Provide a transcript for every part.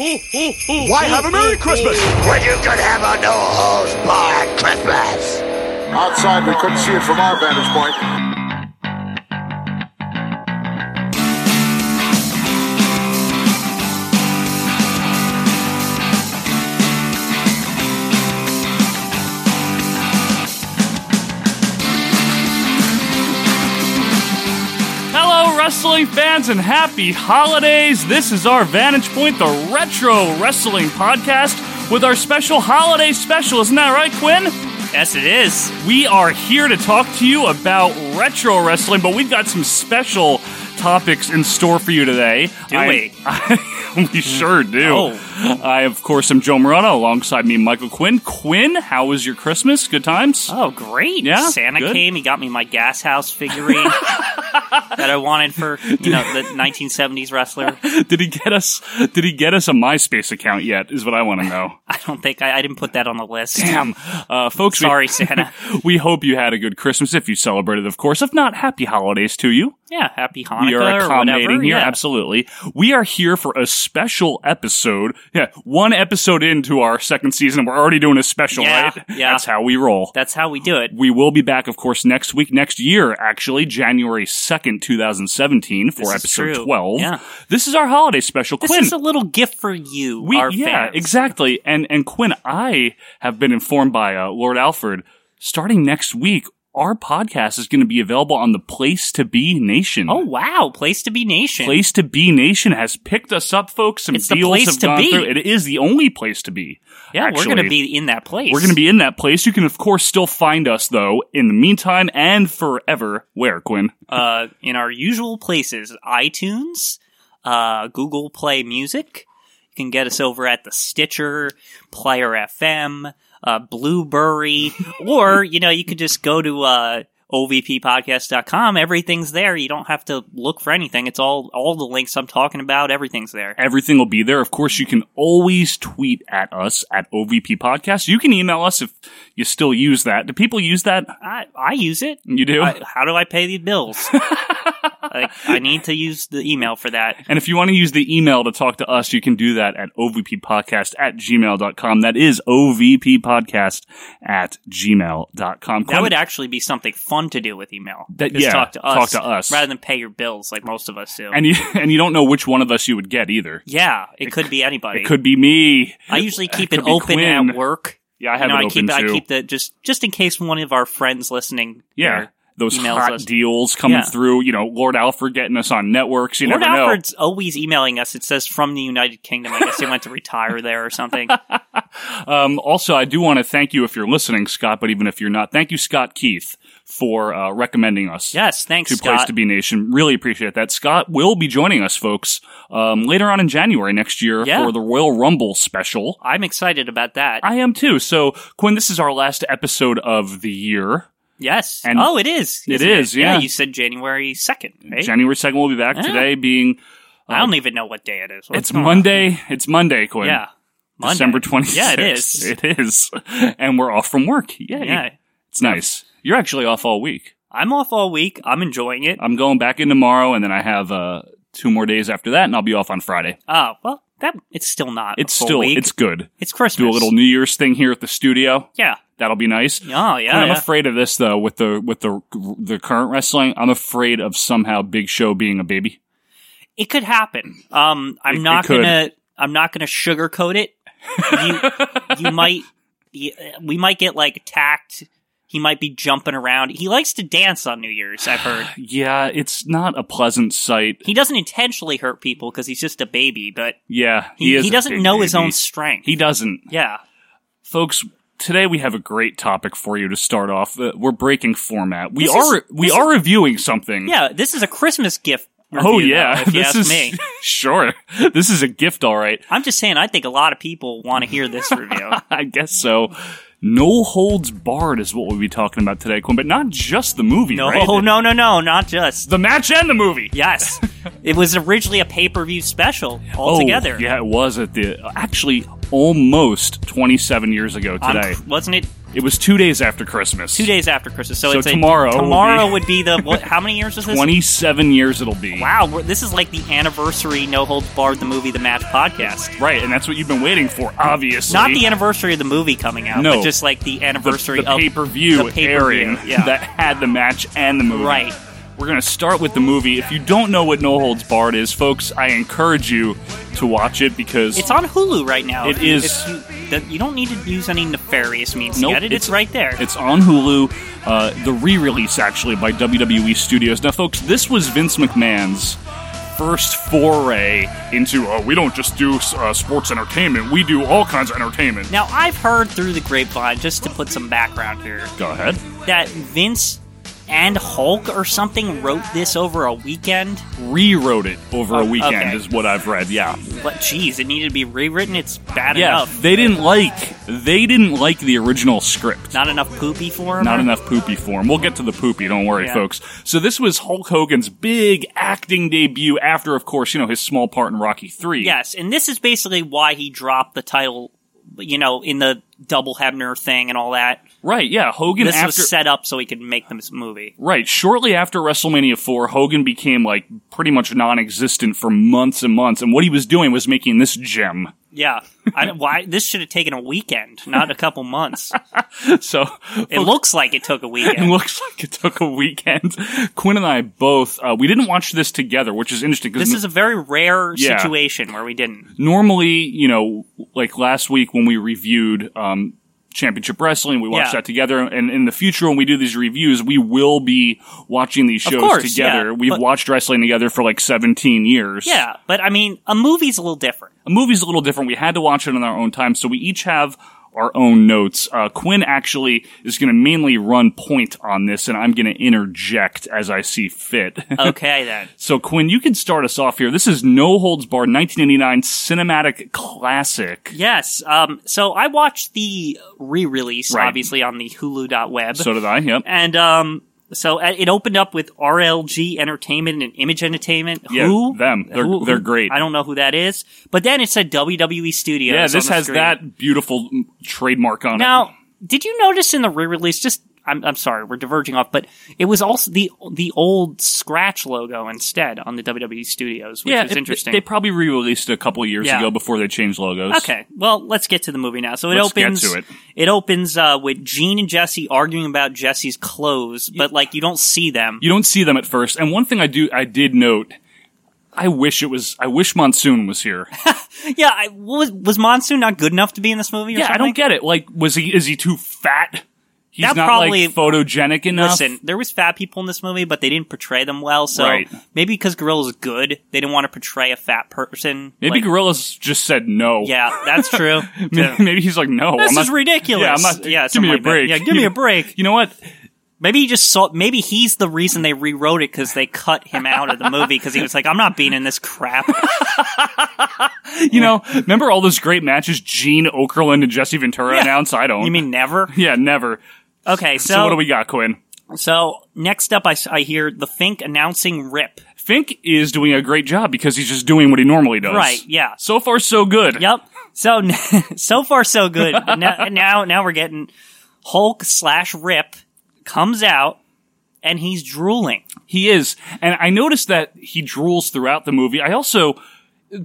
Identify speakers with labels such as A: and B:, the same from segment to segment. A: Why have a Merry Christmas?
B: When you could have a no holes barred Christmas.
C: Outside, we couldn't see it from our vantage point.
D: Hello, wrestling fans, and happy holidays. This is our Vantage Point, the Retro Wrestling Podcast, with our special holiday special. Isn't that right, Quinn?
E: Yes, it is.
D: We are here to talk to you about retro wrestling, but we've got some special topics in store for you today.
E: Do
D: I-
E: we?
D: I- we sure do.
E: Oh.
D: I, of course, am Joe Morano. Alongside me, Michael Quinn. Quinn, how was your Christmas? Good times?
E: Oh, great.
D: Yeah,
E: Santa
D: good.
E: came. He got me my gas house figurine that I wanted for, you know, the 1970s wrestler.
D: did he get us? Did he get us a MySpace account yet? Is what I want to know.
E: I don't think I, I didn't put that on the list.
D: Damn, uh, folks. we-
E: Sorry, Santa.
D: We hope you had a good Christmas if you celebrated, of course. If not, happy holidays to you.
E: Yeah, happy Hanukkah
D: we are
E: or
D: accommodating
E: whatever.
D: here,
E: yeah.
D: absolutely. We are here for a special episode. Yeah, one episode into our second season, we're already doing a special,
E: Yeah,
D: right?
E: yeah.
D: That's how we roll.
E: That's how we do it.
D: we will be back, of course, next week, next year, actually, January 2nd, 2017, for
E: This is
D: episode
E: true.
D: 12.
E: Yeah.
D: This is our holiday special.
E: This
D: Quinn,
E: is a little gift for you,
D: we,
E: our
D: yeah,
E: fans.
D: exactly. And and Quinn, I have been informed by uh, Lord Alfred, starting next week, our podcast is going to be available on the Place to Be Nation.
E: Oh, wow. Place to be nation.
D: Place to Be Nation has picked us up, folks. Some
E: It's the
D: deals
E: place
D: have
E: to
D: gone
E: be.
D: through. It is the only place to be.
E: yeah,
D: actually.
E: we're going to be in that place.
D: We're going to be in that place. You can, of course, still find us though. In the meantime, and forever, where Quinn?
E: uh, in our usual places iTunes, uh, Google Play Music. You can get us over at the Stitcher, Player FM, uh, Blueberry, or, you know, you could just go to uh, ovppodcast.com. Everything's there. You don't have to look for anything. It's all, all the links I'm talking about. Everything's there.
D: Everything will be there. Of course, you can always tweet at us at OVP Podcast. You can email us if you still use that. Do people use that?
E: I, I use it.
D: You do?
E: I, how do I pay the bills? like, I need to use the email for that.
D: And if you want to use the email to talk to us, you can do that at ovppodcast at gmail.com. That is ovppodcast at gmail.com.
E: That would actually be something fun to do with email.
D: That-
E: Just
D: yeah,
E: talk to us,
D: talk to us.
E: rather than pay your bills like most of us do.
D: and you and you don't know which one of us you would get either.
E: yeah, it, could be anybody.
D: It could be me.
E: I usually keep
D: could
E: it,
D: be
E: open
D: Quinn.
E: at work.
D: Yeah, I have
E: you know,
D: it
E: I keep
D: open
E: I
D: too.
E: keep the just just in case one of our friends listening.
D: yeah.
E: or-
D: Those
E: emails
D: hot
E: us.
D: deals coming
E: Yeah.
D: through, you know, Lord Alfred getting us on networks, you
E: Lord
D: never know.
E: Alfred's always emailing us. It says from the United Kingdom. I guess he went to retire there or something.
D: Um, also, I do want to thank you if you're listening, Scott, but even if you're not, thank you, Scott Keith, for uh, recommending us.
E: Yes, thanks,
D: to Place
E: Scott.
D: to Be Nation. Really appreciate that. Scott will be joining us, folks, um, later on in January next year
E: Yeah.
D: for the Royal Rumble special.
E: I'm excited about that.
D: I am too. So, Quinn, this is our last episode of the year.
E: yes.
D: And-
E: oh, it is.
D: It
E: isn't
D: is, yeah.
E: You said January second. Right?
D: January 2nd, we'll be back
E: Yeah.
D: today, being
E: I don't even know what day it is. What's
D: it's
E: going on?
D: Monday. It's Monday, Quinn.
E: Yeah. Monday.
D: December 26th.
E: Yeah, it is.
D: It is. And we're off from work. Yay.
E: yeah.
D: It's nice. You're actually off all week.
E: I'm off all week. I'm enjoying it.
D: I'm going back in tomorrow, and then I have uh, two more days after that, and I'll be off on Friday.
E: Oh, well, that it's still not. a
D: It's
E: full
D: still
E: week.
D: it's good.
E: it's Christmas.
D: Do a little New Year's thing here at the studio.
E: yeah.
D: That'll be nice.
E: Oh yeah.
D: And I'm
E: yeah.
D: afraid of this though with the with the the current wrestling. I'm afraid of somehow Big Show being a baby.
E: it could happen. Um, I'm
D: It-
E: not
D: it could.
E: gonna. I'm not gonna sugarcoat it. You, you might. y- We might get like attacked. He might be jumping around. He likes to dance on New Year's. I've heard.
D: Yeah, it's not a pleasant sight.
E: He doesn't intentionally hurt people because he's just a baby, but
D: Yeah,
E: he, he,
D: is a
E: doesn't
D: big
E: know his
D: baby.
E: own strength.
D: He doesn't.
E: yeah.
D: folks today we have a great topic for you to start off Uh, we're breaking format we
E: This
D: are
E: is-
D: we
E: this
D: are reviewing something
E: Yeah. This is a Christmas gift.
D: oh
E: review,
D: yeah
E: though, if you
D: this
E: ask
D: is
E: me.
D: sure this is a gift all right
E: I'm just saying, I think a lot of people want to hear this review.
D: i guess so no holds barred is what we'll be talking about today quinn but not just the movie
E: No,
D: right?
E: no, no, no, not just.
D: the match and the movie
E: Yes. it was originally a pay per view special
D: Oh,
E: altogether.
D: yeah it was at the actually almost 27 years ago
E: On-
D: today
E: Um, wasn't it
D: It was two days after Christmas.
E: Two days after Christmas. So,
D: So
E: it's
D: tomorrow
E: A,
D: will
E: tomorrow
D: be-
E: would be the what, how many years is this?
D: 27 years it'll be.
E: Wow, we're, this is like the anniversary No Holds Barred the movie The Match podcast.
D: Right, and that's what you've been waiting for, obviously.
E: Not the anniversary of the movie coming out,
D: No.
E: but just like the
D: The-
E: anniversary
D: the,
E: of
D: pay-per-view
E: the pay-per-view,
D: airing
E: yeah.
D: that had the match and the movie.
E: Right.
D: We're going to start with the movie. If you don't know what No Holds Barred is, folks, I encourage you to watch it because
E: It's on Hulu right now.
D: It
E: If you-
D: is.
E: if you, that- you don't need to use any nefarious means
D: Nope,
E: to get it. It's, right there.
D: It's on Hulu. Uh, the re-release actually by WWE Studios. Now, folks, this was Vince McMahon's first foray into uh, we don't just do uh, sports entertainment; we do all kinds of entertainment.
E: now, I've heard through the grapevine, just to put some background here,
D: Go ahead.
E: that Vince and Hulk or something wrote this over a weekend.
D: Rewrote it over a
E: Oh,
D: weekend
E: okay.
D: is what I've read. Yeah,
E: But geez, it needed to be rewritten. It's bad
D: yeah.
E: enough.
D: They didn't like they didn't like the original script.
E: Not enough poopy for him.
D: Not enough poopy for him. We'll get to the poopy, don't worry,
E: Uh-huh. Yeah.
D: folks. So this was Hulk Hogan's big acting debut after, of course, you know, his small part in Rocky Three.
E: Yes, and this is basically why he dropped the title. You know, in the double Hebner thing and all that.
D: Right, yeah. Hogan
E: This
D: after
E: was set up so he could make this movie.
D: Right. Shortly after WrestleMania 4, Hogan became like pretty much non existent for months and months. And what he was doing was making this gem.
E: Yeah, I, don't- why this should have taken a weekend, not a couple months.
D: So
E: It looks like it took a
D: it
E: weekend.
D: looks like it took a weekend. Quinn and I both, uh, we didn't watch this together, which is interesting
E: This
D: because
E: is a very rare
D: Yeah.
E: situation where we didn't.
D: normally, you know, like last week when we reviewed, um, Championship Wrestling, we watched
E: Yeah.
D: that together. And in the future, when we do these reviews, we will be watching these shows
E: course,
D: together.
E: yeah,
D: We've
E: but-
D: watched wrestling together for like 17 years.
E: Yeah, but I mean, a movie's a little different.
D: A movie's a little different. We had to watch it on our own time, so we each have our own notes. Uh, Quinn actually is going to mainly run point on this, and I'm going to interject as I see fit.
E: Okay, then.
D: so, Quinn, you can start us off here. This is No Holds Barred 1989 cinematic classic.
E: Yes. Um. So I watched the re-release,
D: Right.
E: obviously, on the Hulu.web.
D: So did I. Yep.
E: And um, so uh, it opened up with RLG Entertainment and Image Entertainment.
D: Yeah,
E: who?
D: them. They're-
E: Who-
D: they're great.
E: I don't know who that is, but then it said WWE Studios.
D: Yeah,
E: on
D: this
E: the
D: has
E: screen.
D: that beautiful mm, trademark on it.
E: Now, did you notice in the re-release? Just I'm, I'm sorry, we're diverging off, but it was also the the old scratch logo instead on the WWE Studios, which
D: yeah,
E: is
D: it-
E: interesting.
D: They probably re-released it a couple of years
E: Yeah.
D: ago before they changed logos.
E: Okay, well, let's get to the movie now. So it
D: Let's get
E: opens.
D: to it.
E: opens uh, with Gene and Jesse arguing about Jesse's clothes, but like you don't see them.
D: you don't see them at first. And one thing I do, I did note. I wish it was. I wish monsoon was here.
E: Yeah, I, was was Monsoon not good enough to be in this movie? Or
D: Yeah, I
E: something?
D: don't get it. Like, was he? Is he too fat? He's
E: That
D: not
E: probably-
D: like photogenic enough.
E: Listen, there was fat people in this movie, but they didn't portray them well. So
D: Right.
E: maybe because Gorilla's good, they didn't want to portray a fat person.
D: maybe
E: Like,
D: gorillas just said no.
E: Yeah, that's true.
D: Maybe, maybe he's like no.
E: This
D: I'm not-
E: is ridiculous.
D: Yeah, I'm not.
E: Yeah,
D: give
E: something
D: me a
E: like that.
D: break.
E: Yeah, give me a break.
D: You know what?
E: Maybe he just saw. Maybe he's the reason they rewrote it because they cut him out of the movie because he was like, "I'm not being in this crap."
D: You know. Remember all those great matches Gene Okerlund and Jesse Ventura
E: Yeah.
D: announced? I don't.
E: You mean never?
D: Yeah, never.
E: Okay,
D: So, what do we got, Quinn?
E: so next up, I, s- I hear the Fink announcing Rip.
D: Fink is doing a great job because he's just doing what he normally does.
E: Right, yeah.
D: So far, so good.
E: Yep. So so far so good. But now, now now we're getting Hulk slash Rip comes out and he's drooling.
D: He is. And I noticed that he drools throughout the movie. I also,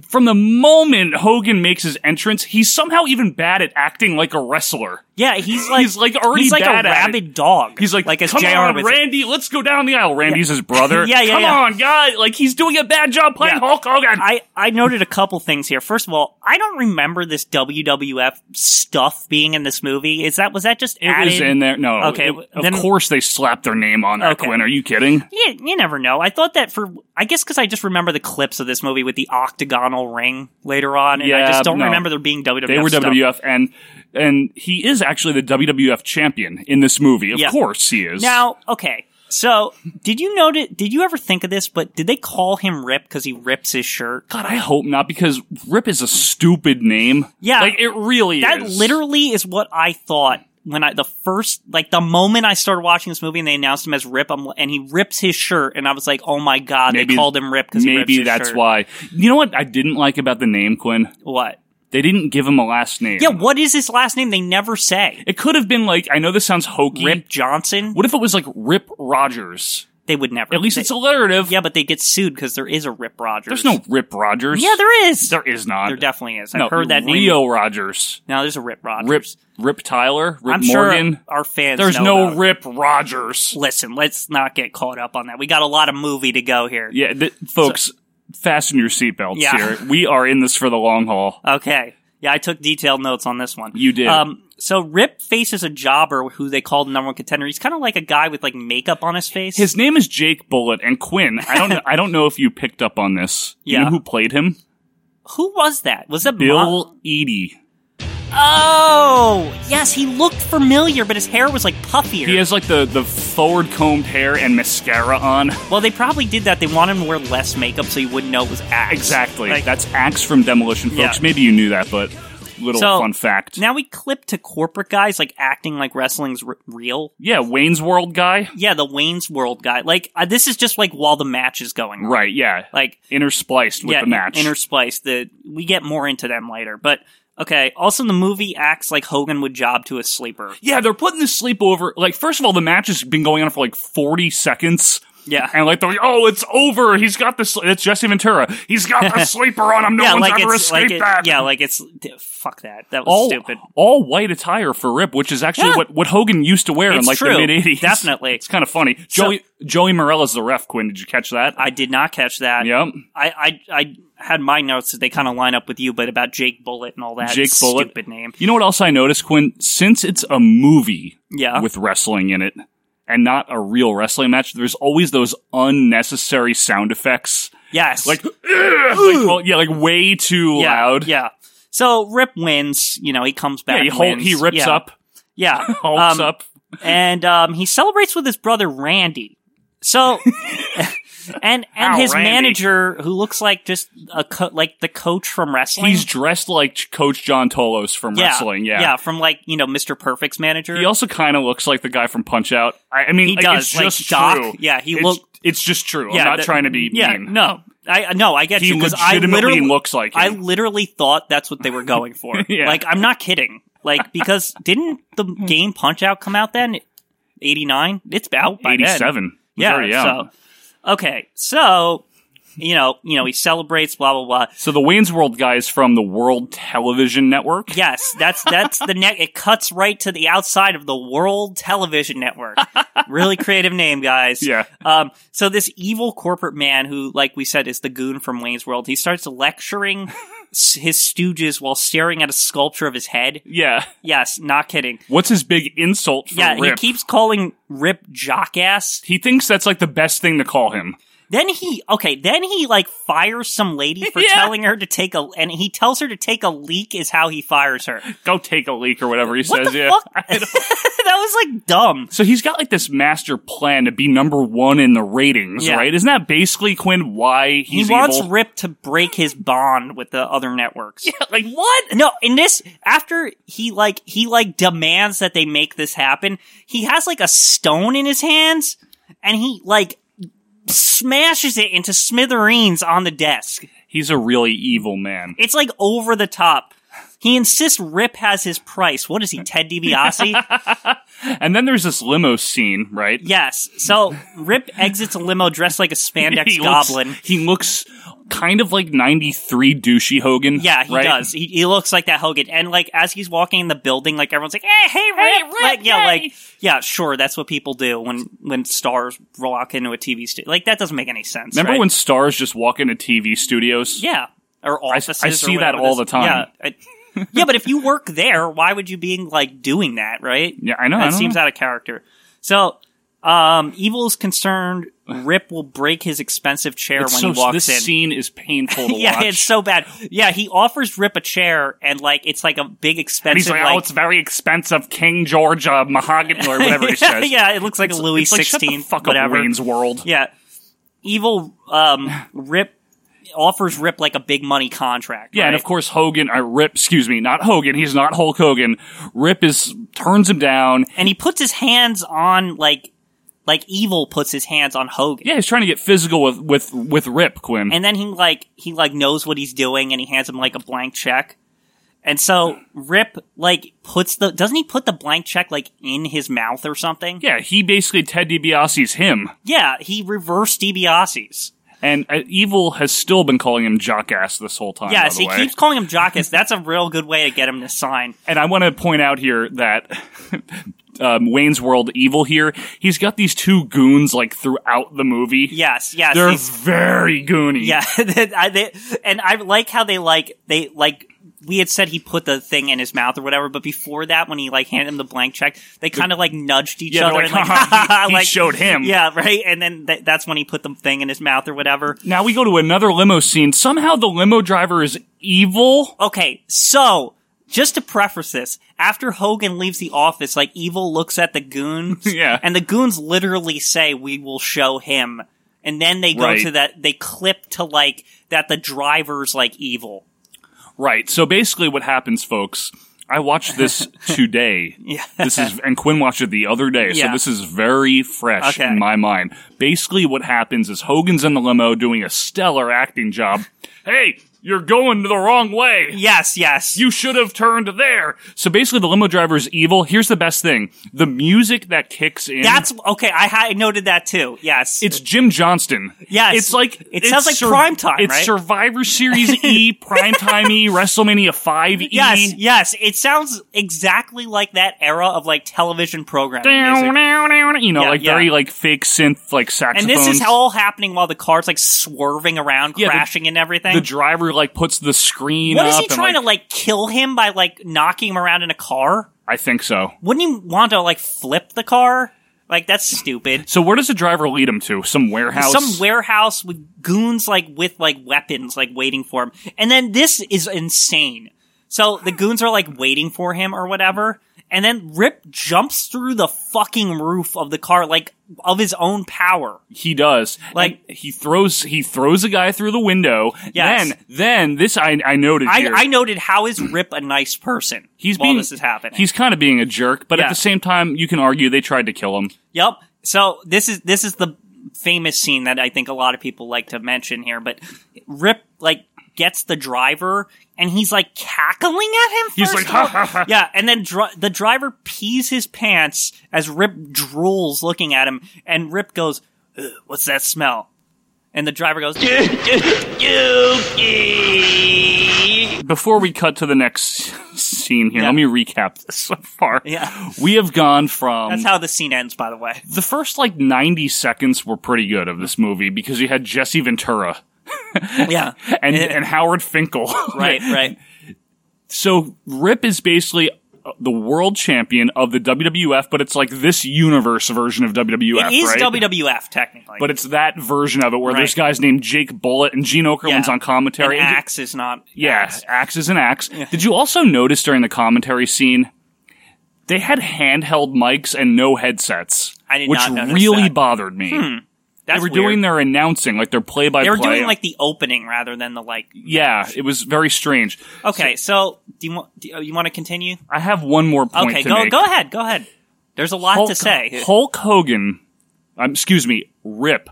D: from the moment Hogan makes his entrance, he's somehow even bad at acting like a wrestler.
E: Yeah, he's like
D: He's, like, already
E: he's like
D: bad
E: a
D: at
E: rabid dog.
D: He's like,
E: like as
D: come
E: JR
D: on,
E: would
D: Randy, let's go down the aisle. Randy's his brother.
E: Yeah, yeah,
D: Come
E: yeah.
D: on, guy. Like, he's doing a bad job playing
E: Yeah.
D: Hulk Hogan.
E: I, I noted a couple things here. First of all, I don't remember this WWF stuff being in this movie. Is that was that just
D: it
E: added?
D: was in there. No.
E: Okay,
D: it- of
E: then-
D: course they slapped their name on that,
E: Okay.
D: Quinn. Are you kidding?
E: You, you never know. I thought that for I guess because I just remember the clips of this movie with the octagonal ring later on, and I
D: Yeah,
E: just don't
D: no.
E: remember there being WWF.
D: They were
E: stuff.
D: WWF, and and he is actually the WWF champion in this movie. Of
E: Yeah.
D: course he is.
E: Now, okay. So, did you notice? Did you ever think of this? But did they call him Rip because he rips his shirt?
D: God, I hope not because Rip is a stupid name.
E: Yeah.
D: like it really
E: That
D: is.
E: literally is what I thought when I the first like the moment I started watching this movie and they announced him as Rip, I'm, and he rips his shirt, and I was like, oh my god,
D: Maybe-
E: they called him Rip because he rips
D: Maybe
E: his
D: that's
E: shirt.
D: why. You know what I didn't like about the name Quinn?
E: What?
D: They didn't give him a last name.
E: Yeah, what is his last name? They never say.
D: It could have been like, I know this sounds hokey.
E: Rip Johnson.
D: What if it was like Rip Rogers?
E: They would never.
D: At least
E: they-
D: it's alliterative.
E: yeah, but they get sued because there is a Rip Rogers.
D: There's no Rip Rogers.
E: Yeah, there is.
D: There is not.
E: There definitely is. I've
D: no,
E: heard that name.
D: Rio Rogers.
E: No, there's a Rip Rogers.
D: Rip Rip Tyler. Rip
E: I'm
D: Morgan.
E: sure our fans.
D: There's
E: know
D: no
E: about it.
D: Rip Rogers.
E: Listen, let's not get caught up on that. We got a lot of movie to go here.
D: Yeah, th- folks, fasten your seatbelts
E: Yeah.
D: here. We are in this for the long haul.
E: Okay. Yeah, I took detailed notes on this one.
D: You did.
E: Um, so Rip faces a jobber who they called number one contender. He's kind of like a guy with like makeup on his face.
D: His name is Jake Bullet, and Quinn. I don't. know, I don't know if you picked up on this. You
E: Yeah.
D: know who played him?
E: who was that? Was that Mo-
D: Bill Eady.
E: oh, yes, he looked familiar, but his hair was like puffier.
D: He has like the the forward combed hair and mascara on.
E: well, they probably did that. They wanted him to wear less makeup so you wouldn't know it was Axe.
D: Exactly.
E: Like,
D: That's Axe from Demolition, folks.
E: Yeah.
D: Maybe you knew that, but little
E: So,
D: fun fact.
E: now we clip to corporate guys like acting like wrestling's r- real.
D: yeah, Wayne's World guy.
E: Yeah, the Wayne's World guy. Like uh, this is just like while the match is going on.
D: Right. Yeah.
E: Like
D: Interspliced with the match.
E: Interspliced. The we get more into them later, but okay. Also, the movie acts like Hogan would job to a sleeper.
D: yeah, they're putting this sleepover. Like, first of all, the match has been going on for like forty seconds.
E: Yeah.
D: And like, they're like, oh, it's over. He's got this. It's Jesse Ventura. He's got the sleeper on him. No
E: yeah,
D: one's
E: like
D: ever
E: it's like
D: escaped
E: it,
D: that.
E: yeah, like it's d- fuck that. That was
D: all
E: stupid.
D: all white attire for Rip, which is actually
E: Yeah.
D: what, what Hogan used to wear in
E: It's
D: like
E: true.
D: the mid '80s.
E: Definitely.
D: it's kind of funny. Joey Joey Morella's the ref. Quinn, did you catch that?
E: I did not catch that.
D: yep.
E: I, I I had my notes that they kind of line up with you, but about Jake Bullet and all that.
D: Jake Bullitt.
E: stupid name.
D: You know what else I noticed, Quinn? Since it's a movie
E: Yeah.
D: with wrestling in it and not a real wrestling match, there's always those unnecessary sound effects.
E: Yes,
D: Like, "Ugh," like, well, yeah, like way too
E: yeah,
D: loud.
E: Yeah. So Rip wins. You know, he comes back.
D: Yeah, he,
E: and
D: hol-
E: wins.
D: he rips
E: Yeah.
D: up,
E: Yeah,
D: hulks
E: Um,
D: up.
E: and um, he celebrates with his brother Randy. So, and and
D: Ow,
E: his
D: Randy.
E: manager, who looks like just a co- like the coach from wrestling.
D: He's dressed like Ch- Coach John Tolos from
E: yeah,
D: wrestling. Yeah.
E: yeah, from like you know Mr. Perfect's manager.
D: He also kind of looks like the guy from Punch Out. I, I mean,
E: He
D: like,
E: does,
D: It's
E: like
D: just
E: Doc.
D: true.
E: Yeah, he
D: it's,
E: look-
D: It's just true.
E: Yeah,
D: I'm not
E: that-
D: trying to be
E: yeah,
D: mean.
E: no, I no, I get
D: He
E: you because I
D: legitimately
E: literally
D: looks like
E: I
D: him.
E: literally thought that's what they were going for.
D: Yeah.
E: Like I'm not kidding. Like because didn't the game Punch Out come out then? Eighty nine. It's out by then.
D: Eighty-seven. He's
E: Yeah.
D: already out.
E: So okay, so you know, you know, he celebrates, blah blah blah.
D: So the Wayne's World guy is from the World Television Network.
E: Yes, that's that's the net. It cuts right to the outside of the World Television Network. really creative name, guys.
D: Yeah.
E: Um. So this evil corporate man, who, like we said, is the goon from Wayne's World, he starts lecturing s- his stooges while staring at a sculpture of his head.
D: Yeah.
E: Yes, not kidding.
D: What's his big insult for
E: Yeah,
D: Rip?
E: he keeps calling Rip jockass.
D: He thinks that's like the best thing to call him.
E: Then he okay. Then he like fires some lady for
D: Yeah.
E: telling her to take a, and he tells her to take a leak is how he fires her.
D: Go take a leak or whatever he
E: What
D: says.
E: the
D: yeah.
E: fuck? that was like dumb.
D: So he's got like this master plan to be number one in the ratings,
E: Yeah.
D: right? Isn't that basically Quinn why he's
E: he wants
D: evil?
E: Rip to break his bond with the other networks.
D: like what?
E: No, in this after he like he like demands that they make this happen. He has like a stone in his hands, and he like smashes it into smithereens on the desk.
D: He's a really evil man.
E: It's like over the top. He insists Rip has his price. What is he, Ted DiBiase?
D: And then there's this limo scene, right?
E: yes. So Rip exits a limo dressed like a spandex goblin.
D: Looks, he looks kind of like 93 douchey Hogan.
E: yeah, he
D: right?
E: does. He, he looks like that Hogan. And like as he's walking in the building, like everyone's like, "Hey, hey, Rip!"
D: Rip,
E: like yeah,
D: hey.
E: like yeah, sure. That's what people do when when stars walk into a TV studio. Like that doesn't make any sense.
D: Remember
E: right?
D: when stars just walk into TV studios?
E: Yeah. Or offices.
D: I
E: or
D: see that
E: whatever
D: all
E: this-
D: the time.
E: Yeah. I- yeah, but if you work there, why would you be like doing that, right?
D: Yeah, I know, I
E: That
D: don't
E: seems
D: know.
E: out of character. So, um, evil is concerned. Rip will break his expensive chair
D: It's
E: when
D: so-
E: he walks
D: this
E: in.
D: scene is painful to
E: yeah,
D: watch.
E: it's so bad. Yeah, he offers Rip a chair, and like it's like a big
D: And
E: expensive.
D: he's like, oh, it's very expensive King George uh, mahogany or whatever he says.
E: yeah, it looks like a Louis
D: It's like, shut the
E: sixteen.
D: fuck
E: whatever.
D: up, Wayne's World.
E: Yeah, evil um, Rip offers Rip like a big money contract.
D: Yeah, and
E: right?
D: of course Hogan, I Rip, excuse me, not Hogan. He's not Hulk Hogan. Rip is turns him down.
E: and he puts his hands on like like evil puts his hands on Hogan.
D: Yeah, he's trying to get physical with with with Rip Quinn.
E: And then he like he like knows what he's doing and he hands him like a blank check. And so Rip like puts the doesn't he put the blank check like in his mouth or something?
D: Yeah, he basically Ted DiBiase's him,
E: Yeah, he reversed DiBiase's.
D: and uh, Evil has still been calling him jockass this whole time. by
E: Yes,
D: the
E: he
D: way.
E: keeps calling him Jockus. That's a real good way to get him to sign.
D: And I want to point out here that um, Wayne's World Evil here, he's got these two goons like throughout the movie.
E: Yes, yes.
D: They're
E: he's-
D: very goony.
E: yeah, that- I- they- and I like how they like they like we had said he put the thing in his mouth or whatever, but before that, when he like handed him the blank check, they kind of like nudged each
D: Yeah,
E: other
D: they're
E: and
D: like,
E: like,
D: "Ha, he- he
E: like,
D: showed him."
E: yeah, right. And then th- that's when he put the thing in his mouth or whatever.
D: Now we go to another limo scene. Somehow the limo driver is evil.
E: Okay, so just to preface this, after Hogan leaves the office, like Evil looks at the goons,
D: Yeah.
E: and the goons literally say, "We will show him," and then they go
D: Right.
E: to that they clip to like that the driver's like evil.
D: Right. So basically, what happens, folks? I watched this today.
E: Yeah.
D: This is and Quinn watched it the other day, so
E: Yeah.
D: this is very fresh
E: Okay.
D: in my mind. Basically, what happens is Hogan's in the limo doing a stellar acting job. hey, you're going the wrong way.
E: Yes, yes.
D: You should have turned there. So basically, the limo driver is evil. Here's the best thing: the music that kicks in.
E: That's okay. I, ha- I noted that too. Yes,
D: it's Jim Johnston.
E: Yes.
D: it's like
E: It
D: it's
E: sounds like Primetime,
D: It's
E: right?
D: Survivor Series E, Primetime E, WrestleMania Five E.
E: yes, yes. It sounds exactly like that era of like television programming. music.
D: You know,
E: Yeah,
D: like
E: yeah.
D: very like fake synth, like
E: And
D: saxophones.
E: this is all happening while the car's like swerving around,
D: Yeah, the-
E: crashing and everything.
D: the driver like puts the screen.
E: What is
D: up
E: he
D: and,
E: trying
D: like-
E: to like kill him by like knocking him around in a car?
D: I think so.
E: Wouldn't you want to like flip the car? Like that's stupid.
D: So where does the driver lead him to? Some warehouse.
E: Some warehouse with goons like with like weapons like waiting for him. And then this is insane. So the goons are like waiting for him or whatever. And then Rip jumps through the fucking roof of the car like of his own power.
D: He does.
E: Like-
D: And he throws he throws a guy through the window.
E: Yes.
D: Then then this I I noted
E: I,
D: here.
E: I noted how is Rip a nice person
D: he's
E: while
D: being
E: this is happening.
D: He's kind of being a jerk, but at
E: Yeah.
D: the same time, you can argue they tried to kill him.
E: Yep. So this is this is the famous scene that I think a lot of people like to mention here, but Rip like gets the driver and he's like cackling at him. First
D: He's like,
E: of all.
D: "Ha, ha, ha."
E: yeah, and then dri- the driver pees his pants as Rip drools looking at him, and Rip goes, "Ugh, "What's that smell?" And the driver goes,
D: Before we cut to the next scene here,
E: Yeah.
D: let me recap this so far.
E: Yeah.
D: We have gone from
E: "That's how the scene ends." By the way,
D: the first like 90 seconds were pretty good of this movie because you had Jesse Ventura
E: yeah,
D: and, and Howard Finkel.
E: right, right,
D: So Rip is basically uh, the world champion of the WWF, but it's like this universe version of WWF,
E: it is
D: right?
E: WWF technically,
D: but it's that version of it where
E: Right.
D: there's guys named Jake Bullet and Gene Okerlund's
E: Yeah.
D: on commentary.
E: and
D: And-
E: Axe is not.
D: Yeah,
E: Axe.
D: axe is an axe. Did you also notice during the commentary scene they had handheld mics and no headsets,
E: I did
D: which
E: not notice
D: really
E: that. Hmm.
D: bothered me. They
E: That's
D: were
E: weird.
D: doing their announcing, like their play by play.
E: They were doing like the opening rather than the like.
D: yeah, it was very strange.
E: Okay, so, do you want do you want to continue?
D: I have one more point.
E: Okay,
D: to
E: go
D: make.
E: go ahead, go ahead. There's a lot
D: Hulk,
E: to say.
D: Hulk Hogan, um, excuse me, Rip.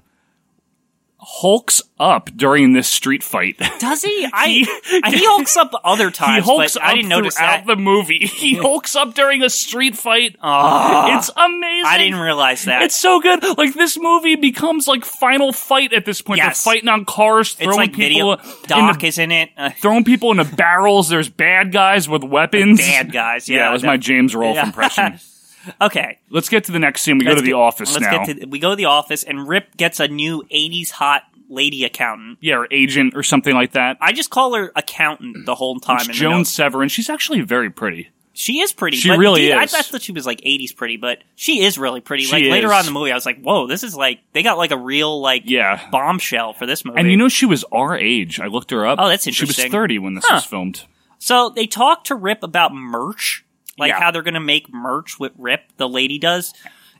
D: Hulks up during this street fight.
E: Does he? I
D: He-
E: he, I, he hulks up other
D: He
E: times,
D: hulks
E: but
D: up
E: I didn't notice
D: throughout
E: that.
D: the movie. He hulks up during a street fight. it's amazing.
E: I didn't realize that.
D: It's so good. Like this movie becomes like final fight at this point.
E: Yes.
D: They're fighting on cars,
E: It's
D: throwing
E: like
D: people
E: video
D: in
E: Doc
D: the,
E: is in it. Uh,
D: throwing people into barrels. There's bad guys with weapons.
E: bad guys. Yeah,
D: Yeah, that was my James Rolfe
E: Yeah.
D: impression.
E: okay.
D: Let's get to the next scene. We go
E: let's
D: to the
E: get-
D: office
E: let's
D: now.
E: Get to, we go to the office, and Rip gets a new '80s hot lady accountant.
D: yeah, or agent or something like that.
E: I just call her accountant the whole time. in the
D: Joan
E: notes.
D: Severin. She's actually very pretty.
E: She is pretty.
D: She
E: but
D: really
E: dude, I
D: is.
E: thought that she was like '80s pretty, but she is really pretty. like
D: She
E: later
D: is.
E: on in the movie, I was like, "Whoa, this is like they got like a real like
D: Yeah.
E: bombshell for this movie."
D: And you know she was our age. I looked her up.
E: Oh, that's
D: She was
E: interesting.
D: thirty when this was filmed.
E: so they talk to Rip about merch, like
D: Yeah.
E: how they're gonna make merch with Rip. The lady does.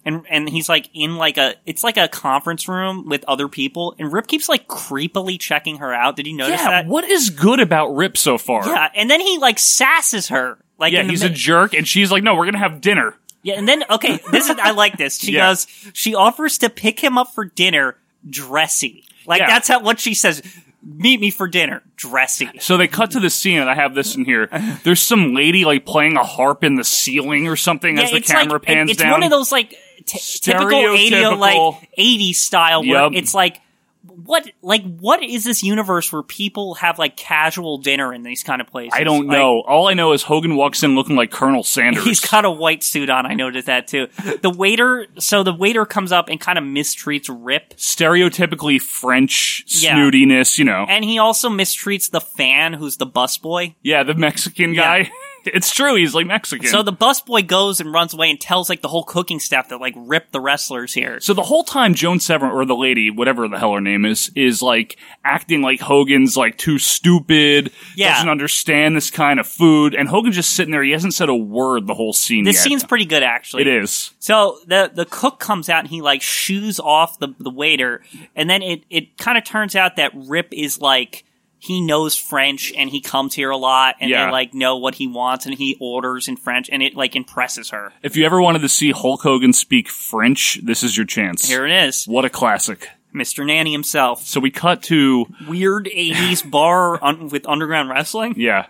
E: And, and he's like in like a it's like a conference room with other people and Rip keeps like creepily checking her out. Did you
D: Yeah.
E: notice that?
D: What is good about Rip so far?
E: Yeah, and then he like sasses her like
D: Yeah,
E: in the
D: he's
E: mi-
D: a jerk, and she's like, "No, we're gonna have dinner."
E: Yeah, and then okay, this is I like this. She
D: Yeah.
E: goes, she offers to pick him up for dinner dressy. Like
D: Yeah.
E: that's how what she says. meet me for dinner, dressy.
D: So they cut to the scene, and I have this in here. There's some lady like playing a harp in the ceiling or something as the
E: it's
D: camera
E: like,
D: pans
E: it's
D: down.
E: one of those like t- typical
D: Stereotypical.
E: 80 like 80 style
D: Yup.
E: where it's like what like what is this universe where people have like casual dinner in these kind of places?
D: I don't
E: Like,
D: know. All I know is Hogan walks in looking like Colonel Sanders.
E: He's got a white suit on. I noticed that too. The waiter, so the waiter comes up and kind of mistreats Rip,
D: stereotypically French
E: Yeah.
D: snootiness, you know.
E: and he also mistreats the fan who's the busboy.
D: yeah, the Mexican guy.
E: Yeah.
D: it's true. He's like Mexican.
E: So the busboy goes and runs away and tells like the whole cooking staff that like Rip the wrestlers here.
D: So the whole time Joan Severn or the lady, whatever the hell her name is, is like acting like Hogan's like too stupid,
E: Yeah.
D: doesn't understand this kind of food, and Hogan's just sitting there. He hasn't said a word the whole scene.
E: This
D: yet.
E: scene's pretty good actually.
D: it is.
E: So the the cook comes out and he like shoos off the the waiter, and then it it kind of turns out that Rip is like he knows French and he comes here a lot and
D: Yeah.
E: they like know what he wants and he orders in French and it like impresses her.
D: If you ever wanted to see Hulk Hogan speak French, this is your chance.
E: Here it is,
D: What a classic.
E: Mr. Nanny himself.
D: So we cut to
E: Weird eighties bar un- with underground wrestling.
D: yeah.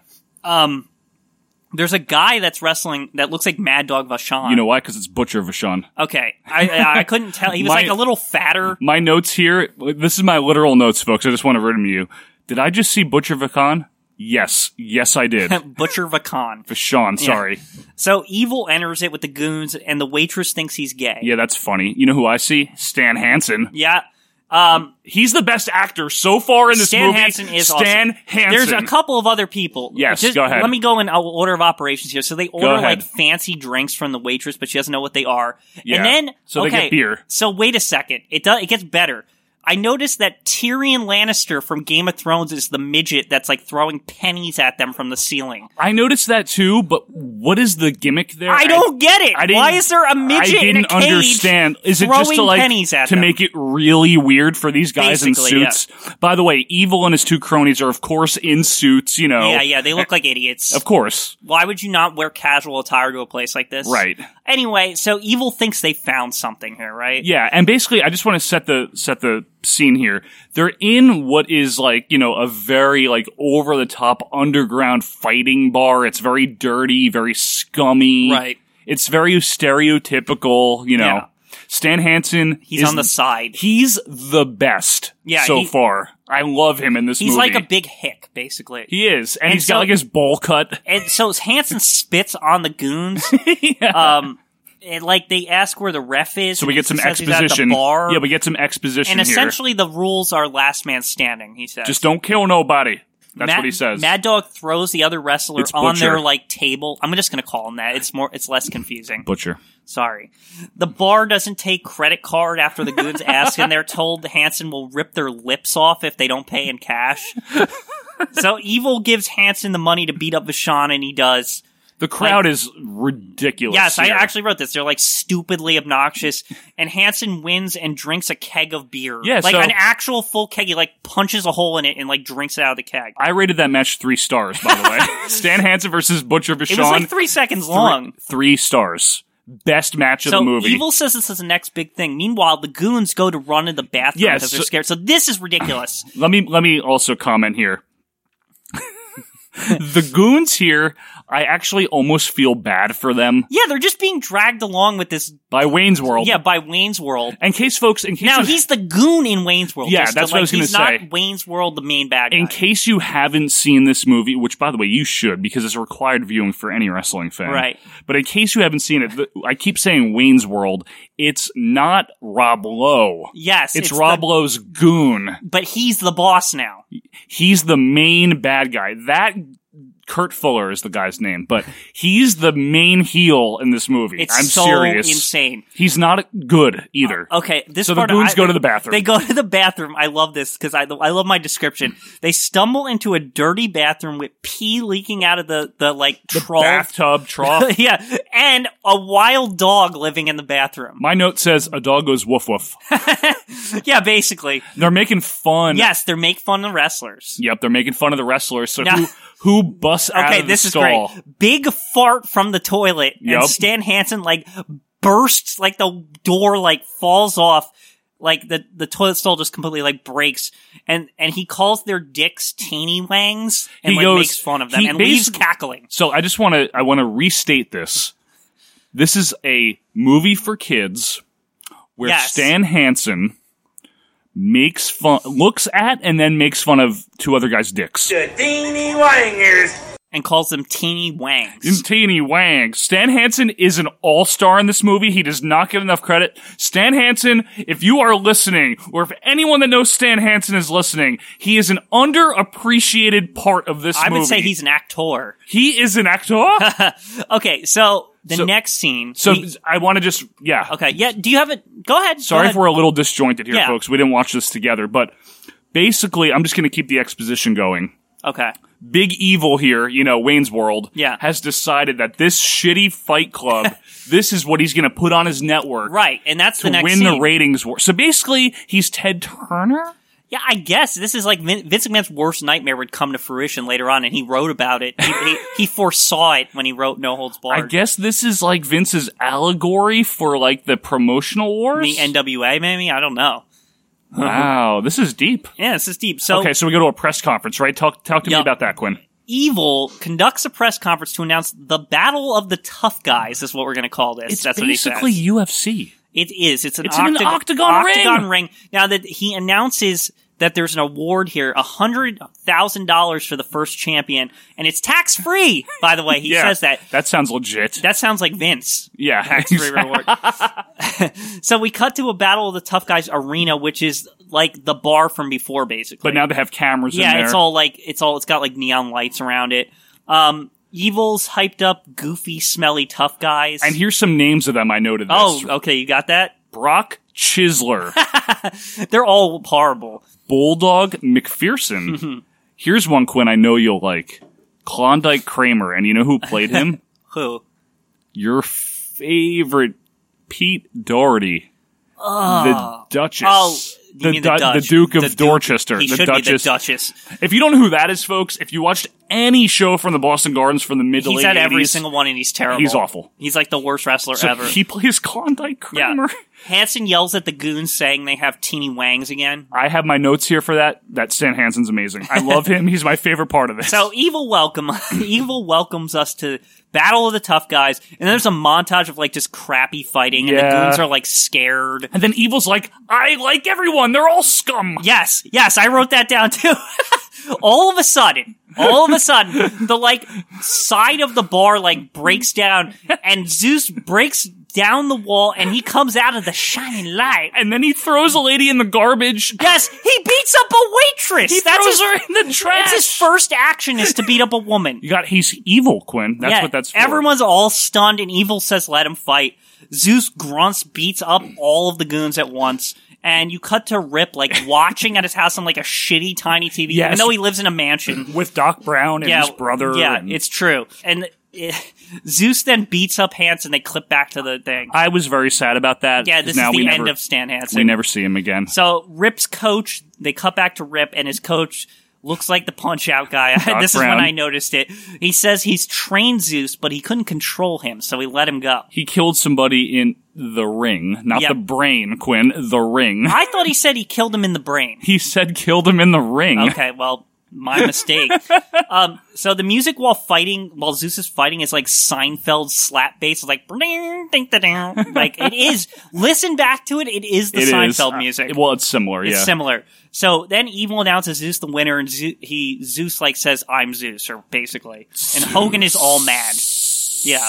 E: There's a guy that's wrestling that looks like Mad Dog Vachon.
D: You know why? Because it's Butcher Vachon.
E: okay, I I, I couldn't tell. He was
D: My-
E: like a little fatter.
D: My notes here. This is my literal notes, folks. I just want to read them to you. Did I just see Butcher Vachon? Yes, yes, I did.
E: Butcher Vacon.
D: Vachon, sorry.
E: So evil enters it with the goons, and the waitress thinks he's gay.
D: Yeah, that's funny. You know who I see? Stan Hansen.
E: Yeah.
D: He's the best actor so far in this
E: Stan
D: movie.
E: Hansen is
D: Stan
E: awesome.
D: Hansen.
E: There's a couple of other people.
D: Yes, go ahead.
E: Let me go in o- order of operations here. So they order
D: ahead.
E: like fancy drinks from the waitress, but she doesn't know what they are.
D: Yeah.
E: And then
D: So they
E: okay,
D: get beer.
E: So wait a second. It does. It gets better. I noticed that Tyrion Lannister from Game of Thrones is the midget that's like throwing pennies at them from the ceiling.
D: I noticed that too. But what is the gimmick there?
E: I don't get it.
D: I didn't-
E: Why is there a
D: I
E: midget in a
D: didn't
E: cage
D: understand. Is it just to
E: throwing
D: like
E: pennies at
D: to
E: them?
D: make it really weird for these guys
E: Basically,
D: in
E: yeah.
D: suits? By the way, Evil and his two cronies are of course in suits. You know,
E: Yeah, yeah, they look like idiots.
D: of course.
E: Why would you not wear casual attire to a place like this?
D: Right.
E: Anyway, so Evil thinks they found something here, right?
D: Yeah, and basically, I just want to set the set the scene here. They're in what is like you know a very like over the top underground fighting bar. It's very dirty, very scummy.
E: Right.
D: It's very stereotypical. You know,
E: Yeah.
D: Stan Hansen.
E: He's
D: is-
E: on the side.
D: He's the best.
E: Yeah,
D: so
E: he-
D: far, I love him in this
E: He's
D: movie.
E: like a big hick, basically.
D: he is, and,
E: And
D: he's got
E: so-
D: like his bowl cut.
E: and so Hanson spits on the goons. Um, and like they ask where the ref is.
D: So we get some
E: He's at
D: exposition.
E: the bar.
D: Yeah, we get some exposition
E: and
D: here.
E: essentially the rules are last man standing. He says.
D: Just don't kill nobody. That's
E: Mad,
D: what he says.
E: Mad Dog throws the other wrestler
D: It's
E: on their
D: Butcher.
E: like table. I'm just gonna call him that. It's more. It's less confusing.
D: Butcher.
E: Sorry. The bar doesn't take credit card after the goons ask, and they're told Hanson will rip their lips off if they don't pay in cash. so Evil gives Hanson the money to beat up Vashon, and he does.
D: The crowd is ridiculous.
E: Yes, I
D: here.
E: actually wrote this. They're like stupidly obnoxious, and Hanson wins and drinks a keg of beer.
D: Yeah,
E: like
D: so-
E: an actual full keg. He like punches a hole in it and like drinks it out of the keg.
D: I rated that match three stars. By the way, Stan Hansen versus Butcher Vachon.
E: It was like three seconds long.
D: Three stars. Best match of
E: So
D: the movie.
E: Evil says this is the next big thing. Meanwhile, the goons go to run in the bathroom
D: Yes,
E: because they're
D: so-
E: scared. So this is ridiculous.
D: let me let me also comment here. the goons here, I actually almost feel bad for them
E: Yeah, they're just being dragged along with this.
D: by Wayne's World.
E: Yeah, by Wayne's World.
D: In case folks, in case
E: Now
D: you-
E: he's the goon in Wayne's World.
D: Yeah,
E: just to,
D: that's what I
E: like,
D: was gonna
E: he's not
D: say.
E: Wayne's World, the main bad guy.
D: in case you haven't seen this movie, which by the way you should because it's required viewing for any wrestling fan.
E: Right.
D: But in case you haven't seen it, the, I keep saying Wayne's World. It's not Rob Lowe.
E: yes,
D: It's,
E: the-
D: Rob Lowe's goon.
E: but he's the boss now.
D: He's the main bad guy. That Kurt Fuller is the guy's name, but he's the main heel in this movie.
E: It's
D: I'm
E: so
D: serious.
E: insane. Uh,
D: He's not good either.
E: Okay, this
D: So the
E: part
D: goons
E: I-
D: go to the bathroom.
E: They go to the bathroom. I love this because I I love my description. They stumble into a dirty bathroom with pee leaking out of the the like trough.
D: Bathtub trough.
E: yeah, and a wild dog living in the bathroom.
D: My note says a dog goes woof woof.
E: Yeah, basically.
D: They're making fun.
E: Yes, they're make fun of wrestlers.
D: Yep, they're making fun of the wrestlers. So
E: Now-
D: who who busts out
E: Okay,
D: of the
E: this is
D: stall?
E: great. Big fart from the toilet,
D: Yup.
E: and Stan Hansen like bursts, like the door like falls off. like the the toilet stall just completely like breaks, and and he calls their dicks teeny wangs and
D: He
E: like
D: goes-
E: makes fun of them
D: he
E: and leaves
D: basi-
E: cackling.
D: So I just want to I want to restate this. This is a movie for kids where
E: Yes.
D: Stan Hansen makes fun looks at and then makes fun of two other guys' dicks.
A: Teeny wangers.
E: and calls them teeny wangs.
D: Teeny Wang. Stan Hansen is an all-star in this movie. He does not get enough credit. Stan Hansen, if you are listening, or if anyone that knows Stan Hansen is listening, he is an underappreciated part of this
E: I
D: movie.
E: would say he's an actor.
D: he is an actor.
E: Okay, so the
D: So-
E: next scene.
D: so
E: we-
D: I want to just yeah.
E: okay, yeah. Do you have it? Go ahead. go
D: Sorry
E: ahead.
D: if we're a little disjointed here,
E: Yeah.
D: folks. We didn't watch this together, but basically, I'm just going to keep the exposition going.
E: okay.
D: Big evil here, you know, Wayne's World,
E: Yeah.
D: has decided that this shitty Fight Club, this is what he's going to put on his network
E: Right, and that's
D: to
E: the next
D: win
E: scene.
D: the ratings war. So basically, he's Ted Turner.
E: Yeah, I guess this is like Vin- Vince McMahon's worst nightmare would come to fruition later on, and he wrote about it. He, he, he foresaw it when he wrote No Holds
D: I
E: Barred.
D: guess this is like Vince's allegory for like the promotional wars.
E: the NWA, maybe I don't know.
D: wow, this is deep.
E: Yeah, this is deep. So
D: Okay, so we go to a press conference, right? Talk talk to
E: Yeah.
D: me about that, Quinn.
E: evil conducts a press conference to announce the Battle of the Tough Guys. Is what we're going to call this.
D: It's
E: That's what
D: basically
E: he says.
D: UFC.
E: It is. It's an,
D: It's in an
E: octag-
D: octagon ring.
E: octagon ring. Now that he announces that there's an award here, a hundred thousand dollars for the first champion, and it's tax free. By the way, he
D: Yeah,
E: says that.
D: That sounds legit.
E: That sounds like Vince.
D: yeah,
E: Tax free
D: exactly.
E: reward. so we cut to a battle of the tough guys arena, which is like the bar from before, basically.
D: But now they have cameras in
E: yeah,
D: there.
E: it's all like it's all it's got like neon lights around it. Um, Evil's hyped up, goofy, smelly tough guys.
D: and here's some names of them I noted. This.
E: oh, okay, you got that.
D: Brock Chisler,
E: They're all horrible.
D: Bulldog
E: Mm-hmm.
D: McPherson. here's one, Quinn, I know you'll like. Klondike Kramer. And you know who played him?
E: Who?
D: Your favorite Pete Doherty. the Duchess.
E: Oh, you
D: the,
E: mean the,
D: Du-
E: Dutch.
D: Duke of
E: The Duke.
D: Dorchester.
E: He
D: the
E: should
D: Duchess.
E: be the Duchess.
D: If you don't know who that is, folks, if you watched any show from the Boston Gardens from the mid to
E: He's
D: late
E: at every
D: 80s,
E: single one, and he's terrible.
D: he's awful.
E: He's like the worst wrestler
D: So
E: ever.
D: he plays Klondike
E: yeah.
D: Kramer.
E: Hanson yells at the goons, saying they have teeny wangs again.
D: I have my notes here for that. That Stan Hansen's amazing. I love him. He's my favorite part of this.
E: So evil welcome, evil welcomes us to battle of the tough guys, and then there's a montage of like just crappy fighting, and the
D: Yeah.
E: goons are like scared.
D: and then Evil's like, I like everyone. They're all scum.
E: Yes, yes, I wrote that down too. all of a sudden, all of a sudden, the like side of the bar like breaks down, and Zeus breaks down the wall, and he comes out of the shining light.
D: And then he throws a lady in the garbage.
E: Yes, he beats up a waitress.
D: He
E: That's
D: throws
E: his,
D: her in the trash.
E: that's his first action is to beat up a woman.
D: you got he's evil, Quinn. That's
E: Yeah,
D: what that's for.
E: Everyone's all stunned, and Evil says, "Let him fight." Zeus grunts, beats up all of the goons at once, and you cut to Rip like watching at his house on like a shitty tiny TV, even
D: Yes.
E: though he lives in a mansion.
D: with Doc Brown and
E: yeah,
D: his brother.
E: Yeah,
D: and-
E: it's true. And eh, Zeus then beats up Hanson. They clip back to the thing.
D: I was very sad about that.
E: yeah, this
D: 'cause now
E: is the
D: we
E: end
D: never,
E: of Stan Hansen.
D: We never see him again.
E: So Rip's coach, they cut back to Rip, and his coach looks like the punch out guy.
D: Doc
E: this is
D: Brown.
E: when I noticed it. He says he's trained Zeus, but he couldn't control him, so he let him go.
D: he killed somebody in the ring, not
E: Yeah.
D: the brain, Quinn. The ring.
E: I thought he said he killed him in the brain.
D: he said killed him in the ring.
E: Okay, well, my mistake. um, so the music while fighting, while Zeus is fighting, is like Seinfeld slap bass. It's like, "Ding, ding, da, ding." like it is. Listen back to it. It is the
D: It is.
E: Seinfeld
D: Uh,
E: music.
D: Well, it's similar.
E: It's
D: yeah.
E: similar. So then Evil announces Zeus the winner, and Zeus, he Zeus like says, "I'm Zeus," or basically, and Hogan is all mad. Yeah,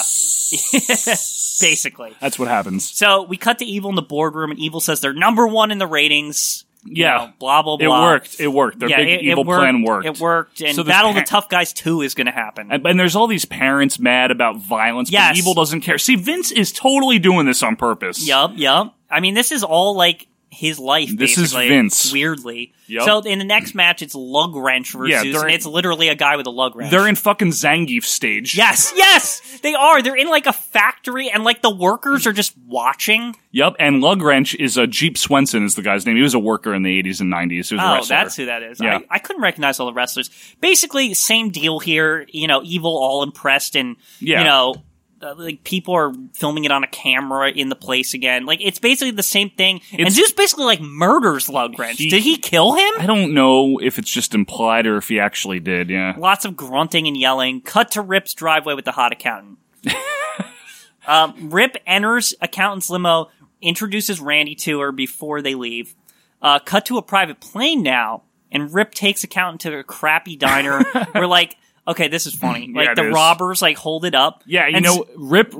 E: basically.
D: That's what happens.
E: So we cut to Evil in the boardroom, and Evil says they're number one in the ratings. you
D: Yeah.
E: know, blah blah blah.
D: It worked. It worked. Their
E: yeah,
D: big
E: it, it
D: evil
E: worked,
D: plan worked.
E: It worked, and
D: So this
E: Battle of the
D: pa-
E: Tough Guys two is going to happen.
D: And, and there's all these parents mad about violence,
E: Yes.
D: but evil doesn't care. See, Vince is totally doing this on purpose.
E: Yup, yup. I mean, this is all like his life.
D: This is
E: basically,
D: Vince.
E: Weirdly.
D: Yup.
E: So in the next match, it's lug wrench versus.
D: Yeah,
E: Zeus,
D: they're
E: and
D: in-
E: it's literally a guy with a lug wrench.
D: They're in fucking Zangief stage.
E: Yes, yes, they are. They're in like a factory, and like the workers are just watching.
D: Yep. And Lugwrench is a Jeep Swenson is the guy's name. He was a worker in the 80s and 90s. He was a
E: Oh,
D: wrestler.
E: that's who that is.
D: Yeah.
E: I, I couldn't recognize all the wrestlers. Basically, same deal here. You know, evil, all impressed, and
D: Yeah.
E: you know, uh, like people are filming it on a camera in the place again. Like it's basically the same thing. and Zeus basically like murders Lugwrench.
D: He-
E: Did he kill him?
D: I don't know if it's just implied or if he actually did. Yeah.
E: Lots of grunting and yelling. Cut to Rip's driveway with the hot accountant. um, Rip enters accountant's limo, introduces Randy to her before they leave. Uh, cut to a private plane now, and Rip takes accountant to a crappy diner. We're like, okay, this is funny. Like
D: it
E: the
D: is.
E: robbers like hold it up.
D: Yeah, you
E: And
D: know, Rip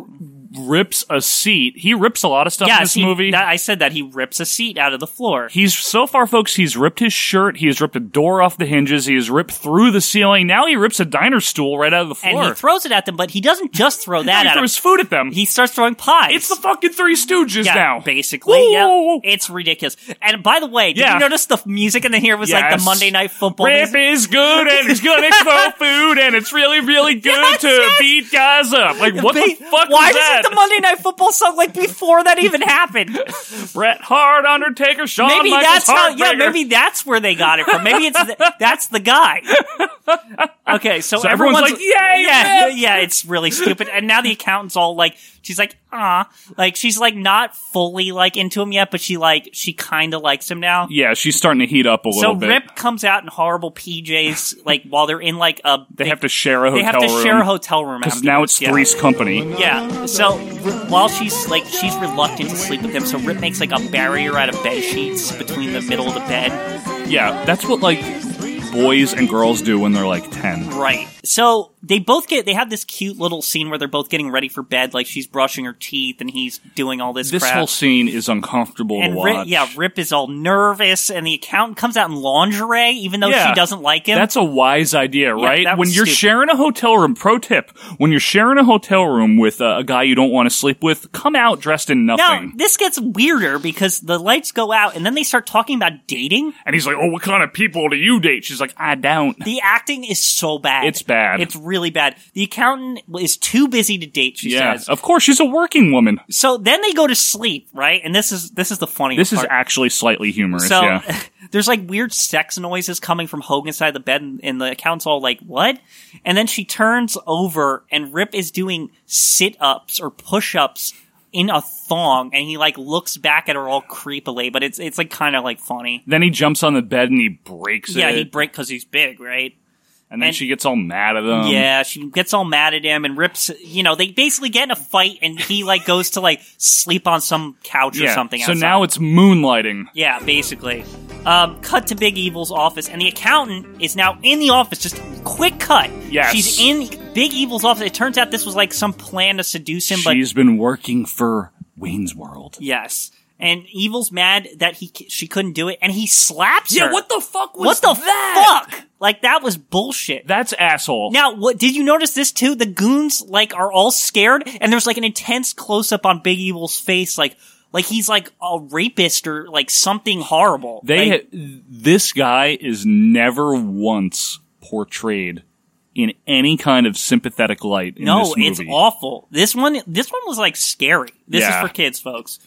D: rips a seat. He rips a lot of stuff
E: Yeah,
D: in this
E: see,
D: movie.
E: that- I said that he rips a seat out of the floor.
D: he's so far, folks. He's ripped his shirt. He has ripped a door off the hinges. He has ripped through the ceiling. Now he rips a diner stool right out of the
E: and
D: floor.
E: he throws it at them, but he doesn't just throw that
D: he
E: at them.
D: throws food at them.
E: He starts throwing pies.
D: it's the fucking Three Stooges
E: yeah,
D: now.
E: basically.
D: Whoa,
E: yeah.
D: whoa, whoa.
E: It's ridiculous. And by the way, did
D: Yeah.
E: you notice the music in the here was like
D: Yes.
E: the Monday Night Football?
D: Rip
E: music?
D: is good and he's gonna throw food and it's really, really good
E: Yes,
D: to
E: yes.
D: beat guys up. Like what the
E: Ba-
D: fuck
E: Why
D: was that?
E: doesn't the Monday Night Football song like before that even happened?
D: Bret Hart, Undertaker, Shawn
E: maybe
D: Michaels,
E: that's how. Yeah,
D: Heartbreaker.
E: maybe that's where they got it from. Maybe it's th- that's the guy. Okay, so,
D: So everyone's like, "Yay,
E: yeah,
D: Rip!"
E: yeah." It's really stupid. And now the accountant's all like, she's like, ah, like she's like not fully like into him yet, but she like she kind of likes him now.
D: Yeah, she's starting to heat up a little
E: So
D: bit.
E: Rip comes out in horrible PJs, like while they're in like a
D: they, have to share a
E: they
D: hotel
E: have to
D: room.
E: share a hotel room
D: Because now it's
E: afterwards, yeah.
D: Three's Company.
E: Yeah. So r- while she's like she's reluctant to sleep with him, so Rip makes like a barrier out of bed sheets between the middle of the bed.
D: Yeah, that's what like boys and girls do when they're like ten.
E: Right. So they both get they have this cute little scene where they're both getting ready for bed, like she's brushing her teeth and he's doing all this.
D: This
E: crap.
D: whole scene is uncomfortable to
E: and
D: watch.
E: Rip, yeah, Rip is all nervous, and the accountant comes out in lingerie, even though
D: Yeah.
E: she doesn't like him.
D: That's a wise idea,
E: Yeah,
D: right?
E: that
D: When
E: was
D: you're
E: stupid.
D: sharing a hotel room, pro tip: when you're sharing a hotel room with uh, a guy you don't want to sleep with, come out dressed in
E: Now,
D: nothing.
E: this gets weirder because the lights go out and then they start talking about dating.
D: And he's like, "Oh, what kind of people do you date?" She's like, "I don't."
E: The acting is so bad.
D: It's bad.
E: It's really bad. The accountant is too busy to date, she
D: yeah,
E: says.
D: of course, she's a working woman.
E: So then they go to sleep, right? And this is this is the funny
D: This is
E: part.
D: actually slightly humorous.
E: so
D: yeah,
E: there's like weird sex noises coming from Hogan's side of the bed and, and the accountant's all like, what? And then she turns over and Rip is doing sit ups or push ups in a thong and he like looks back at her all creepily, but it's it's like kinda like funny.
D: then he jumps on the bed and he breaks
E: Yeah,
D: it.
E: he break because he's big, right?
D: and then
E: and-
D: she gets all mad at him.
E: yeah, she gets all mad at him and rips. You know, they basically get in a fight, and he like goes to like sleep on some couch or
D: Yeah.
E: something.
D: So
E: outside.
D: now it's moonlighting.
E: yeah, basically. Um, cut to Big Evil's office, and the accountant is now in the office. Just quick cut.
D: Yes.
E: she's in Big Evil's office. It turns out this was like some plan to seduce him, but
D: She's been working for Wayne's World.
E: yes. And Evil's mad that he c- she couldn't do it, and he slaps her.
D: the fuck
E: What the fuck? Like that was bullshit.
D: That's asshole.
E: Now, what did you notice this too? The goons like are all scared, and there's like an intense close up on Big Evil's face, like like he's like a rapist or like something horrible.
D: they
E: Like,
D: this guy is never once portrayed in any kind of sympathetic light in
E: no,
D: this movie.
E: it's awful. This one, this one was like scary. This
D: Yeah.
E: is for kids, folks.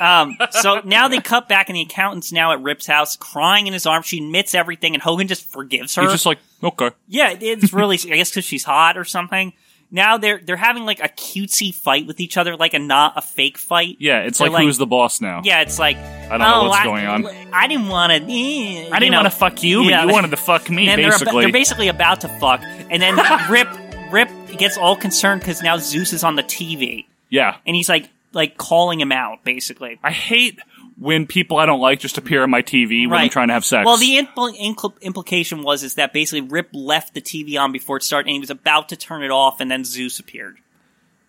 E: um, so now they cut back, and the accountant's now at Rip's house, crying in his arms. She admits everything, and Hogan just forgives her.
D: He's just like, okay.
E: Yeah, it- it's really. I guess because she's hot or something. Now they're they're having like a cutesy fight with each other, like a not a fake fight.
D: Yeah, it's
E: They're
D: like, who's the boss now?
E: Yeah, it's like oh,
D: I don't know what's going on.
E: I didn't want to.
D: I didn't want to fuck you,
E: yeah.
D: but you wanted to fuck me,
E: And They're,
D: basically.
E: ab- they're basically about to fuck, and then Rip Rip gets all concerned because now Zeus is on the TV,
D: yeah.
E: and he's like like calling him out basically.
D: I hate when people I don't like just appear on my TV when I'm
E: Right.
D: trying to have sex.
E: Well, the impl- incl- implication was is that basically Rip left the TV on before it started, and he was about to turn it off, and then Zeus appeared.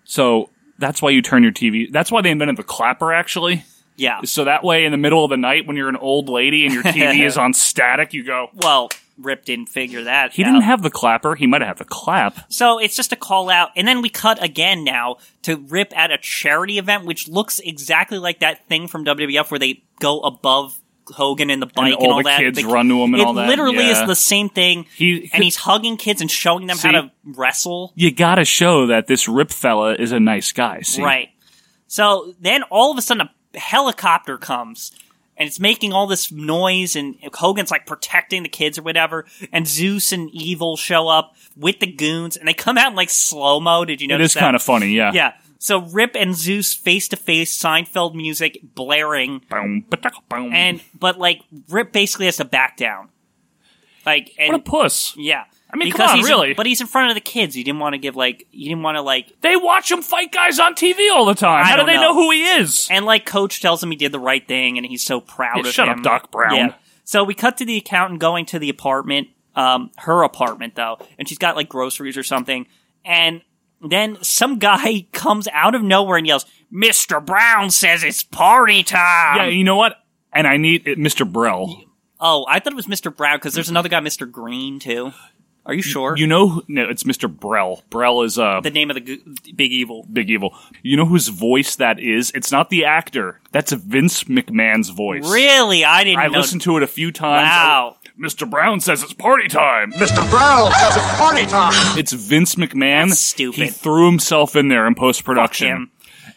D: so that's why you turn your TV. That's why they invented the clapper, actually.
E: Yeah.
D: So that way, in the middle of the night, when you're an old lady and your TV is on static, you go.
E: Well, Rip didn't figure that.
D: He
E: out.
D: didn't have the clapper. He might have had the clap.
E: So it's just a call out, and then we cut again now to Rip at a charity event, which looks exactly like that thing from WWF where they go above Hogan and the bike and
D: all the
E: that.
D: kids run to him and
E: it
D: all that,
E: Literally,
D: yeah.
E: is the same thing.
D: He-
E: and he's hugging kids and showing them
D: See?
E: how to wrestle.
D: You gotta show that this Rip fella is a nice guy. See?
E: Right. So then all of a sudden a helicopter comes and it's making all this noise, and Hogan's like protecting the kids or whatever, and Zeus and Evil show up with the goons, and they come out in like slow mo. Did you
D: It
E: notice
D: is
E: that?
D: kind of funny, yeah.
E: Yeah. So Rip and Zeus face to face, Seinfeld music blaring,
D: Boom, ba-tuck, boom.
E: and but like Rip basically has to back down. Like and
D: what a puss.
E: yeah. I
D: mean, come on,
E: he's
D: really.
E: but he's in front of the kids. You didn't want to give like you didn't want to like
D: They watch him fight guys on TV all the time.
E: I
D: How do
E: don't
D: they
E: know.
D: know. who he is?
E: and like coach tells him he did the right thing and he's so proud
D: Yeah,
E: of
D: shut up,
E: him.
D: Doc Brown.
E: So we cut to the accountant going to the apartment, um, her apartment though, and she's got like groceries or something. And then some guy comes out of nowhere and yells, "Mr. Brown says it's party time."
D: yeah, you know what? And I need it, Mr. Brell.
E: Oh, I thought it was Mr. Brown because there's another guy, Mr. Green, too. Are you sure?
D: You know, who- no, it's Mr. Brell. Brell is uh,
E: the name of the g- big evil.
D: Big Evil. You know whose voice that is? It's not the actor. That's Vince McMahon's voice.
E: Really, I didn't.
D: I
E: know.
D: listened to it a few times.
E: Wow.
D: Mr. Brown says it's party time.
B: Mr. Brown says it's party time.
D: It's Vince McMahon.
E: That's stupid.
D: He threw himself in there in post
E: him.
D: production.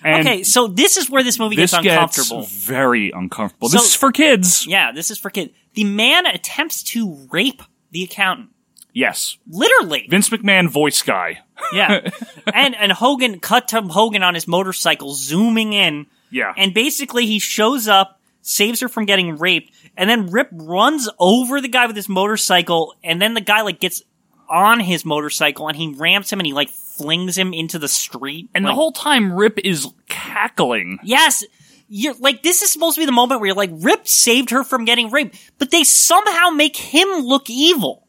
D: And
E: Okay, so this is where this movie
D: this
E: gets uncomfortable.
D: gets very uncomfortable.
E: So-
D: this is for kids.
E: yeah, this is for kids. The man attempts to rape the accountant.
D: Yes.
E: Literally.
D: Vince McMahon voice guy.
E: Yeah. and and Hogan cut to Hogan on his motorcycle zooming in.
D: Yeah.
E: And basically he shows up, saves her from getting raped, and then Rip runs over the guy with his motorcycle and then the guy like gets on his motorcycle and he ramps him and he like flings him into the street.
D: And the
E: Like,
D: whole time Rip is cackling.
E: Yes. You're like this is supposed to be the moment where you're like Rip saved her from getting raped, but they somehow make him look evil.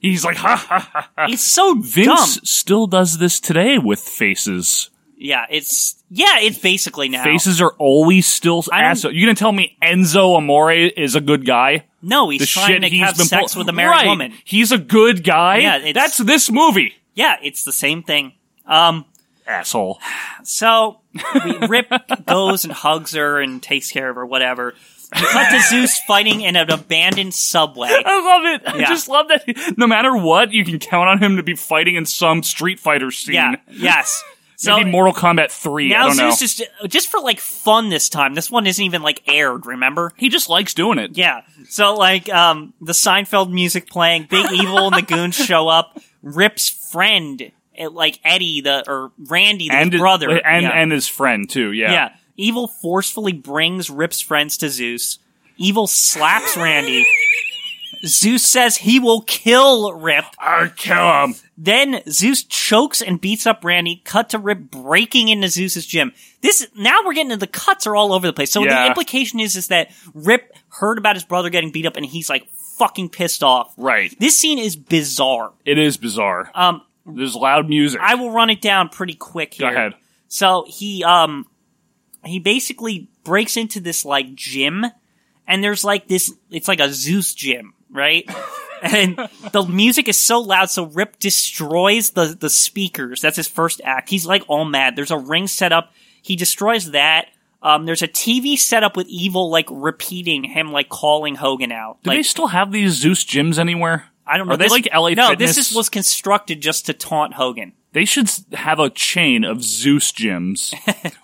D: He's like, ha ha ha.
E: It's so
D: Vince
E: dumb.
D: still does this today with faces.
E: Yeah, it's yeah, it's basically now.
D: Faces are always still
E: don't-
D: assholes. You're gonna tell me Enzo Amore is a good guy?
E: No, he's
D: The
E: trying
D: shit
E: to
D: he's
E: have
D: been
E: sex
D: pull-
E: with a married
D: Right.
E: woman.
D: He's a good guy.
E: Yeah, it's-
D: that's this movie,
E: Yeah, it's the same thing. Um,
D: asshole.
E: so we, Rip goes and hugs her and takes care of her, whatever. We cut to Zeus fighting in an abandoned subway.
D: I love it. I
E: Yeah.
D: just love that. No matter what, you can count on him to be fighting in some Street Fighter scene.
E: Yeah, yes. So
D: Maybe Mortal Kombat Three. I
E: now
D: don't know.
E: Zeus is just for like fun this time. This one isn't even like aired. Remember?
D: he just likes doing it.
E: Yeah. So like um the Seinfeld music playing, Big Evil and the goons show up. Rip's friend, eh, like Eddie the or Randy, the
D: and
E: brother,
D: and
E: yeah.
D: and his friend too. Yeah.
E: Yeah. Evil forcefully brings Rip's friends to Zeus. Evil slaps Randy. Zeus says he will kill Rip.
D: I kill him.
E: Then Zeus chokes and beats up Randy. Cut to Rip breaking into Zeus's gym. This now we're getting to the cuts are all over the place. So the
D: Yeah.
E: implication is is that Rip heard about his brother getting beat up and he's like fucking pissed off.
D: Right.
E: This scene is bizarre.
D: It is bizarre.
E: Um,
D: There's loud music.
E: I will run it down pretty quick
D: Go
E: here.
D: ahead.
E: So he um he basically breaks into this like gym and there's like this it's like a Zeus gym, right? and the music is so loud so Rip destroys the the speakers. That's his first act. He's like all mad. There's a ring set up. He destroys that. Um, there's a TV set up with Evil like repeating him like calling Hogan out.
D: Do
E: like
D: they still have these Zeus gyms anywhere?
E: I don't know.
D: Are they
E: This-
D: like LA
E: No,
D: Fitness?
E: this is, was constructed just to taunt Hogan.
D: They should s- have a chain of Zeus gyms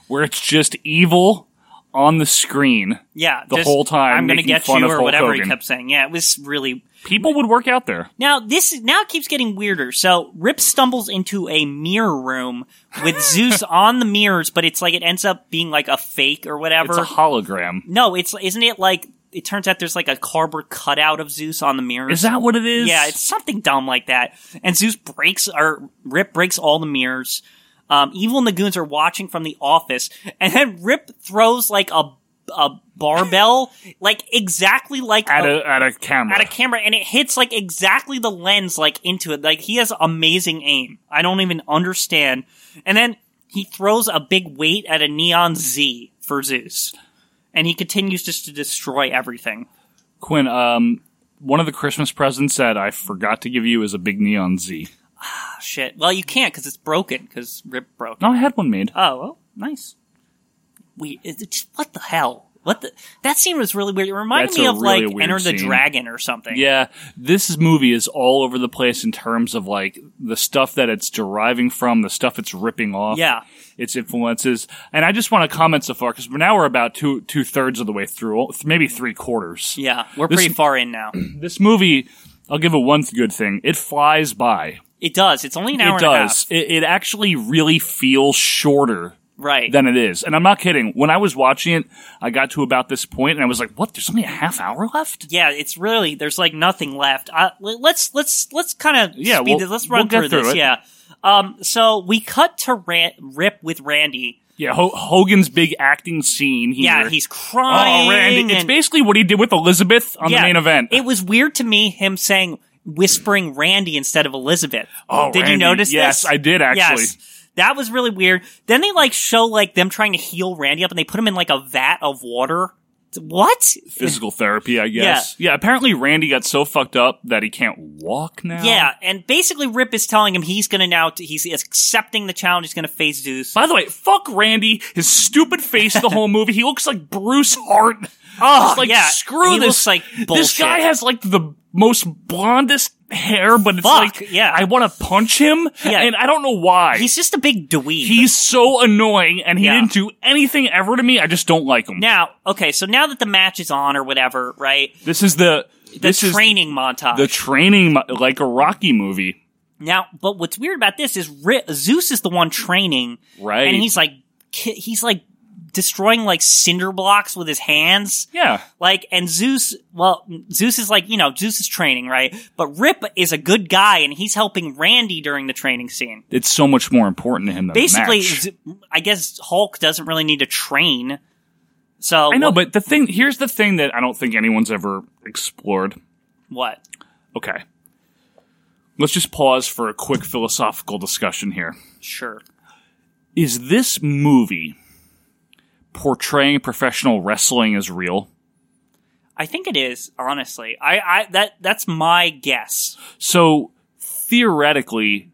D: where it's just evil on the screen.
E: Yeah,
D: The
E: just,
D: whole time
E: I'm gonna
D: making
E: get
D: fun
E: you
D: of
E: or
D: Hulk
E: whatever he
D: Hogan.
E: kept saying. Yeah, it was really
D: People would work out there.
E: Now this is now it keeps getting weirder. So Rip stumbles into a mirror room with Zeus on the mirrors, but it's like it ends up being like a fake or whatever.
D: It's a hologram.
E: no, it's isn't it like it turns out there's like a cardboard cutout of Zeus on the mirrors.
D: Is that what it is?
E: yeah, it's something dumb like that. And Zeus breaks or Rip breaks all the mirrors. Um, Evil and the goons are watching from the office, and then Rip throws like a a barbell, like exactly like
D: at a
E: a-
D: Oh. at a camera.
E: at a camera and it hits like exactly the lens like into it. Like he has amazing aim. I don't even understand. And then he throws a big weight at a neon Z for Zeus. And he continues just to destroy everything.
D: Quinn, um, one of the Christmas presents that I forgot to give you is a big neon Z.
E: Ah, shit. Well, you can't because it's broken because Rip broke. it.
D: No, I had one made.
E: Oh, well, nice. We it, it's- what the hell? What the? That scene was really weird. It reminded
D: That's
E: me
D: a
E: of
D: really
E: like
D: weird
E: Enter the
D: scene.
E: Dragon or something.
D: Yeah, this movie is all over the place in terms of like the stuff that it's deriving from, the stuff it's ripping off,
E: Yeah.
D: its influences. And I just want to comment so far because now we're about two two thirds of the way through, maybe three quarters.
E: Yeah, we're
D: This-
E: pretty far in now.
D: This movie, I'll give it one good thing: it flies by.
E: It does. It's only an hour
D: it
E: and a half.
D: does. It, it actually really feels shorter
E: Right.
D: than it is, and I'm not kidding. When I was watching it, I got to about this point and I was like, "What? There's only a half hour left."
E: yeah, it's really there's like nothing left. I, l- let's let's let's kind of
D: Yeah,
E: speed
D: we'll-
E: this. Let's
D: we'll
E: run
D: get
E: through this.
D: through it.
E: Yeah. Um. So we cut to Ran- Rip with Randy.
D: Yeah, Ho- Hogan's big acting scene. Here.
E: Yeah, he's crying.
D: Oh, Randy. It's
E: and-
D: basically what he did with Elizabeth on
E: yeah,
D: the main event.
E: It was weird to me him saying whispering Randy instead of Elizabeth.
D: Oh,
E: did you
D: Randy.
E: notice?
D: Yes,
E: this?
D: I did, actually.
E: Yes. That was really weird. Then they like show like them trying to heal Randy up, and they put him in like a vat of water. What?
D: Physical therapy, I guess. Yeah. apparently Randy got so fucked up that he can't walk now.
E: Yeah, and basically Rip is telling him he's going to now he's accepting the challenge. He's going to face Zeus.
D: By the way, fuck Randy. His stupid face the whole movie. He looks like Bruce Hart.
E: Oh,
D: Just like,
E: yeah.
D: screw
E: He
D: this.
E: looks like
D: This
E: bullshit.
D: guy has like the most blondest hair, but it's
E: Fuck,
D: like,
E: yeah.
D: I want to punch him.
E: Yeah.
D: And I don't know why.
E: He's just a big dweeb.
D: He's so annoying and he
E: Yeah.
D: didn't do anything ever to me. I just don't like him.
E: now okay. So now that the match is on or whatever, right?
D: This is the,
E: The
D: this is
E: training montage.
D: the training mo- like a Rocky movie.
E: now, but what's weird about this is Ri Zeus is the one training,
D: Right.
E: And he's like ki- he's like destroying like cinder blocks with his hands.
D: Yeah.
E: Like, and Zeus, well, Zeus is like, you know, Zeus is training, right? But Rip is a good guy and he's helping Randy during the training scene.
D: It's so much more important to him than the
E: Basically,
D: match.
E: Z- I guess Hulk doesn't really need to train. So,
D: I know,
E: what-
D: but the thing here's the thing that I don't think anyone's ever explored.
E: what?
D: Okay. Let's just pause for a quick philosophical discussion here.
E: Sure.
D: Is this movie portraying professional wrestling as real?
E: I think it is, honestly. I, I, that, that's my guess.
D: So theoretically,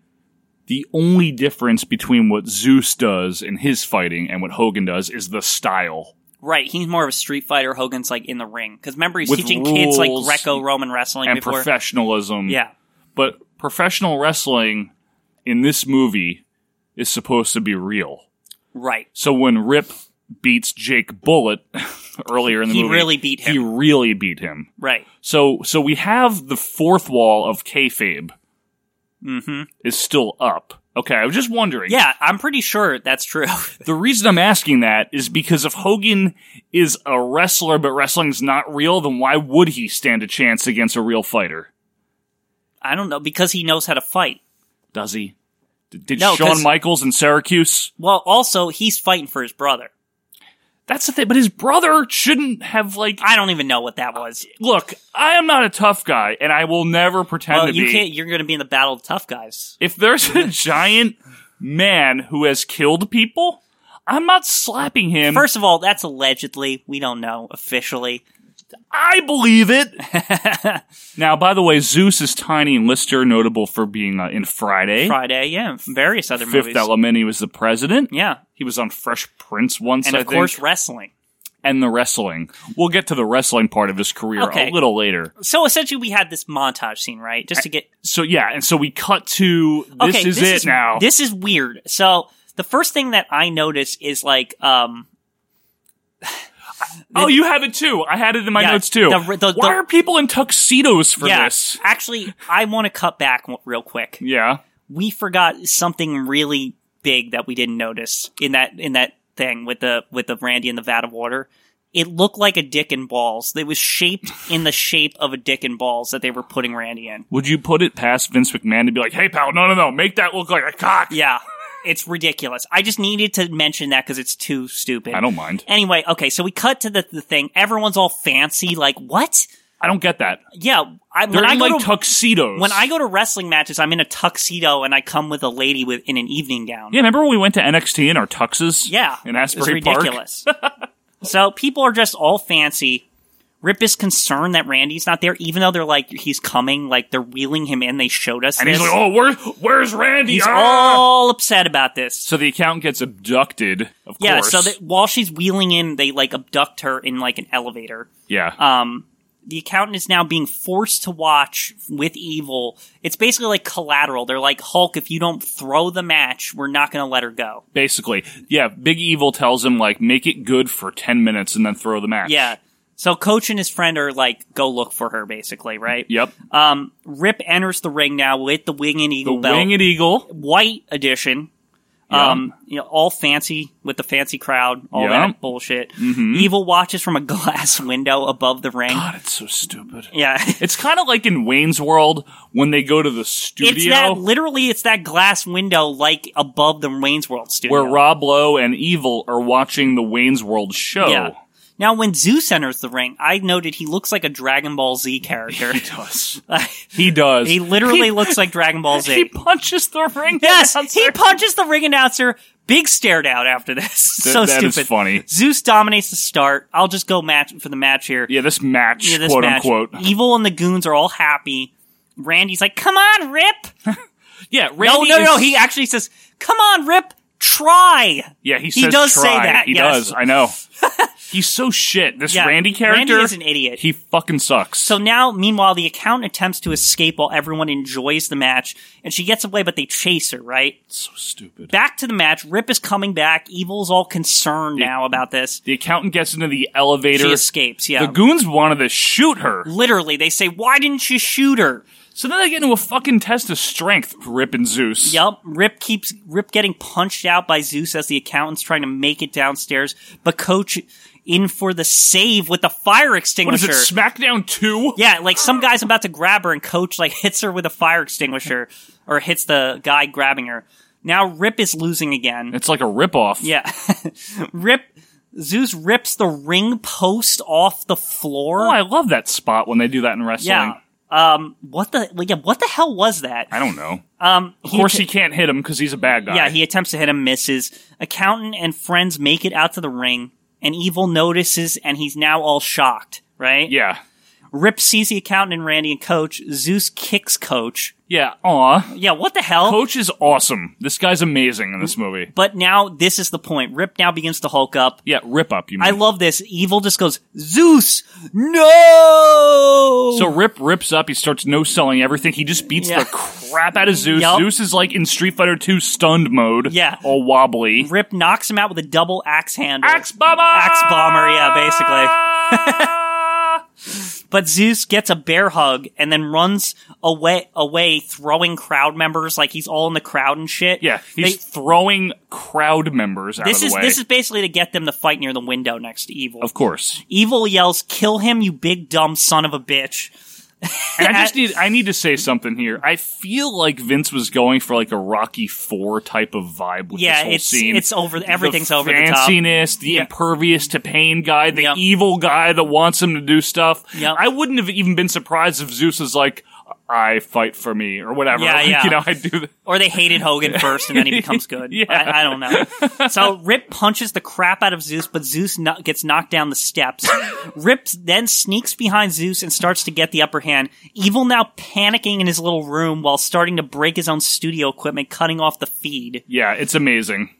D: the only difference between what Zeus does in his fighting and what Hogan does is the style.
E: Right. He's more of a street fighter. Hogan's like in the ring. Cause remember he's
D: With
E: teaching kids like
D: rules
E: Greco Roman wrestling
D: and
E: before.
D: professionalism.
E: yeah.
D: But professional wrestling in this movie is supposed to be real.
E: Right.
D: So when Rip beats Jake Bullet earlier in the
E: He
D: movie,
E: really beat him.
D: He really beat him.
E: Right.
D: So so we have the fourth wall of kayfabe is still up. Okay, I was just wondering.
E: Mm-hmm. Yeah. I'm pretty sure that's true.
D: The reason I'm asking that is because if Hogan is a wrestler but wrestling's not real, then why would he stand a chance against a real fighter?
E: I don't know. Because he knows how to fight.
D: Does he? Did, did
E: No, 'cause-
D: Shawn Michaels in Syracuse?
E: Well, also he's fighting for his brother.
D: That's the thing. But his brother shouldn't have like.
E: I don't even know what
D: Uh,
E: that was.
D: Look, I am not a tough guy, and I will never pretend
E: Well,
D: to
E: you
D: be.
E: can't. You're going to be in the battle of tough guys.
D: If there's a giant man who has killed people, I'm not slapping him.
E: First of all, that's allegedly. We don't know officially.
D: I believe it. now, by the way, Zeus is tiny and Lister, notable for being uh, in Friday,
E: Friday, yeah, various other
D: Fifth
E: movies.
D: Element. He was the president.
E: Yeah,
D: He was on Fresh Prince once,
E: and
D: I
E: of course
D: think,
E: wrestling.
D: and the wrestling. We'll get to the wrestling part of his career
E: Okay.
D: a little later.
E: So essentially, we had this montage scene, right? Just to get
D: So yeah, and so we cut to this
E: okay,
D: is it now.
E: This is weird. So the first thing that I notice is like, um,
D: oh, you have it too. I had it in my
E: Yeah,
D: notes too.
E: the- the-
D: Why
E: the-
D: are people in tuxedos for
E: yeah,
D: this?
E: actually, I want to cut back w- real quick.
D: Yeah.
E: we forgot something really big that we didn't notice in that in that thing with the with the brandy and the vat of water. It looked like a dick and balls. It was shaped in the shape of a dick and balls that they were putting Randy in.
D: Would you put it past Vince McMahon to be like, "Hey, pal, no, no, no, make that look like a cock"?
E: Yeah, it's ridiculous. I just needed to mention that because it's too stupid.
D: I don't mind.
E: Anyway, okay, so we cut to the, the thing. Everyone's all fancy, like what?
D: I don't get that.
E: Yeah, I,
D: They're
E: when I
D: in
E: go
D: like
E: to,
D: tuxedos.
E: when I go to wrestling matches, I'm in a tuxedo and I come with a lady with in an evening gown.
D: yeah, remember when we went to NXT in our tuxes?
E: Yeah,
D: in Asbury
E: it's
D: Park.
E: ridiculous. so people are just all fancy. Rip is concerned that Randy's not there, even though they're like he's coming, like they're wheeling him in. They showed us,
D: And
E: this.
D: he's like, "Oh, where, where's Randy?"
E: He's
D: Ah!
E: all upset about this.
D: so the accountant gets abducted. Of
E: Yeah,
D: course.
E: so that while she's wheeling in, they like abduct her in like an elevator.
D: yeah,
E: Um, the accountant is now being forced to watch with evil. It's basically like collateral. They're like Hulk. If you don't throw the match, we're not going to let her go.
D: basically, yeah. Big Evil tells him like, "Make it good for ten minutes and then throw the match."
E: Yeah. So Coach and his friend are like, go look for her, basically, right?
D: Yep.
E: Um, Rip enters the ring now with the Winged
D: The
E: Eagle belt,
D: Winged Eagle.
E: white edition. Um, you know, all fancy with the fancy crowd, all
D: Yeah.
E: that bullshit. Evil watches from a glass window above the ring.
D: Mm-hmm. God, it's so stupid.
E: Yeah.
D: It's kind of like in Wayne's World when they go to the studio.
E: It's that literally, it's that glass window like above the Wayne's World studio.
D: where Rob Lowe and Evil are watching the Wayne's World show.
E: Yeah. Now, when Zeus enters the ring, I noted he looks like a Dragon Ball Z character.
D: He does. He does.
E: he literally looks like Dragon Ball Z.
D: He punches the ring.
E: Yes,
D: announcer.
E: he punches the ring announcer. Big stare down after this.
D: Th-
E: so
D: that
E: stupid.
D: is funny.
E: Zeus dominates the start. I'll just go match for the match here.
D: Yeah, this match,
E: Yeah, this
D: quote
E: match.
D: unquote.
E: Evil and the goons are all happy. Randy's like, "Come on, Rip!"
D: Yeah,
E: No,
D: Randy
E: no, no.
D: is-
E: He actually says, "Come on, Rip! Try."
D: Yeah, he,
E: he
D: says
E: does say
D: try.
E: that,
D: He
E: yes.
D: does. I know. He's so shit. This
E: Yeah,
D: Randy character.
E: Randy is an idiot.
D: He fucking sucks.
E: So now, meanwhile, the accountant attempts to escape while everyone enjoys the match, and she gets away, but they chase her. Right
D: so stupid.
E: back to the match. Rip is coming back. Evil's all concerned now about this.
D: the accountant gets into the elevator.
E: She escapes. Yeah.
D: The goons wanted to shoot her.
E: Literally, they say, "Why didn't you shoot her?"
D: So then they get into a fucking test of strength, Rip and Zeus.
E: Yep. Rip keeps Rip getting punched out by Zeus as the accountant's trying to make it downstairs, but Coach in for the save with the fire
D: What is
E: extinguisher.
D: it, SmackDown 2?
E: yeah, like some guy's about to grab her, and Coach like hits her with a fire extinguisher, or hits the guy grabbing her. Now Rip is losing again.
D: It's like a ripoff.
E: Yeah, Rip. Zeus rips the ring post off the floor.
D: Oh, I love that spot when they do that in wrestling.
E: yeah. Um. What the? like, Yeah. What the hell was that?
D: I don't know.
E: Um.
D: Of course, he can't hit him because he's a bad guy.
E: Yeah, he attempts to hit him, misses. Accountant and friends make it out to the ring, and Evil notices, and he's now all shocked, right?
D: Yeah.
E: Rip sees the accountant and Randy and Coach. Zeus kicks Coach.
D: Yeah. Aw.
E: Yeah, what the hell?
D: Coach is awesome. This guy's amazing in this movie.
E: But now this is the point. Rip now begins to hulk up.
D: Yeah, rip up, you mean.
E: I love this. Evil just goes, Zeus, no!
D: so Rip rips up. He starts no selling everything. He just beats
E: Yeah.
D: the crap out of Zeus.
E: Yup.
D: Zeus is like in Street Fighter 2 stunned mode.
E: Yeah.
D: All wobbly.
E: Rip knocks him out with a double axe handle.
D: Axe bomber.
E: Axe bomber, yeah, basically.
D: basically.
E: But Zeus gets a bear hug and then runs away, away throwing crowd members like he's all in the crowd and shit.
D: yeah, he's
E: They-
D: throwing crowd members out
E: this
D: of the
E: is
D: way.
E: this is basically to get them to fight near the window next to Evil.
D: of course.
E: Evil yells, "Kill him, you big dumb son of a bitch!"
D: And I just need I need to say something here. I feel like Vince was going for like a Rocky Four type of vibe with this
E: yeah,
D: whole
E: it's
D: scene.
E: it's over. Everything's
D: the
E: over the top.
D: fanciness, the impervious to pain guy, the
E: Yep.
D: evil guy that wants him to do stuff.
E: Yep.
D: I wouldn't have even been surprised if Zeus is like, "I fight for me" or whatever.
E: Yeah,
D: Like,
E: yeah.
D: You know, I do. That.
E: Or they hated Hogan first, and then he becomes good.
D: Yeah.
E: I, I don't know. So Rip punches the crap out of Zeus, but Zeus kno- gets knocked down the steps. Rip then sneaks behind Zeus and starts to get the upper hand. Evil now panicking in his little room while starting to break his own studio equipment, cutting off the feed.
D: Yeah, it's amazing.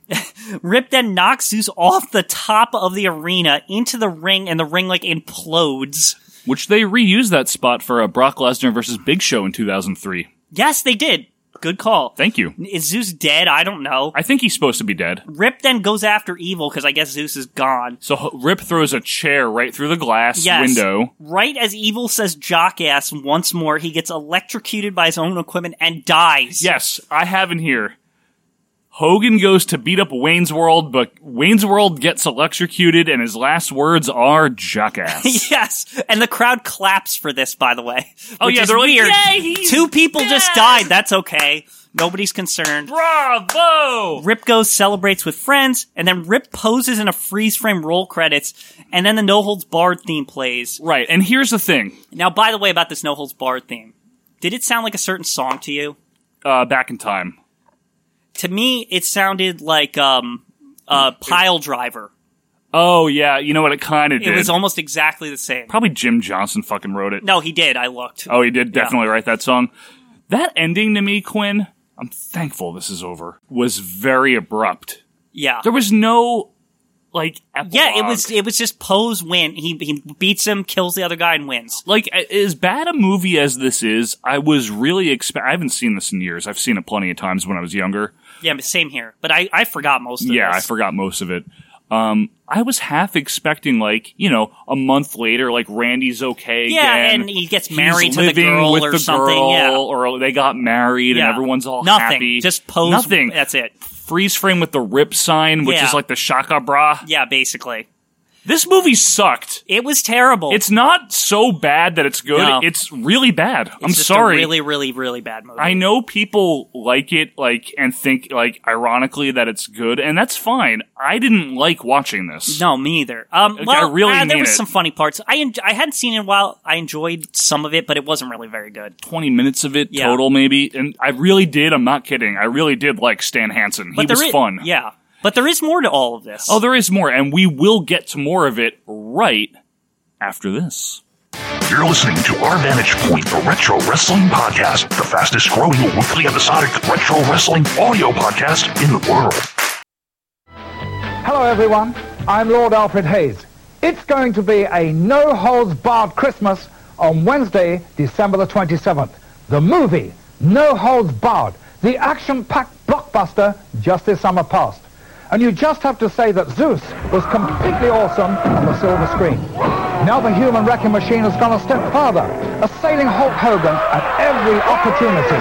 E: Rip then knocks Zeus off the top of the arena into the ring, and the ring like implodes.
D: Which they reused that spot for a Brock Lesnar versus Big Show in 2003.
E: Yes, they did. Good call.
D: Thank you.
E: Is Zeus dead? I don't know.
D: I think he's supposed to be dead.
E: Rip then goes after Evil because I guess Zeus is gone.
D: So Rip throws a chair right through the glass
E: Yes.
D: window.
E: Right as Evil says jockass once more, he gets electrocuted by his own equipment and dies.
D: Yes, I have in here. Hogan goes to beat up Wayne's World, but Wayne's World gets electrocuted, and his last words are jackass.
E: Yes. And the crowd claps for this, by the way.
D: Oh,
E: which
D: yeah,
E: is
D: they're like,
E: weird.
D: "Yay, he's
E: Two people just
D: dead!"
E: died. That's okay. Nobody's concerned.
D: Bravo!
E: Rip goes, celebrates with friends, and then Rip poses in a freeze frame roll credits, and then the No Holds Barred theme plays.
D: Right, and here's the thing
E: Now, by the way, about this No Holds Barred theme, did it sound like a certain song to you?
D: uh, back in time.
E: To me, it sounded like um, uh, Pile Driver.
D: Oh yeah, you know what? It kind of
E: It
D: did.
E: was almost exactly the same.
D: Probably Jim Johnson fucking wrote it.
E: No, he did. I looked.
D: Oh, he did definitely write that song. That ending to me, Quinn. I'm thankful this is over. Was very abrupt.
E: yeah.
D: There was no like epilogue.
E: Yeah, it was it was just Poe's win. He he beats him, kills the other guy, and wins.
D: like a- as bad a movie as this is, I was really expect. I haven't seen this in years. I've seen it plenty of times when I was younger.
E: Yeah, but same here. But I, I forgot most of
D: Yeah, I
E: this.
D: forgot most of it. Um, I was half expecting like you know a month later, like Randy's okay.
E: Yeah,
D: again.
E: and he gets
D: He's
E: married to the
D: living
E: girl
D: with
E: or
D: the
E: something,
D: girl,
E: yeah.
D: or they got married
E: Yeah.
D: and everyone's all
E: nothing.
D: happy.
E: Just Poe's
D: Nothing.
E: That's it.
D: Freeze frame with the rip sign, which
E: Yeah.
D: is like the shaka bra.
E: Yeah, basically.
D: This movie sucked.
E: It was terrible.
D: It's not so bad that it's good.
E: No.
D: It's really bad. I'm
E: It's just a
D: sorry.
E: really, really, really bad movie.
D: I know people like it, like, and think, like, ironically that it's good, and that's fine. I didn't like watching this.
E: No, me either. Um,
D: I
E: well,
D: really
E: ah, there
D: mean
E: was
D: it.
E: some funny parts. I en- I hadn't seen it in a while. I enjoyed some of it, but it wasn't really very good.
D: 20 minutes of it
E: Yeah.
D: total, maybe. And I really did, I'm not kidding. I really did like Stan Hansen.
E: But
D: he
E: there
D: was
E: i-
D: fun.
E: Yeah, but there is more to all of this.
D: Oh, there is more, and we will get to more of it right after this.
B: You're listening to Our Vantage Point, the Retro Wrestling Podcast, the fastest growing weekly episodic retro wrestling audio podcast in the world.
F: Hello, everyone. I'm Lord Alfred Hayes. It's going to be a no-holds-barred Christmas on Wednesday, December the 27th. The movie, No Holds Barred, the action-packed blockbuster just this summer past. And you just have to say that Zeus was completely awesome on the silver screen. Now the human wrecking machine has gone a step farther, assailing Hulk Hogan at every opportunity.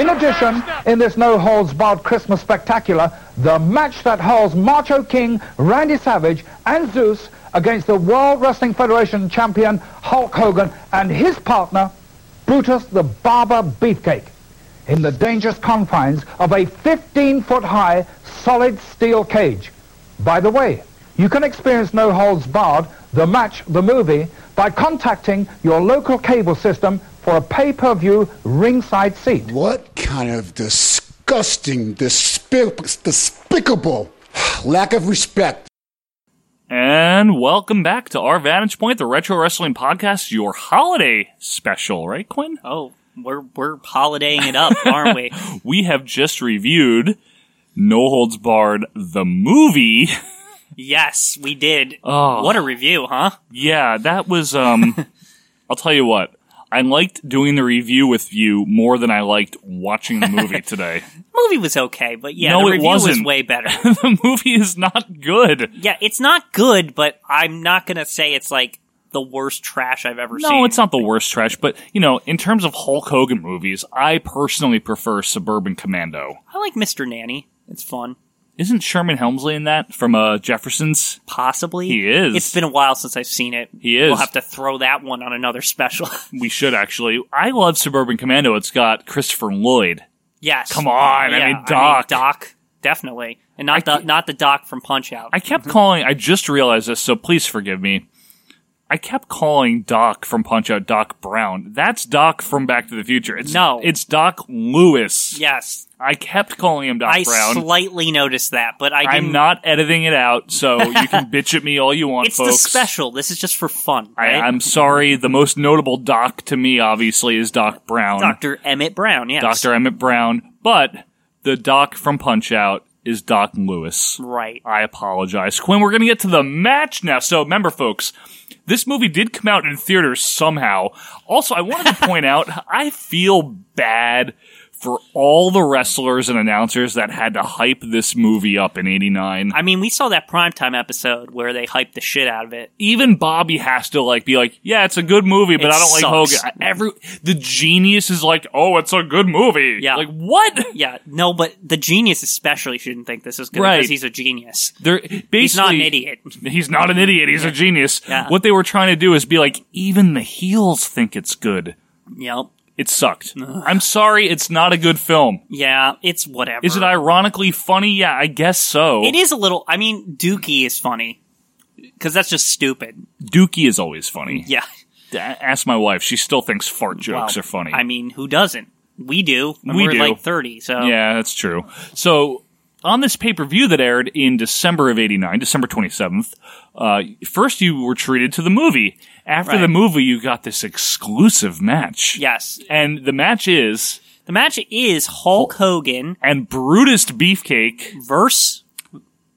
F: In addition, in this no-holds-barred Christmas spectacular, the match that holds Macho King, Randy Savage, and Zeus against the World Wrestling Federation champion Hulk Hogan and his partner, Brutus the Barber Beefcake, in the dangerous confines of a 15-foot-high solid steel cage. By the way, you can experience No Holds Barred, the match, the movie, by contacting your local cable system for a pay-per-view ringside seat.
G: What kind of disgusting, despic- despicable lack of respect
D: And welcome back to our Vantage Point, the Retro Wrestling Podcast, your holiday special, right, Quinn?
E: Oh, we're we're holidaying it up, aren't we?
D: We have just reviewed No Holds Barred, the movie.
E: yes, we did.
D: Oh.
E: What a review, huh?
D: Yeah, that was, um, I'll tell you what. I liked doing the review with you more than I liked watching the movie today.
E: Movie was okay, but yeah,
D: No,
E: the
D: it
E: review was
D: wasn't.
E: way better.
D: the movie is not good.
E: yeah, it's not good, but I'm not gonna say it's like the worst trash I've ever seen.
D: No, it's not the worst trash, but, you know, in terms of Hulk Hogan movies, I personally prefer Suburban Commando.
E: I like Mr. Nanny. It's fun.
D: Isn't Sherman Helmsley in that from uh, Jefferson's?
E: Possibly.
D: He is.
E: It's been a while since I've seen it.
D: He is.
E: We'll have to throw that one on another special.
D: We should actually. I love Suburban Commando. It's got Christopher Lloyd.
E: yes.
D: Come on, I
E: Yeah,
D: mean, Doc.
E: Doc. Definitely. And not the not the Doc from Punch Out.
D: I kept calling. I just realized this, so please forgive me. I kept calling Doc from Punch Out Doc Brown. That's Doc from Back to the Future. It's,
E: No.
D: it's Doc Lewis.
E: yes.
D: I kept calling him Doc
E: I
D: Brown.
E: slightly noticed that, but I didn't
D: I'm not editing it out, so you can bitch at me all you want,
E: It's
D: folks.
E: the special. This is just for fun,
D: I,
E: right?
D: I'm sorry. The most notable Doc to me, obviously, is Doc Brown.
E: Dr. Emmett Brown, yes.
D: Dr. Emmett Brown, but the Doc from Punch Out is Doc Lewis.
E: Right.
D: I apologize. Quinn, we're going to get to the match now. So remember, folks, this movie did come out in theaters somehow. Also, I wanted to point out, I feel bad for all the wrestlers and announcers that had to hype this movie up in 89.
E: I mean, we saw that primetime episode where they hyped the shit out of it.
D: Even Bobby has to like be like, yeah, it's a good movie, but
E: It
D: I don't like Hogan.
E: sucks.
D: I- Every the genius is like, oh, it's a good movie.
E: Yeah.
D: like what?
E: Yeah, no, but the genius especially shouldn't think this is good
D: Right.
E: because he's a genius.
D: They're basically
E: He's not an idiot.
D: He's not an idiot. He's a genius.
E: Yeah.
D: What they were trying to do is be like, even the heels think it's good.
E: Yep.
D: It sucked. I'm sorry, it's not a good film.
E: Yeah, it's whatever.
D: Is it ironically funny? Yeah, I guess so.
E: It is a little. I mean, Dookie is funny because that's just stupid.
D: Dookie is always funny.
E: Yeah,
D: A- Ask my wife; she still thinks fart jokes
E: Well,
D: are funny.
E: I mean, who doesn't? We do. And
D: We
E: are
D: do.
E: like thirty, so
D: yeah, that's true. So on this pay per view that aired in December of '89, December 27th, uh, first you were treated to the movie. After
E: Right.
D: the movie, you got this exclusive match.
E: Yes.
D: And the match is
E: The match is Hulk Hogan
D: and Brutus Beefcake,
E: versus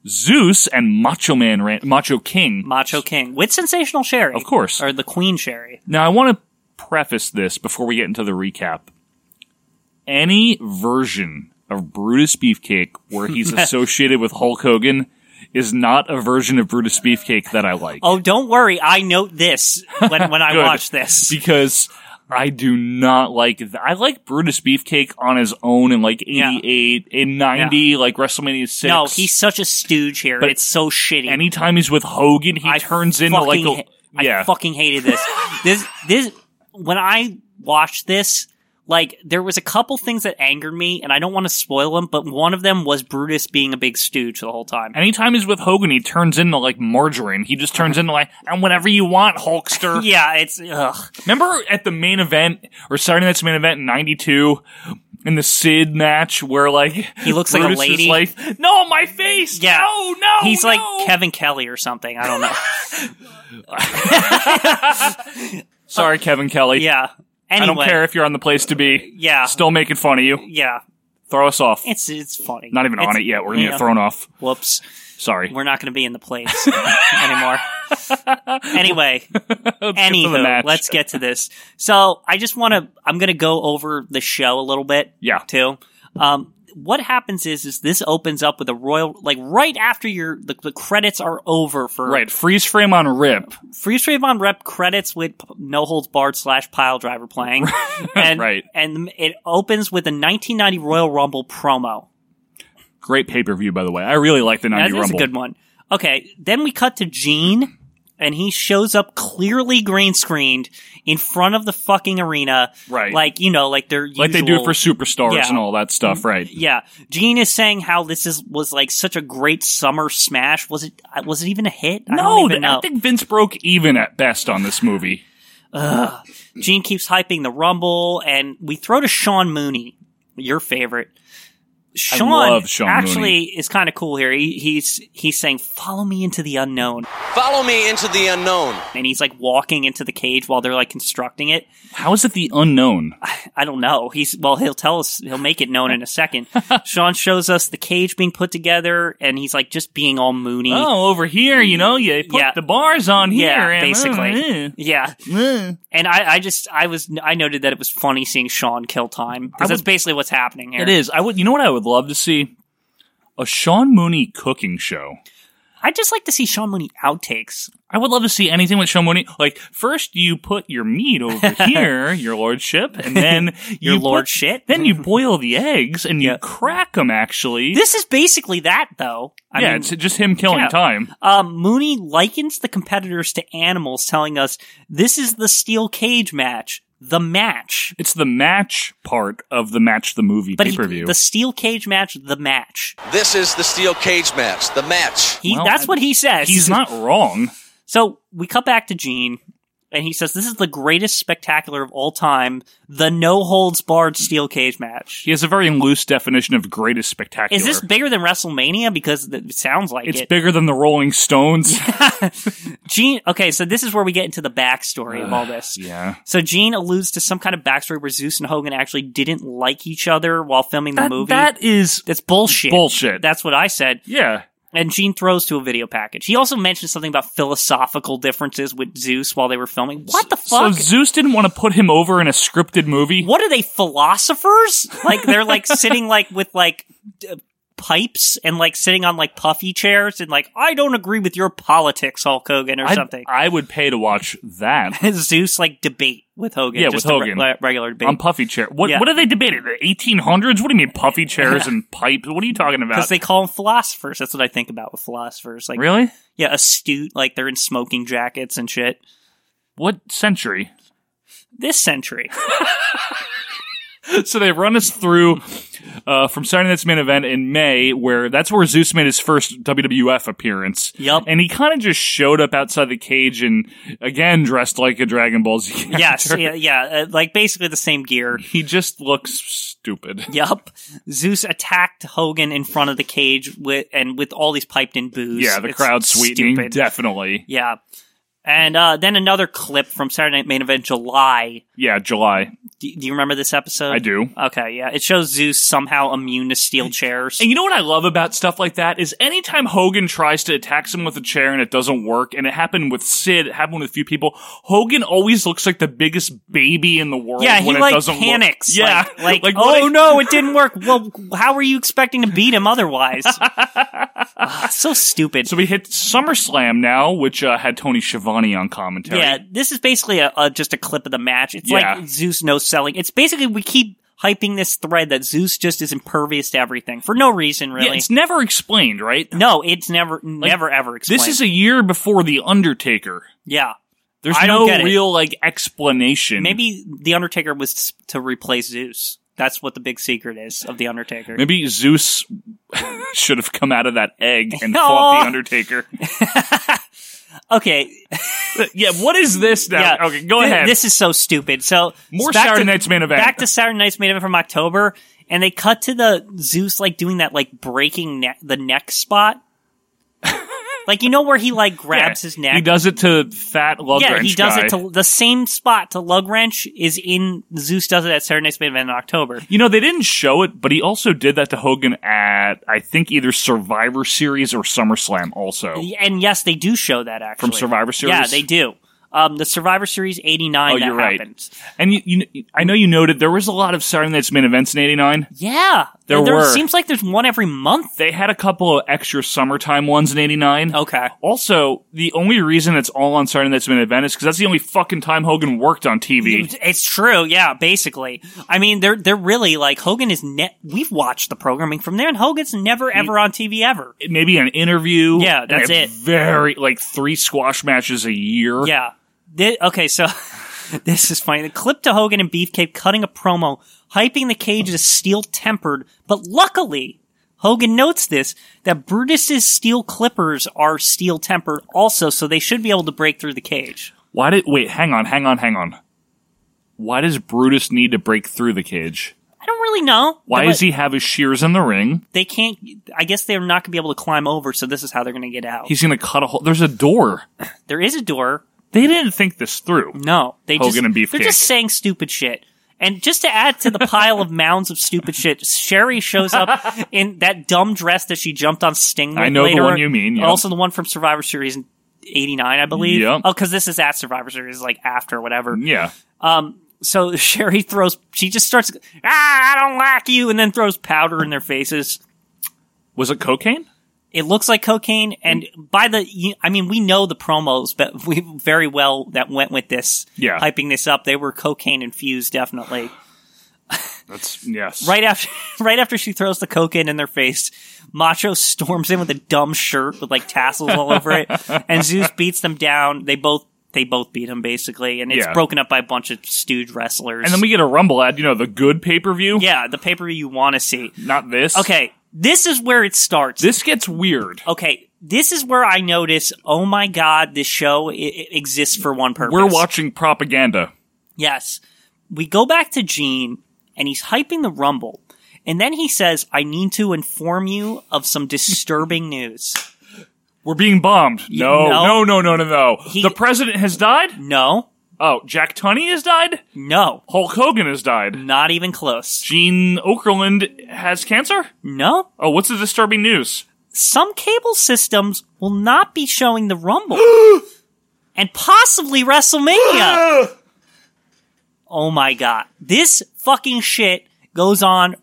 D: Zeus, and Macho Man, Ran- Macho King.
E: Macho King with Sensational Sherry.
D: Of course.
E: Or the Queen Sherry.
D: Now, I want to preface this before we get into the recap. Any version of Brutus Beefcake where he's associated with Hulk Hogan is not a version of Brutus Beefcake that I like.
E: Oh, don't worry. I note this when, when I
D: Good.
E: watch this.
D: Because I do not like th- I like Brutus Beefcake on his own in like 88, in 90, like WrestleMania 6.
E: No, he's such a stooge here.
D: But
E: it's so shitty.
D: Anytime he's with Hogan, he turns into like
E: fucking
D: a.
E: ha-
D: yeah.
E: I fucking hated this. this this when I watched this, like there was a couple things that angered me, and I don't want to spoil them, but one of them was Brutus being a big stooge the whole time.
D: Anytime he's with Hogan, he turns into like margarine. He just turns into like, and whatever you want, Hulkster.
E: yeah, it's ugh.
D: Remember at the main event or Saturday Night's main event in '92 in the Sid match where like he
E: looks like a lady?
D: like, no, my face.
E: Yeah.
D: No, no.
E: He's like
D: no."
E: Kevin Kelly or something. I don't know.
D: Sorry, Kevin Kelly.
E: yeah.
D: I
E: Anyway,
D: don't care if you're on the place to be.
E: Yeah.
D: Still making fun of you.
E: Yeah.
D: Throw us off.
E: It's it's funny.
D: Not even
E: It's-
D: on it yet. We're gonna
E: you
D: get
E: know,
D: thrown off.
E: Whoops.
D: Sorry.
E: We're not going to be in the place anymore. anyway,
D: get to the
E: anywho,
D: match.
E: let's get to this. So I just want to. I'm going to go over the show a little bit.
D: Yeah.
E: Too. Um, what happens is is this opens up with a royal like right after your the, the credits are over for
D: right. Freeze frame on rip.
E: Free Stream on Rep credits with p- No Holds Barred slash Pile Driver playing, and
D: Right.
E: and it opens with a 1990 Royal Rumble promo.
D: Great pay per view, by the way. I really like the
E: That
D: '90
E: is a
D: Rumble.
E: good one. Okay, then we cut to Gene, and he shows up clearly green screened in front of the fucking arena.
D: Right.
E: Like, you know, like they're
D: Like they do for superstars
E: Yeah.
D: and all that stuff, right?
E: Yeah, Gene is saying how this is was like such a great summer smash. Was it? uh, Was it even a hit? I
D: No,
E: don't even
D: th-
E: know.
D: I think Vince broke even at best on this movie.
E: Gene keeps hyping the rumble, and we throw to Sean Mooney, your favorite. Sean,
D: love Sean
E: actually
D: Mooney.
E: is kind of cool here. He, he's he's saying, "Follow me into the unknown,"
H: Follow me into the unknown.
E: and he's like walking into the cage while they're like constructing it.
D: How is it the unknown?
E: I don't know. He's well. He'll tell us. He'll make it known in a second. Sean shows us the cage being put together, and he's like just being all moony.
D: Oh, over here, you know, you put
E: Yeah.
D: the bars on here.
E: yeah,
D: and,
E: basically.
D: uh,
E: yeah,
D: uh.
E: and I, I just, I was, I noted that it was funny seeing Sean kill time because that's basically what's happening here.
D: It is. I would. You know what I would love to see? A Sean Mooney cooking show.
E: I just like to see Sean Mooney outtakes.
D: I would love to see anything with Sean Mooney. Like first, you put your meat over here, your lordship, and then
E: Your
D: you put-
E: lord shit.
D: Then you boil the eggs and you crack them. Actually,
E: This is basically that, though. I
D: yeah,
E: mean,
D: it's just him killing
E: yeah.
D: time.
E: um, Mooney likens the competitors to animals, telling us this is the steel cage match, the match.
D: It's the match part of the match, the movie
E: But
D: pay
E: he,
D: per view.
E: the steel cage match, the match.
H: This is the steel cage match, the match.
E: He,
D: Well,
E: that's
D: I-
E: what he says.
D: He's not wrong.
E: So we cut back to Gene, and he says, "This is the greatest spectacular of all time: the no holds barred steel cage match."
D: He has a very loose definition of greatest spectacular.
E: Is this bigger than WrestleMania? Because it sounds like
D: It's
E: it.
D: bigger than the Rolling Stones.
E: Gene. Okay, so this is where we get into the backstory of all this.
D: yeah.
E: So Gene alludes to some kind of backstory where Zeus and Hogan actually didn't like each other while filming the movie.
D: that is
E: That's bullshit.
D: Bullshit.
E: That's what I said.
D: yeah.
E: And Gene throws to a video package. He also mentions something about philosophical differences with Zeus while they were filming. What the
D: So
E: fuck?
D: Zeus didn't want to put him over in a scripted movie.
E: what are they philosophers? Like they're like sitting like with like d- pipes and like sitting on like puffy chairs and like I don't agree with your politics, Hulk Hogan or
D: I'd-
E: something.
D: I would pay to watch that
E: Zeus like debate with Hogan.
D: Yeah,
E: just
D: with
E: a re-
D: Hogan.
E: le- regular debate.
D: on puffy chair. What
E: Yeah.
D: what are they debating? The 1800s? What do you mean puffy chairs and pipe? What are you talking about?
E: because they call them philosophers. That's what I think about with philosophers. Like,
D: Uh, really?
E: yeah, astute. Like they're in smoking jackets and shit.
D: What century?
E: This century,
D: so they run us through uh, from Saturday Night's main event in May, where that's where Zeus made his first WWF appearance.
E: Yup.
D: And he kind of just showed up outside the cage and again dressed like a Dragon Ball Z. Character.
E: yes, yeah, yeah, uh, like basically the same gear.
D: He just looks stupid.
E: Yup. Zeus attacked Hogan in front of the cage with and with all these piped in boos.
D: Yeah, the
E: It's
D: crowd sweetening
E: stupid.
D: definitely.
E: Yeah. And uh, then another clip from Saturday Night Main Event July.
D: Yeah, July.
E: Do, do you remember this episode?
D: I do.
E: Okay, yeah. It shows Zeus somehow immune to steel chairs.
D: And you know what I love about stuff like that is anytime Hogan tries to attack someone with a chair and it doesn't work, and it happened with Sid, it happened with a few people. Hogan always looks like the biggest baby in the world.
E: Yeah, he
D: when it
E: like
D: doesn't work.
E: panics.
D: Yeah,
E: like, like,
D: what
E: oh
D: I-
E: no, it didn't work. Well, how were you expecting to beat him otherwise? Ah, so stupid.
D: So we hit SummerSlam now, which uh, had Tony Schiavone on commentary.
E: yeah, this is basically a, a just a clip of the match. It's
D: Yeah.
E: like Zeus no selling. It's basically we keep hyping this thread that Zeus just is impervious to everything for no reason,
D: Yeah,
E: really.
D: it's never explained, right?
E: no, it's never, never ever explained.
D: This is a Hmm. year before the Undertaker.
E: yeah.
D: There's
E: I don't
D: no
E: get it.
D: real like explanation.
E: Maybe the Undertaker was to replace Zeus. That's what the big secret is of the Undertaker.
D: Maybe Zeus should have come out of that egg and fought
E: Aw.
D: the Undertaker.
E: Okay,
D: yeah, what is this now?
E: Yeah.
D: Okay, go
E: Th-
D: ahead.
E: This is so stupid. So
D: More
E: back
D: Saturday
E: to-
D: Night's Main Event.
E: Back to Saturday Night's Main Event from October, and they cut to the Zeus like doing that like breaking ne- the neck spot. like you know where he like grabs his neck.
D: He does it to fat love
E: Yeah,
D: wrench
E: he does
D: guy.
E: it to the same spot to lug wrench is in Zeus does it at Saturday Night's Main Event in October.
D: you know, they didn't show it, but he also did that to Hogan at I think either Survivor Series or SummerSlam. Also,
E: And yes, they do show that actually
D: Survivor Series?
E: Yeah, they do. Um, the Survivor Series '89.
D: oh, you're
E: that
D: right.
E: happened.
D: And you, you, I know you noted there was a lot of Saturday Night's Main Events in '89.
E: Yeah,
D: There were.
E: seems like there's one every month.
D: They had a couple of extra summertime ones in '89.
E: Okay.
D: Also, the only reason it's all on Saturday Night's Main Event is because that's the only fucking time Hogan worked on TV.
E: It's true, yeah. Basically, I mean, they're they're really like Hogan is net. We've watched the programming from there, and Hogan's never ever on TV ever.
D: Maybe an interview.
E: Yeah,
D: and they
E: that's
D: have
E: it.
D: Very like three squash matches a year.
E: Yeah. Thi- okay, so this is funny. The clip to Hogan and Beefcake cutting a promo, hyping the cage as steel tempered, but luckily. Hogan notes this that Brutus's steel clippers are steel tempered also, so they should be able to break through the cage.
D: Why did wait? Hang on, hang on, hang on. Why does Brutus need to break through the cage?
E: I don't really know.
D: Why
E: But
D: does he have his shears in the ring?
E: They can't. I guess they're not going to be able to climb over, so this is how they're going to get out.
D: He's gonna cut a hole. There's a door.
E: there is a door.
D: They didn't think this through.
E: No, they
D: Hogan
E: just,
D: and Beefcake.
E: They're just saying stupid shit. And just to add to the pile of mounds of stupid shit, Sherry shows up in that dumb dress that she jumped on Sting. With
D: I know the
E: later.
D: one you mean, yeah.
E: Also, the one from Survivor Series '89, I believe.
D: Yep.
E: Oh, because this is at Survivor Series, like after whatever.
D: Yeah,
E: So Sherry throws. She just starts. Ah, I don't like you, and then throws powder in their faces.
D: was it cocaine?
E: It looks like cocaine,
D: Mm-hmm.
E: and by the, you- I mean, we know the promos, but we very well that went with this.
D: Yeah.
E: hyping this up, they were cocaine infused, definitely.
D: That's yes.
E: Right after, right after she throws the cocaine in their face, Macho storms in with a dumb shirt with like tassels all over it, and Zeus beats them down. They both, they both beat him basically, and it's
D: Yeah.
E: broken up by a bunch of stooge wrestlers.
D: And then we get a rumble ad. You know the good pay per view.
E: yeah, the paper you want to see.
D: Not this.
E: Okay, Oh, this is where it starts.
D: This gets weird.
E: okay, this is where I notice. Oh my god, this show i i exists for one purpose.
D: We're watching propaganda.
E: Yes. We go back to Gene, and he's hyping the Rumble. And then he says, I need to inform you of some disturbing news.
D: We're being bombed. No, no,
E: no.
D: no, no, no, no.
E: He-
D: the president has died.
E: No,
D: Oh, Jack Tunney has died.
E: no,
D: Hulk Hogan has died.
E: not even close.
D: Gene Okerlund has cancer.
E: No,
D: Oh, what's the disturbing news?
E: some cable systems will not be showing the Rumble and possibly WrestleMania. oh my God. This fucking shit goes on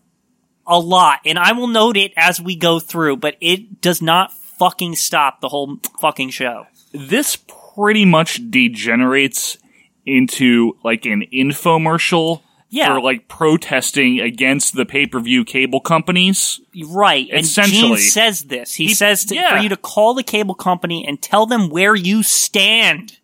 E: a lot, and I will note it as we go through, but it does not fucking stop the whole fucking show.
D: this pretty much degenerates into like an infomercial
E: Yeah.
D: for like protesting against the pay-per-view cable companies.
E: Right. And Gene
D: Essentially.
E: says this. He, says to,
D: yeah.
E: for you to call the cable company and tell them where you stand.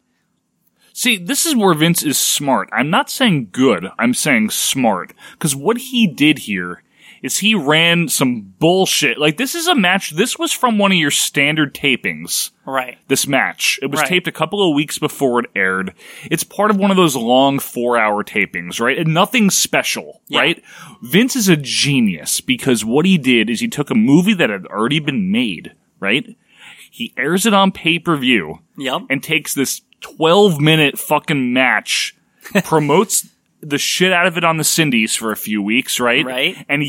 D: See, this is where Vince is smart. I'm not saying good, I'm saying smart. Because what he did here is he ran some bullshit. Like, this is a match, this was from one of your standard tapings
E: Right.
D: this match. It was
E: Right.
D: taped a couple of weeks before it aired. It's part of one of those long four hour tapings, right? And nothing special, right? Vince is a genius because what he did is he took a movie that had already been made, right? He airs it on pay per view
E: Yep.
D: and takes this 12 minute fucking match, promotes the shit out of it on the Cindy's for a few weeks, right?
E: Right.
D: And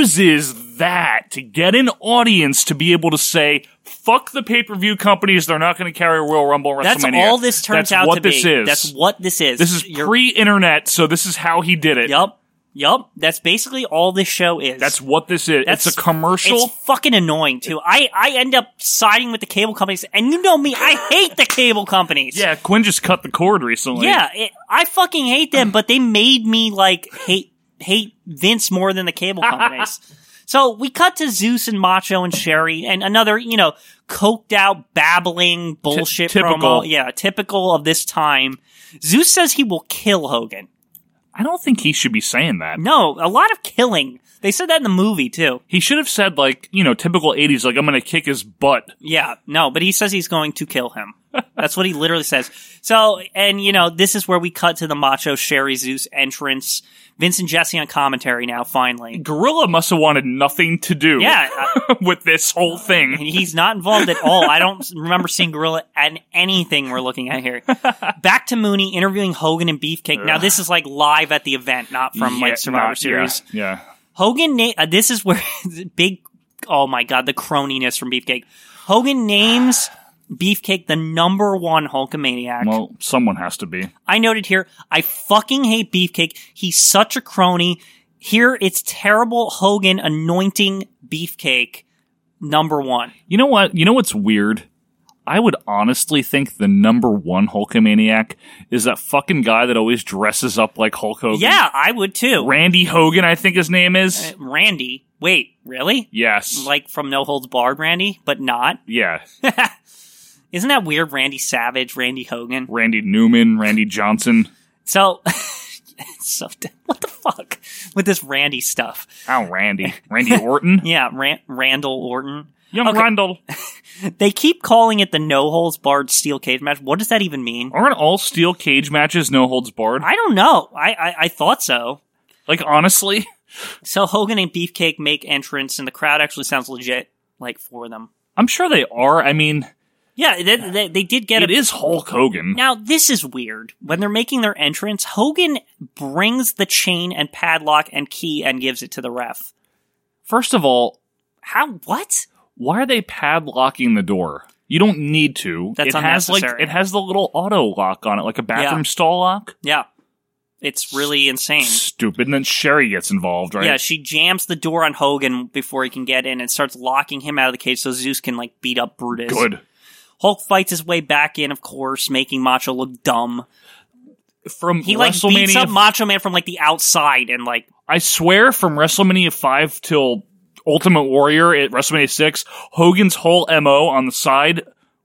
D: uses that to get an audience to be able to say, fuck the pay per view companies, they're not going to carry Royal Rumble or
E: That's
D: WrestleMania.
E: all this turns
D: That's
E: out
D: what
E: to
D: this
E: be.
D: Is.
E: That's what this is.
D: This is
E: You're-
D: pre internet, so this is how he did it.
E: Yup. Yup. That's basically all this show is.
D: That's what this is.
E: That's-
D: it's a commercial.
E: It's fucking annoying too. I, I end up siding with the cable companies, and you know me, I hate the cable companies.
D: yeah, Quinn just cut the cord recently.
E: yeah. It, I fucking hate them, but they made me like hate hate Vince more than the cable companies. so we cut to Zeus and Macho and Sherry, and another you know coked out babbling bullshit
D: typical.
E: promo. Yeah, typical of this time. Zeus says he will kill Hogan.
D: I don't think he should be saying that.
E: No, a lot of killing. They said that in the movie too.
D: He should have said like, you know, typical 80s like I'm going to kick his butt.
E: Yeah, no, but he says he's going to kill him. That's what he literally says. So, and you know, this is where we cut to the Macho Sherry Zeus entrance. Vince and Jesse on commentary now, finally.
D: Gorilla must have wanted nothing to do
E: Yeah, uh,
D: with this whole thing.
E: he's not involved at all. I don't remember seeing Gorilla and anything we're looking at here. Back to Mooney interviewing Hogan and Beefcake. Now, this is like live at the event, not from
D: Yeah,
E: like Survivor
D: not-
E: Series.
D: Yeah.
E: Hogan, na- uh, this is where the big, oh my god, the croniness from Beefcake. Hogan names Beefcake the number one Hulkamaniac.
D: yeah. Well, someone has to be.
E: I noted here, I fucking hate Beefcake. He's such a crony. Here, it's terrible Hogan anointing Beefcake number one.
D: You know what? You know what's weird? I would honestly think the number one Hulkamaniac is that fucking guy that always dresses up like Hulk Hogan.
E: Yeah, I would too.
D: Randy Hogan, I think his name is.
E: Randy. Wait, really?
D: yes.
E: Like from No Holds Barred, Randy, but not.
D: yeah.
E: Isn't that weird? Randy Savage, Randy Hogan.
D: Randy Newman, Randy Johnson.
E: So, so what the fuck with this Randy stuff?
D: Oh, Randy. Randy Orton.
E: Yeah, Ran- Randall Orton.
D: Young
E: Okay.
D: Randall.
E: They keep calling it the No Holds Barred Steel Cage match. What does that even mean?
D: Aren't all steel cage matches no holds barred?
E: I don't know. I, I, I thought so.
D: like, honestly?
E: So Hogan and Beefcake make entrance, and the crowd actually sounds legit, like for them.
D: I'm sure they are. I mean,
E: Yeah, they, they, they did get
D: it is Hulk Hogan.
E: Now this is weird. When they're making their entrance, Hogan brings the chain and padlock and key and gives it to the ref.
D: First of all,
E: How? What?
D: why are they padlocking the door? You don't need to.
E: That's
D: it has like
E: unnecessary.
D: it has the little auto lock on it, like a bathroom
E: Yeah.
D: stall lock.
E: Yeah, it's really insane.
D: Stupid. And then Sherry gets involved, right?
E: Yeah, she jams the door on Hogan before he can get in and starts locking him out of the cage so Zeus can like beat up Brutus.
D: Good.
E: Hulk fights his way back in, of course, making Macho look dumb.
D: From
E: He like
D: WrestleMania,
E: beats up Macho Man from like the outside and like
D: I swear, from WrestleMania five till Ultimate Warrior at WrestleMania six, Hogan's whole mo on the side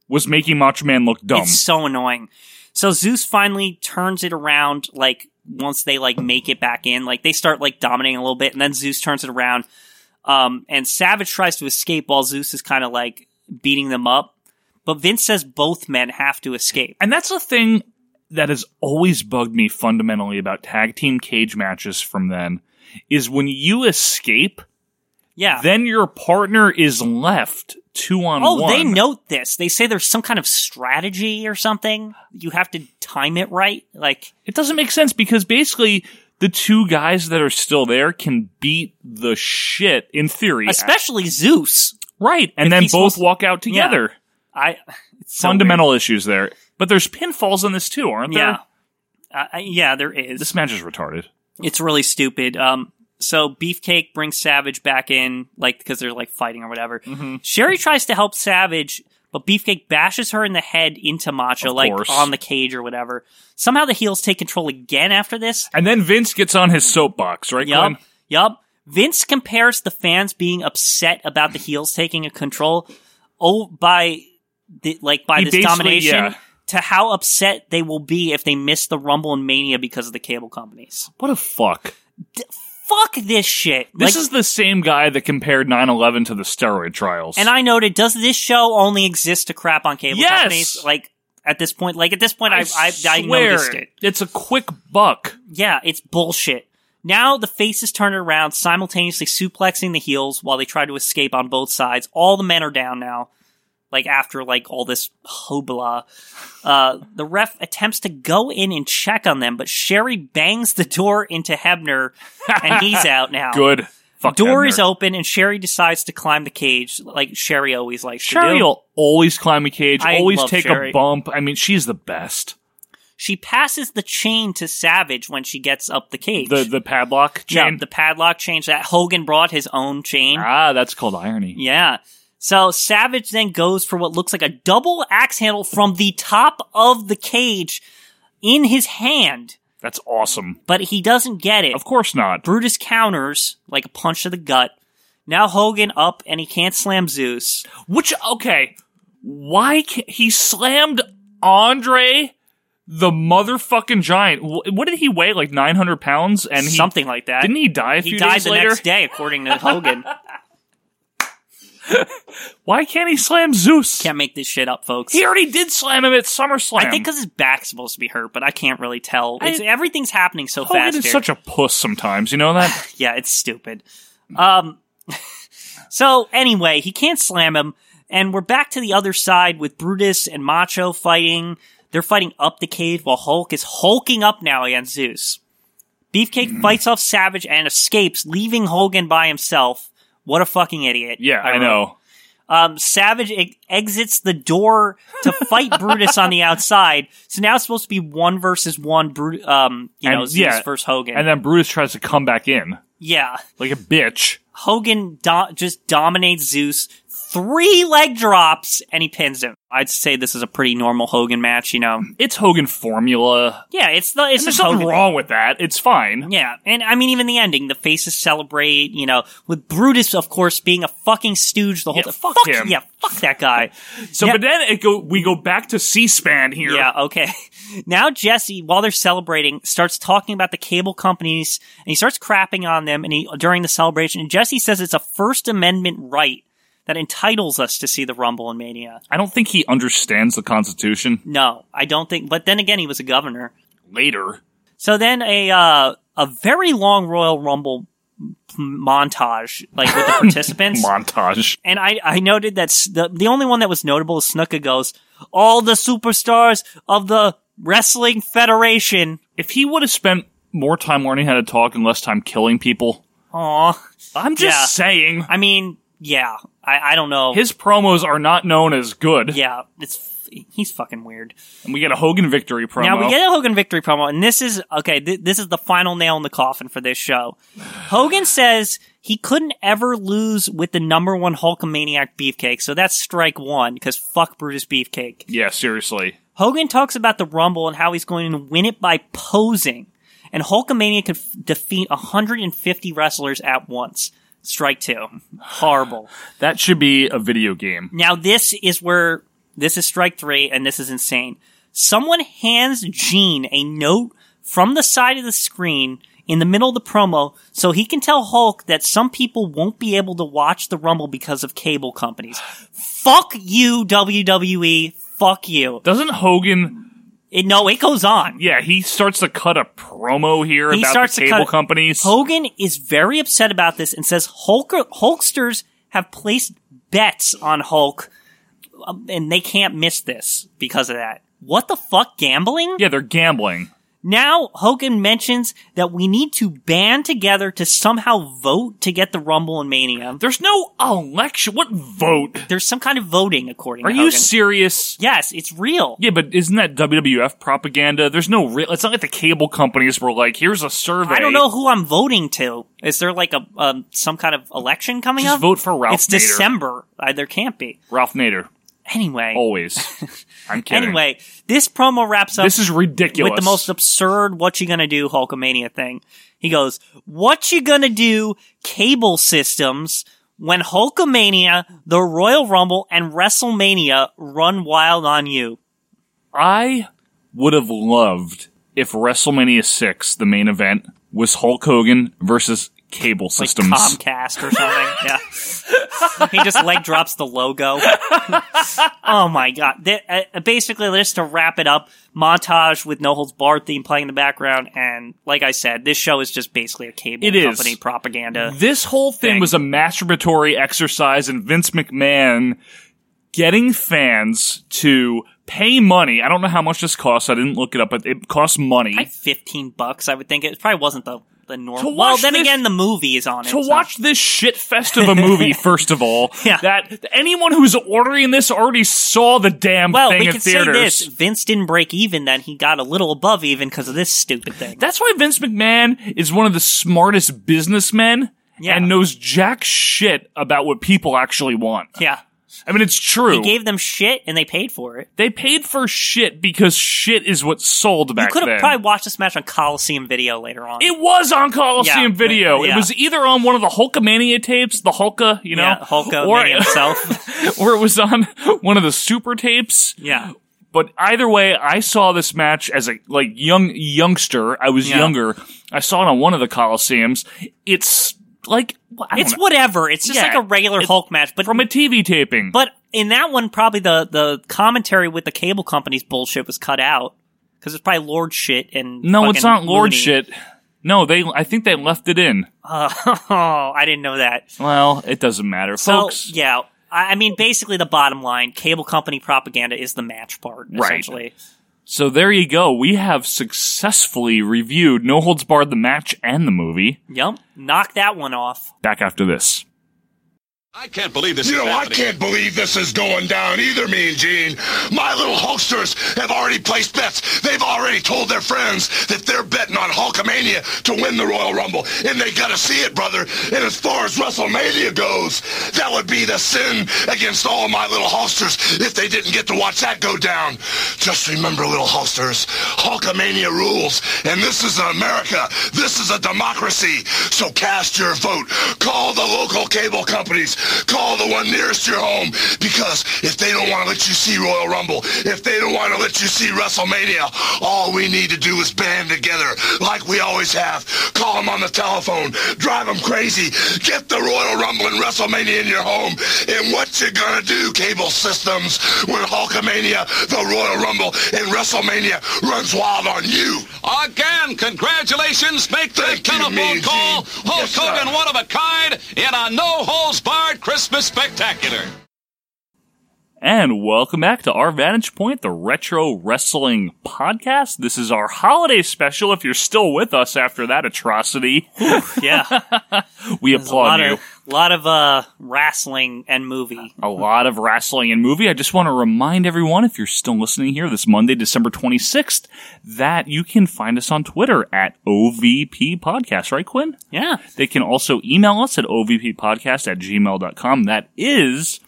D: was making Macho Man look dumb.
E: It's so annoying. So Zeus finally turns it around, like once they like make it back in, like they start like dominating a little bit, and then Zeus turns it around. Um, and Savage tries to escape while Zeus is kind of like beating them up. But Vince says both men have to escape.
D: And that's the thing that has always bugged me fundamentally about tag team cage matches from then is when you escape
E: Yeah.
D: then your partner is left two on
E: oh,
D: one.
E: they note this. They say there's some kind of strategy or something. You have to time it right. Like,
D: It doesn't make sense because basically the two guys that are still there can beat the shit in theory,
E: especially Zeus.
D: right? And
E: if
D: then
E: he's
D: both
E: supposed-
D: walk out together.
E: I it's so
D: Fundamental issues there, but there's pinfalls in this too, aren't
E: weird. Yeah.
D: there?
E: Uh, I- yeah, there is.
D: This match is retarded.
E: it's really stupid. Um, so Beefcake brings Savage back in, like because they're like fighting or whatever.
D: Mm-hmm.
E: Sherry tries to help Savage, but Beefcake bashes her in the head into Macho,
D: Of
E: like
D: course.
E: on the cage or whatever. Somehow the heels take control again after this.
D: And then Vince gets on his soapbox, right? Glenn?
E: Yup, yup. Vince compares the fans being upset about the heels taking a control oh by the, like by
D: He
E: this
D: basically-
E: domination
D: yeah.
E: to how upset they will be if they miss the Rumble and Mania because of the cable companies.
D: What a fuck.
E: Fuck this shit.
D: This
E: Like-
D: is the same guy that compared 9 11 to the steroid trials.
E: And I noted, does this show only exist to crap on cable
D: Yes!
E: companies? Like at this point, like at this point, I I,
D: swear
E: I, noticed it.
D: It's a quick buck.
E: Yeah, it's bullshit. Now the faces turn around, simultaneously suplexing the heels while they try to escape on both sides. All the men are down now. Like after like all this hobla, uh, the ref attempts to go in and check on them, but Sherry bangs the door into Hebner, and he's out now.
D: Good. Fuck
E: Door
D: Hebner.
E: is open, and Sherry decides to climb the cage, like Sherry always likes to
D: Sherry
E: do.
D: will always climb a cage,
E: I
D: always
E: love
D: take
E: Sherry.
D: a bump. I mean, she's the best.
E: She passes the chain to Savage when she gets up the cage.
D: The the padlock
E: Yeah,
D: chain.
E: the padlock change that Hogan brought his own chain.
D: ah, that's called irony.
E: Yeah. So Savage then goes for what looks like a double axe handle from the top of the cage in his hand,
D: That's awesome.
E: but he doesn't get it.
D: Of course not.
E: Brutus counters like a punch to the gut. Now Hogan up and he can't slam Zeus.
D: Which okay, why can, he slammed Andre the motherfucking giant? Wh- What did he weigh? Like nine hundred pounds and he,
E: something like that.
D: Didn't he die a
E: He
D: few
E: died
D: days
E: the
D: later?
E: next day, according to Hogan.
D: Why can't he slam Zeus?
E: Can't make this shit up, folks.
D: He already did slam him at SummerSlam.
E: I think because his back's supposed to be hurt, but I can't really tell.
D: I-
E: It's, everything's happening so
D: Hogan
E: fast.
D: is
E: here.
D: such a puss sometimes. You know that?
E: yeah, it's stupid. Um, so anyway, he can't slam him, and we're back to the other side with Brutus and Macho fighting. They're fighting up the cave while Hulk is hulking up now against Zeus. Beefcake
D: Hmm.
E: fights off Savage and escapes, leaving Hogan by himself. What a fucking idiot!
D: yeah, I
E: wrote.
D: know.
E: Um, Savage e- exits the door to fight Brutus on the outside. So now it's supposed to be one versus one. Bru- um, you know,
D: And-
E: Zeus
D: yeah.
E: versus Hogan.
D: And then Brutus tries to come back in
E: yeah.
D: like a bitch.
E: Hogan do- just dominates Zeus, three leg drops, and he pins him. I'd say this is a pretty normal Hogan match, you know.
D: It's Hogan formula.
E: Yeah, it's the it's
D: There's
E: just
D: nothing
E: Hogan.
D: wrong with that. It's fine.
E: Yeah, and I mean even the ending, the faces celebrate, you know, with Brutus of course being a fucking stooge the whole
D: Yeah,
E: time.
D: fuck him.
E: Yeah, fuck that guy.
D: So, but then it go. We go back to C-SPAN here.
E: Yeah, okay. Now Jesse, while they're celebrating, starts talking about the cable companies and he starts crapping on them and he during the celebration and Jesse says it's a first amendment right that entitles us to see the Rumble and Mania.
D: I don't think he understands the Constitution.
E: No, I don't think. But then again, he was a governor.
D: Later,
E: So then a uh, a very long Royal Rumble m- montage, like with the participants.
D: montage.
E: and I, I noted that s- the, the only one that was notable is Snuka goes, all the superstars of the Wrestling Federation.
D: If he would have spent more time learning how to talk and less time killing people,
E: Aw.
D: I'm just
E: Yeah.
D: saying
E: I mean, yeah, I, I don't know.
D: his promos are not known as good.
E: yeah, it's f- he's fucking weird.
D: And we get a Hogan victory promo.
E: Now we get a Hogan victory promo, and this is okay. Th- this is the final nail in the coffin for this show. Hogan says he couldn't ever lose with the number one Hulkamaniac Beefcake, so that's strike one because fuck Brutus Beefcake.
D: yeah, seriously.
E: Hogan talks about the Rumble and how he's going to win it by posing, and Hulkamania could f- defeat 150 wrestlers at once. Strike two, horrible.
D: That should be a video game.
E: Now this is where this is strike three, and this is insane. Someone hands Gene a note from the side of the screen in the middle of the promo, so he can tell Hulk that some people won't be able to watch the Rumble because of cable companies. Fuck you, WWE. Fuck you.
D: Doesn't Hogan?
E: It, no, it goes on.
D: Yeah, he starts to cut a promo here
E: He
D: about
E: starts
D: the
E: to
D: cable
E: cut-
D: companies.
E: Hogan is very upset about this and says Hulk Hulksters have placed bets on Hulk, um, and they can't miss this because of that. What the fuck, gambling?
D: yeah, they're gambling.
E: Now Hogan mentions that we need to band together to somehow vote to get the Rumble and Mania.
D: There's no election. What vote?
E: There's some kind of voting, according.
D: Are
E: to
D: you
E: Hogan.
D: serious?
E: Yes, it's real.
D: Yeah, but isn't that WWF propaganda? There's no real. It's not like the cable companies were like, "Here's a survey."
E: I don't know who I'm voting to. Is there like a um, some kind of election coming
D: Just
E: up?
D: vote for Ralph
E: It's
D: Nader.
E: December. Uh, there can't be.
D: Ralph Nader
E: Anyway.
D: always. I'm kidding.
E: Anyway, this promo wraps up
D: this is ridiculous.
E: with the most absurd "What you gonna do?" Hulkamania thing. He goes, "What you gonna do?" Cable systems when Hulkamania, the Royal Rumble, and WrestleMania run wild on you.
D: I would have loved if WrestleMania 6, the main event, was Hulk Hogan versus cable
E: Like
D: systems.
E: Comcast or something. yeah. he just leg drops the logo. oh my god. Th- uh, basically, just to wrap it up, montage with No Holds Barred theme playing in the background. And like I said, this show is just basically a cable
D: It is.
E: company propaganda.
D: this whole thing
E: Thing.
D: was a masturbatory exercise in Vince McMahon getting fans to pay money. I don't know how much this costs. I didn't look it up, but it costs money.
E: Probably 15 bucks, I would think. It probably wasn't the, the normal.
D: To
E: Well,
D: watch
E: then
D: this-
E: again, the movie is on it.
D: to
E: so-
D: watch this shit fest of a movie, first of all,
E: Yeah.
D: that anyone who's ordering this already saw the damn
E: Well,
D: thing
E: we
D: in
E: can
D: theaters.
E: say this: Vince didn't break even. Then he got a little above even because of this stupid thing.
D: That's why Vince McMahon is one of the smartest businessmen
E: Yeah.
D: and knows jack shit about what people actually want.
E: yeah,
D: I mean, it's true.
E: he gave them shit and they paid for it.
D: they paid for shit because shit is what sold
E: You
D: back
E: could
D: then.
E: have probably watched this match on Coliseum Video later on.
D: it was on Coliseum
E: Yeah,
D: Video.
E: yeah.
D: It was either on one of the Hulkamania tapes, the Hulka, you know,
E: yeah, uh, Hulkamania
D: or,
E: himself.
D: or it was on one of the Super tapes.
E: yeah,
D: But either way, I saw this match as a like young youngster. I was
E: Yeah.
D: younger. I saw it on one of the Coliseums. It's like I don't
E: it's
D: know.
E: whatever. It's just
D: Yeah,
E: like a regular
D: it's
E: Hulk match, but
D: from a TV taping.
E: but in that one, probably the the commentary with the cable company's bullshit was cut out because it's probably Lord shit and
D: no, it's
E: fucking
D: not Lord
E: loony.
D: shit. No, they. I think they left it in.
E: Uh, oh, I didn't know that.
D: Well, it doesn't matter,
E: So
D: folks.
E: yeah, I I mean, basically, the bottom line: cable company propaganda is the match part,
D: Right.
E: essentially.
D: So there you go. We have successfully reviewed No Holds Barred, the match and the movie.
E: Yep, knock that one off.
D: Back after this.
I: I can't believe this
B: You
I: is
B: know, I
I: happening.
B: can't believe this is going down either, me and Gene. My little Hulksters have already placed bets. They've already told their friends that they're betting on Hulkamania to win the Royal Rumble. And they gotta see it, brother. And as far as WrestleMania goes, that would be the sin against all my little Hulksters if they didn't get to watch that go down. Just remember, little Hulksters, Hulkamania rules. And this is America. This is a democracy. So cast your vote. Call the local cable companies. Call the one nearest your home. Because if they don't want to let you see Royal Rumble, if they don't want to let you see WrestleMania, all we need to do is band together like we always have. Call them on the telephone. Drive them crazy. Get the Royal Rumble and WrestleMania in your home. And what you gonna do, cable systems, when Hulkamania, the Royal Rumble, and WrestleMania runs wild on you?
I: Again, congratulations. Make
B: Thank
I: that
B: you,
I: telephone
B: Mean
I: call.
B: Gene.
I: Hulk
B: Yes, sir.
I: Hogan, one of a kind, in a no-holes-barred Christmas spectacular.
D: And welcome back to our Vantage Point, the Retro Wrestling Podcast. This is our holiday special. If you're still with us after that atrocity,
E: Yeah,
D: we
E: a lot
D: applaud you.
E: of lot of uh, wrestling and movie.
D: a lot of wrestling and movie. I just want to remind everyone, if you're still listening here this Monday, December 26th, that you can find us on Twitter at OVP Podcast, right, Quinn?
E: Yeah,
D: They can also email us at ovppodcast at gmail.com. That is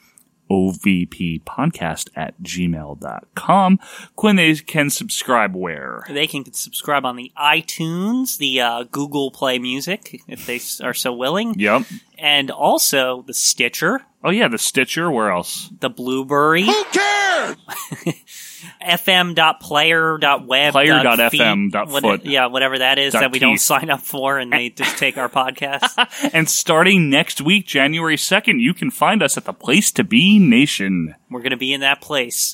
D: ovppodcast at gmail.com. Quinn, they can subscribe where?
E: they can subscribe on the iTunes, the uh, Google Play Music, if they s- are so willing,
D: Yep.
E: and also the Stitcher,
D: Oh, yeah, the Stitcher. Where else?
E: the Blueberry,
G: Who cares?
E: fm.player.web
D: Player.fm.foot.
E: what- yeah whatever that is
D: Dot
E: that we don't
D: teeth.
E: sign up for and they just take our podcast
D: And starting next week, January 2nd, you can find us at the Place to Be Nation.
E: We're gonna be in that place.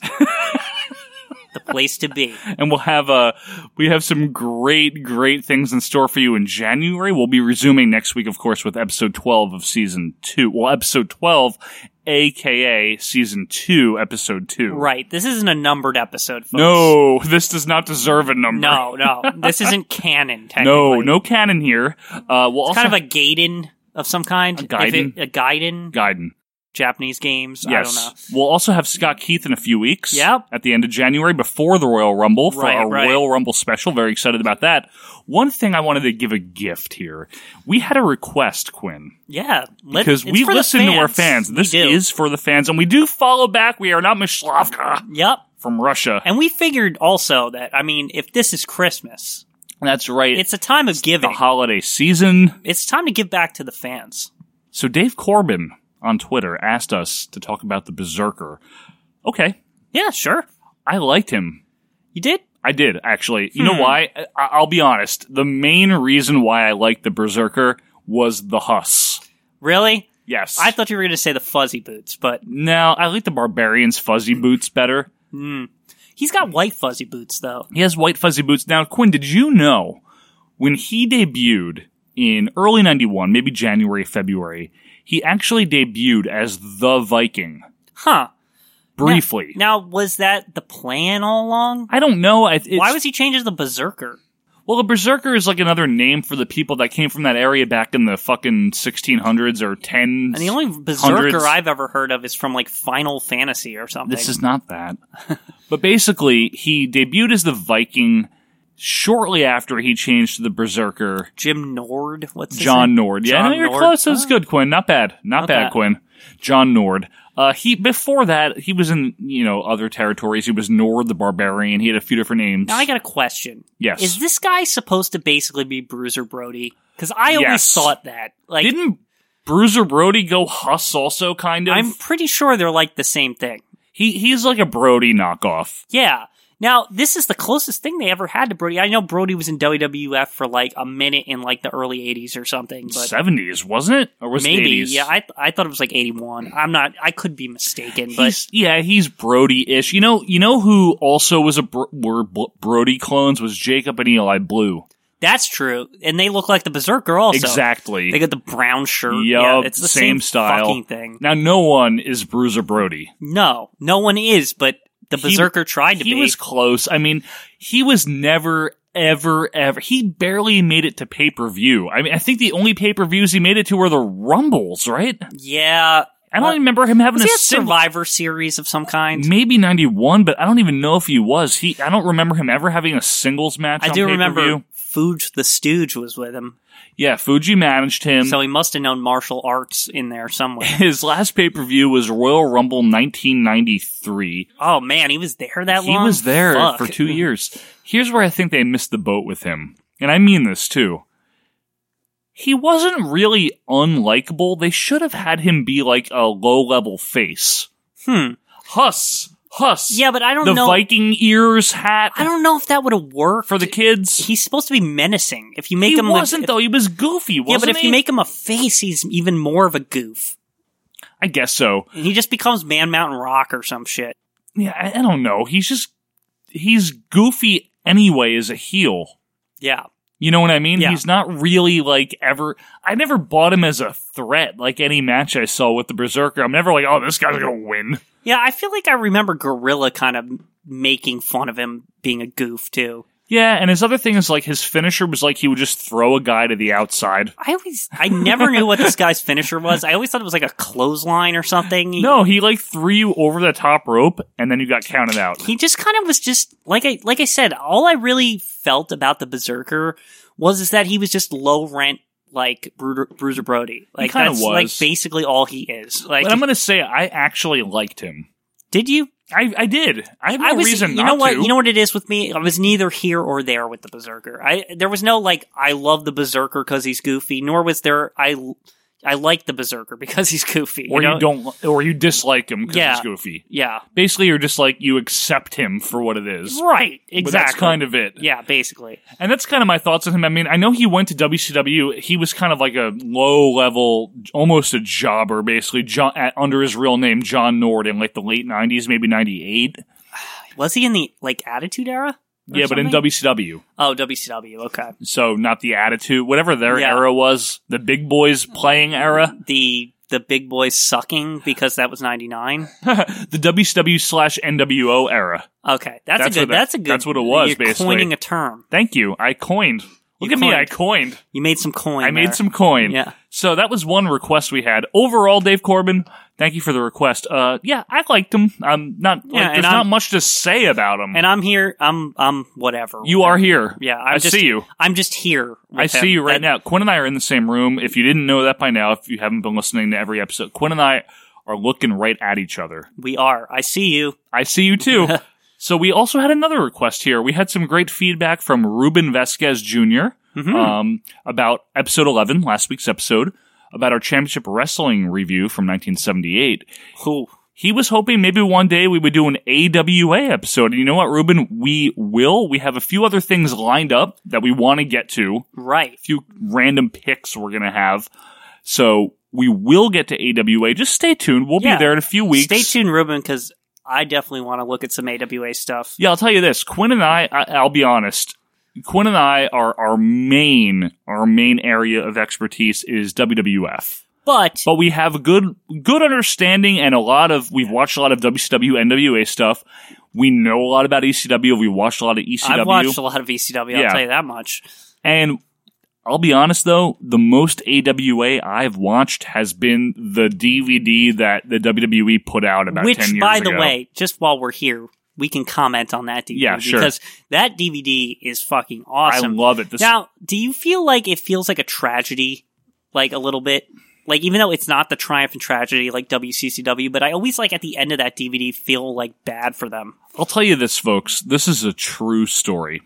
E: the place to be.
D: and we'll have uh we have some great great things in store for you in January. We'll be resuming next week, of course, with episode twelve of season two. Well, episode twelve, aka season two, episode two.
E: Right. This isn't a numbered episode, folks.
D: No, this does not deserve a number.
E: No, no. This isn't canon, technically.
D: no, no canon here. Uh, we'll also
E: Kind of a Gaiden of some kind. A
D: Gaiden?
E: a Gaiden.
D: Gaiden.
E: Japanese games. I don't know.
D: Yes, we'll also have Scott Keith in a few weeks.
E: Yep.
D: at the end of January before the Royal Rumble for
E: Right,
D: our
E: right.
D: Royal Rumble special. Very excited about that. One thing I wanted to give a gift here. We had a request, Quinn.
E: Yeah. Let,
D: because
E: it's
D: we
E: for the
D: listen to our fans.
E: We
D: This
E: do.
D: is for the fans, and we do follow back. We are not Mishlavka
E: Yep.
D: from Russia.
E: And we figured also that I mean, if this is Christmas,
D: That's right.
E: it's a time of
D: the
E: giving.
D: holiday season.
E: It's time to give back to the fans.
D: So Dave Corbin on Twitter asked us to talk about the Berserker. Okay,
E: Yeah, sure.
D: I liked him.
E: You did?
D: I did actually. You
E: Hmm.
D: know why? I- I'll be honest. The main reason why I liked the Berserker was the Huss.
E: Really?
D: Yes.
E: I thought you were going to say the fuzzy boots, but
D: no, I like the Barbarian's fuzzy boots better.
E: he's got white fuzzy boots, though.
D: He has white fuzzy boots. Now, Quinn, did you know when he debuted in early 91, maybe January, February, he actually debuted as the Viking
E: Huh.
D: briefly.
E: Now, was that the plan all along?
D: I don't know. I, it's,
E: Why was he changed as the Berserker?
D: Well, a berserker is like another name for the people that came from that area back in the fucking 1600s or 10s.
E: And the only Berserker I've ever heard of is from, like, Final Fantasy or something.
D: This is not that. but basically, he debuted as the Viking shortly after he changed to the berserker.
E: Jim Nord. What's his
D: John
E: name?
D: Nord. Yeah,
E: John
D: no, you're
E: Nord.
D: close. That's
E: Oh.
D: good, Quinn. Not bad. Not, bad,
E: bad.
D: Quinn. John Nord. Uh, he before that he was in you know other territories. He was Nord the Barbarian. He had a few different names.
E: Now I got a question.
D: Yes.
E: Is this guy supposed to basically be Bruiser Brody? Because I always
D: Yes.
E: thought that. Like,
D: Didn't Bruiser Brody go Huss also kind of?
E: I'm pretty sure they're like the same thing.
D: he he's like a Brody knockoff.
E: Yeah. Now, this is the closest thing they ever had to Brody. I know Brody was in WWF for like a minute in like the early 80s or something, but
D: Seventies wasn't it? Or was it
E: maybe.
D: 80s?
E: Yeah, I, I thought it was like 81. I'm not, I could be mistaken, but
D: He's, yeah, he's Brody-ish. You know, you know who also was a bro- were bro- Brody clones was Jacob and Eli Blue.
E: that's true. And they look like the Berserker also.
D: exactly.
E: They got the brown shirt. yeah,
D: Yup,
E: it's the
D: same, style.
E: fucking thing.
D: Now, no one is Bruiser Brody.
E: No, no one is, but the
D: He-
E: Berserker tried to
D: he
E: be.
D: was close. I mean, he was never, ever, ever. He barely made it to pay per view. I mean, I think the only pay per views he made it to were the Rumbles, right?
E: yeah.
D: I don't even remember him having
E: Was
D: a
E: he a
D: single.
E: Survivor series of some kind?
D: Maybe ninety one, but I don't even know if he was. He, I don't remember him ever having a singles match.
E: I
D: on
E: do remember
D: pay-per-view.
E: Fuge the Stooge was with him,
D: Yeah, Fuji managed him.
E: so he must have known martial arts in there somewhere.
D: his last pay per view was Royal Rumble 1993.
E: oh man, he was there that
D: He
E: long.
D: was there
E: Fuck.
D: for two years. Here's where I think they missed the boat with him, and I mean this too. He wasn't really unlikable. They should have had him be like a low level face.
E: Hmm.
D: Huss, Huss.
E: Yeah, but I don't
D: the
E: know-
D: Viking ears hat
E: I don't know if that would have worked
D: for the kids.
E: He's supposed to be menacing. If you make
D: He
E: him,
D: wasn't
E: if,
D: though. He was goofy.
E: yeah,
D: Wasn't
E: but if
D: he?
E: you make him a face, he's even more of a goof.
D: I guess so.
E: And he just becomes Man Mountain Rock or some shit.
D: Yeah, I, I don't know. He's just he's goofy anyway as a heel.
E: Yeah,
D: You know what I mean?
E: Yeah.
D: He's not really like ever. I never bought him as a threat. Like any match I saw with the Berserker, I'm never like, oh, this guy's gonna win.
E: yeah. I feel like I remember Gorilla kind of making fun of him being a goof too.
D: Yeah, and his other thing is like his finisher was like he would just throw a guy to the outside.
E: I always, I never knew what this guy's finisher was. I always thought it was like a clothesline or something.
D: No, he like threw you over the top rope, and then you got counted out.
E: he just kind of was just like I like I said, all I really felt about the Berserker was is that he was just low rent like Bru- Bruiser Brody. Like
D: kinda
E: that's
D: was.
E: like basically all he is. Like
D: But I'm gonna say I actually liked him.
E: did you
D: I I did. I have no
E: I was
D: reason
E: you
D: not
E: know what
D: to.
E: you know what it is with me? I was neither here or there with the Berserker. I there was no like I love the Berserker cuz he's goofy, nor was there I I like the Berserker because he's goofy.
D: or you,
E: know?
D: don't, or you dislike him because
E: Yeah.
D: he's goofy.
E: Yeah.
D: Basically, you're just like you accept him for what it is.
E: Right. Exactly.
D: But that's kind of it.
E: Yeah, basically.
D: And that's kind of my thoughts on him. I mean, I know he went to WCW. He was kind of like a low level, almost a jobber, basically, John, at, under his real name, John Nord, in like the late 90s, maybe 98.
E: Was he in the like Attitude Era? or
D: yeah, but in
E: something?
D: WCW.
E: Oh, WCW. Okay.
D: So not the attitude, whatever their
E: Yeah.
D: era was, the big boys playing era,
E: the the big boys sucking because that was 99
D: the WCW slash NWO era.
E: okay that's,
D: That's
E: a
D: what
E: good
D: that-
E: that's a good
D: that's what it was,
E: you're
D: basically.
E: coining a term
D: Thank you. I coined. Look
E: You
D: at me. I coined.
E: you made some coin
D: I made
E: there.
D: some coin.
E: Yeah.
D: So that was one request we had. Overall, Dave Corbin, thank you for the request. Uh, yeah, I liked him. I'm not.
E: Yeah,
D: like,
E: and
D: there's not
E: I'm-
D: much to say about him.
E: and i'm here i'm i'm whatever
D: you are here.
E: yeah
D: i
E: I'm just,
D: see you.
E: i'm just here with
D: I see
E: him.
D: you right
E: That-
D: now. Quinn and I are in the same room. If you didn't know that by now, if you haven't been listening to every episode, Quinn and I are looking right at each other.
E: we are i see you
D: I see you too. so we also had another request here. We had some great feedback from Ruben Vesquez junior
E: Mm-hmm.
D: um, about episode 11, last week's episode, about our championship wrestling review from 1978.
E: Ooh.
D: He was hoping maybe one day we would do an AWA episode. And you know what, Ruben? We will. We have a few other things lined up that we want to get to, a
E: Right.
D: few random picks we're going to have. So we will get to AWA. Just stay tuned. We'll
E: Yeah.
D: be there in a few weeks.
E: Stay tuned, Ruben, because I definitely want to look at some AWA stuff.
D: Yeah, I'll tell you this. Quinn and I, I I'll be honest. Quinn and I are our main our main area of expertise is WWF.
E: But
D: But we have a good good understanding and a lot of we've watched a lot of WCW NWA stuff. We know a lot about E ECW. We watched a lot of E ECW.
E: I've watched a lot of VCW.
D: Yeah.
E: I'll tell you that much.
D: and I'll be honest though, the most AWA I've watched has been the DVD that the WWE put out about
E: Which,
D: 10 years
E: by the
D: ago.
E: way, just while we're here, we can comment on that DVD
D: Yeah, sure.
E: because that DVD is fucking awesome.
D: I love it. This-
E: now, do you feel like it feels like a tragedy, like a little bit? Like even though it's not the triumph and tragedy like WCCW, but I always like at the end of that DVD feel like bad for them.
D: I'll tell you this, folks. This is a true story.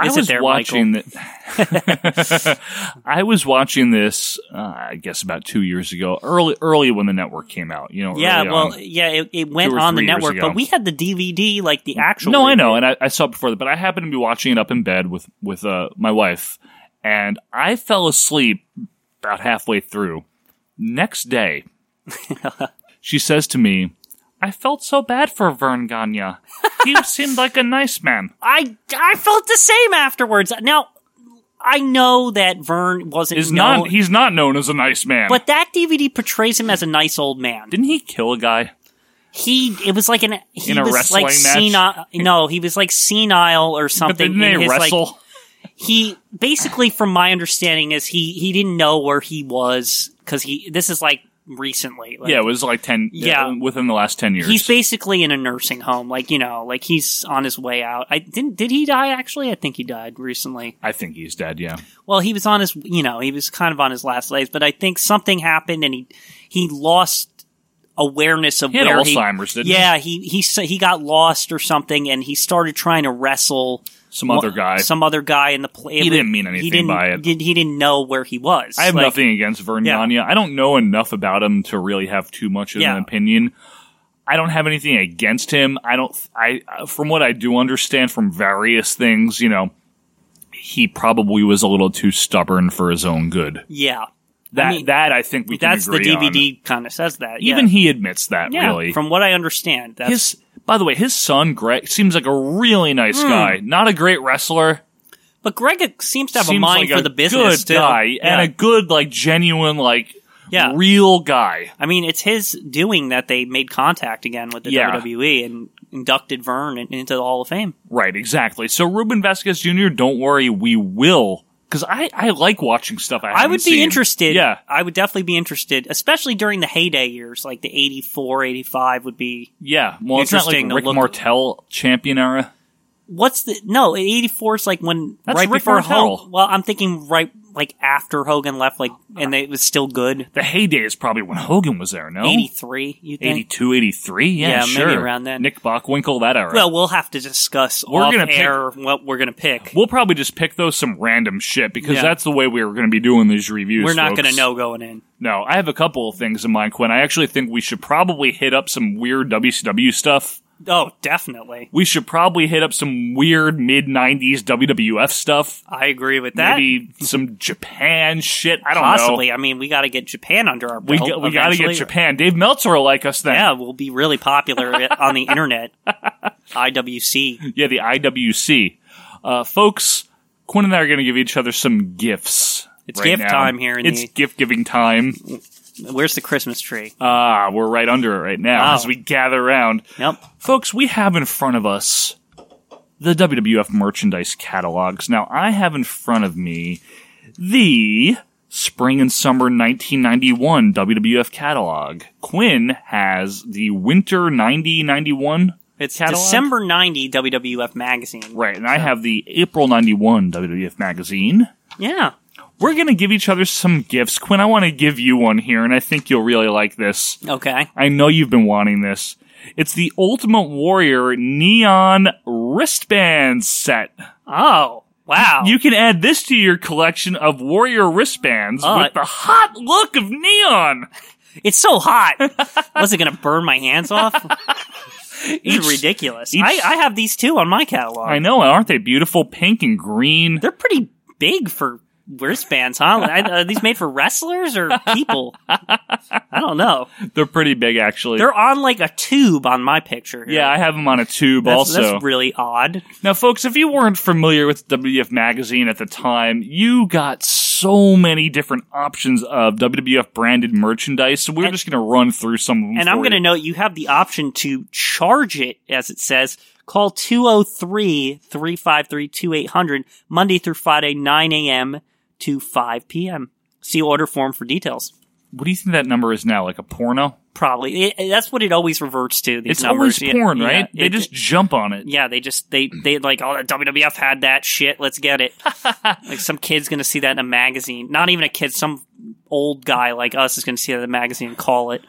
E: Is it
D: was
E: there,
D: watching that. I was watching this, uh, I guess, about two years ago, early, early when the network came out. You know,
E: Yeah,
D: early
E: well,
D: on.
E: yeah, it, it
D: Two
E: went
D: or
E: on the
D: three years
E: network,
D: ago.
E: but we had the DVD, like the actual.
D: no, I
E: DVD.
D: know, and I, I saw it before that, but I happened to be watching it up in bed with with uh, my wife, and I fell asleep about halfway through. Next day, she says to me, "I felt so bad for Vern Gagne. He seemed like a nice man."
E: I I felt the same afterwards. Now I know that Vern wasn't
D: is
E: known,
D: not he's not known as a nice man.
E: but that DVD portrays him as a nice old man.
D: didn't he kill a guy?
E: He it was like an he
D: In a
E: was
D: wrestling
E: like
D: match?
E: senile. No, he was like senile or
D: But
E: something.
D: didn't
E: in
D: they
E: his, like-
D: wrestle?
E: he basically, from my understanding, is he he didn't know where he was because he this is like recently. Like,
D: yeah, it was like ten.
E: Yeah.
D: uh, within the last ten years.
E: He's basically in a nursing home, like you know, like he's on his way out. I didn't. Did he die? Actually, I think he died recently.
D: I think he's dead. Yeah,
E: Well, he was on his, you know, he was kind of on his last legs, but I think something happened and he he lost awareness of
D: He had
E: where
D: Alzheimer's,
E: he,
D: didn't he?
E: yeah, he he s- he got lost or something, and he started trying to wrestle
D: some other guy.
E: some other guy in the play.
D: He didn't mean anything
E: he didn't,
D: by it.
E: He, didn't- he didn't know where he was.
D: I have
E: Like,
D: nothing against Vern
E: Yeah.
D: Gagne. I don't know enough about him to really have too much of
E: Yeah.
D: an opinion. I don't have anything against him. I don't. I uh, from what I do understand from various things, you know, he probably was a little too stubborn for his own good.
E: Yeah,
D: That
E: mean,
D: that I think we can
E: that's the
D: agree on.
E: DVD kind of says that.
D: Even
E: yeah.
D: he admits that.
E: yeah,
D: really,
E: from what I understand, that's Hmm.
D: his by the way his son greg seems like a really nice guy not a great wrestler
E: but Greg seems to have a
D: seems
E: mind
D: like
E: for
D: a
E: the business
D: good
E: too.
D: guy and
E: Yeah.
D: a good like genuine like
E: Yeah.
D: real guy
E: I mean, it's his doing that they made contact again with the
D: Yeah.
E: WWE and inducted Vern in- into the Hall of Fame.
D: right exactly so ruben vasquez jr don't worry we will because I, I like watching stuff I,
E: I
D: haven't
E: would be
D: seen.
E: interested.
D: yeah
E: I would definitely be interested, especially during the heyday years, like the 84, 85 would be.
D: yeah well it's not like
E: Interesting to
D: rick
E: look-
D: martel champion era
E: What's the. No, 84 is like when.
D: That's
E: right
D: Rick
E: before
D: Martel.
E: Hogan. Well, I'm thinking right like after Hogan left, like, and it was still good.
D: the heyday is probably when hogan was there no
E: 83, you think?
D: 82 83 yeah,
E: Yeah, maybe
D: sure
E: around then.
D: nick bockwinkel that era
E: Well, we'll have to discuss
D: We're
E: off
D: gonna pick-
E: air what we're going to pick.
D: We'll probably just pick those some random shit because
E: Yeah.
D: that's the way we are going to be doing these reviews.
E: We're not going
D: folks.
E: to know going in.
D: No, I have a couple of things in mind, Quinn. I actually think we should probably hit up some weird WCW stuff.
E: Oh, definitely.
D: We should probably hit up some weird mid '90s WWF stuff.
E: I agree with that.
D: Maybe some Japan shit. I don't
E: Possibly.
D: know.
E: I mean, we got to get Japan under our
D: We
E: belt.
D: got, we got to get
E: eventually.
D: Japan. Dave Meltzer will like us then.
E: Yeah, we'll be really popular on the internet. IWC.
D: Yeah, the IWC, uh, folks. Quinn and I are going to give each other some gifts.
E: It's
D: right
E: gift
D: now.
E: time here in
D: it's
E: the-
D: gift giving time.
E: Where's the Christmas tree? Uh,
D: Ah, we're right under it right now
E: Wow.
D: as we gather around.
E: Yep.
D: Folks, we have in front of us the WWF merchandise catalogs. Now, I have in front of me the spring and summer 1991 WWF catalog. Quinn has the winter 90 91
E: It's
D: catalog?
E: December 90 WWF magazine.
D: Right, and I have the April 91 WWF magazine.
E: Yeah.
D: We're going to give each other some gifts. Quinn, I want to give you one here, and I think you'll really like this.
E: Okay.
D: I know you've been wanting this. It's the Ultimate Warrior Neon Wristband Set.
E: Oh, wow.
D: You can add this to your collection of warrior wristbands
E: Uh,
D: with the hot look of neon.
E: It's so hot. Wasn't gonna burn my hands off. It's ridiculous.
D: each-
E: I, I have these two on my catalog.
D: I know, aren't they beautiful? Pink and green.
E: They're pretty big for wristbands, huh? I- uh, Are these made for wrestlers or people? I don't know.
D: They're pretty big, actually.
E: They're on like a tube on my picture. Here.
D: yeah, I have them on a tube
E: that's,
D: also.
E: that's really odd.
D: Now, folks, if you weren't familiar with WWF Magazine at the time, you got so many different options of WWF branded merchandise. So we're just going to run through some of them.
E: And I'm going to note you have the option to charge it, as it says. Call 203 353 2800 Monday through Friday, 9 a.m. to 5 p.m. See order form for details.
D: What do you think that number is now? Like a porno?
E: Probably. It- it- that's what it always reverts to. These
D: It's
E: numbers.
D: always
E: Yeah,
D: porn,
E: yeah,
D: right? they
E: it-
D: just jump on it.
E: Yeah, they just they they like oh the WWF had that shit. Let's get it. like some kid's gonna see that in a magazine. Not even a kid. Some old guy like us is gonna see that in a magazine and call it.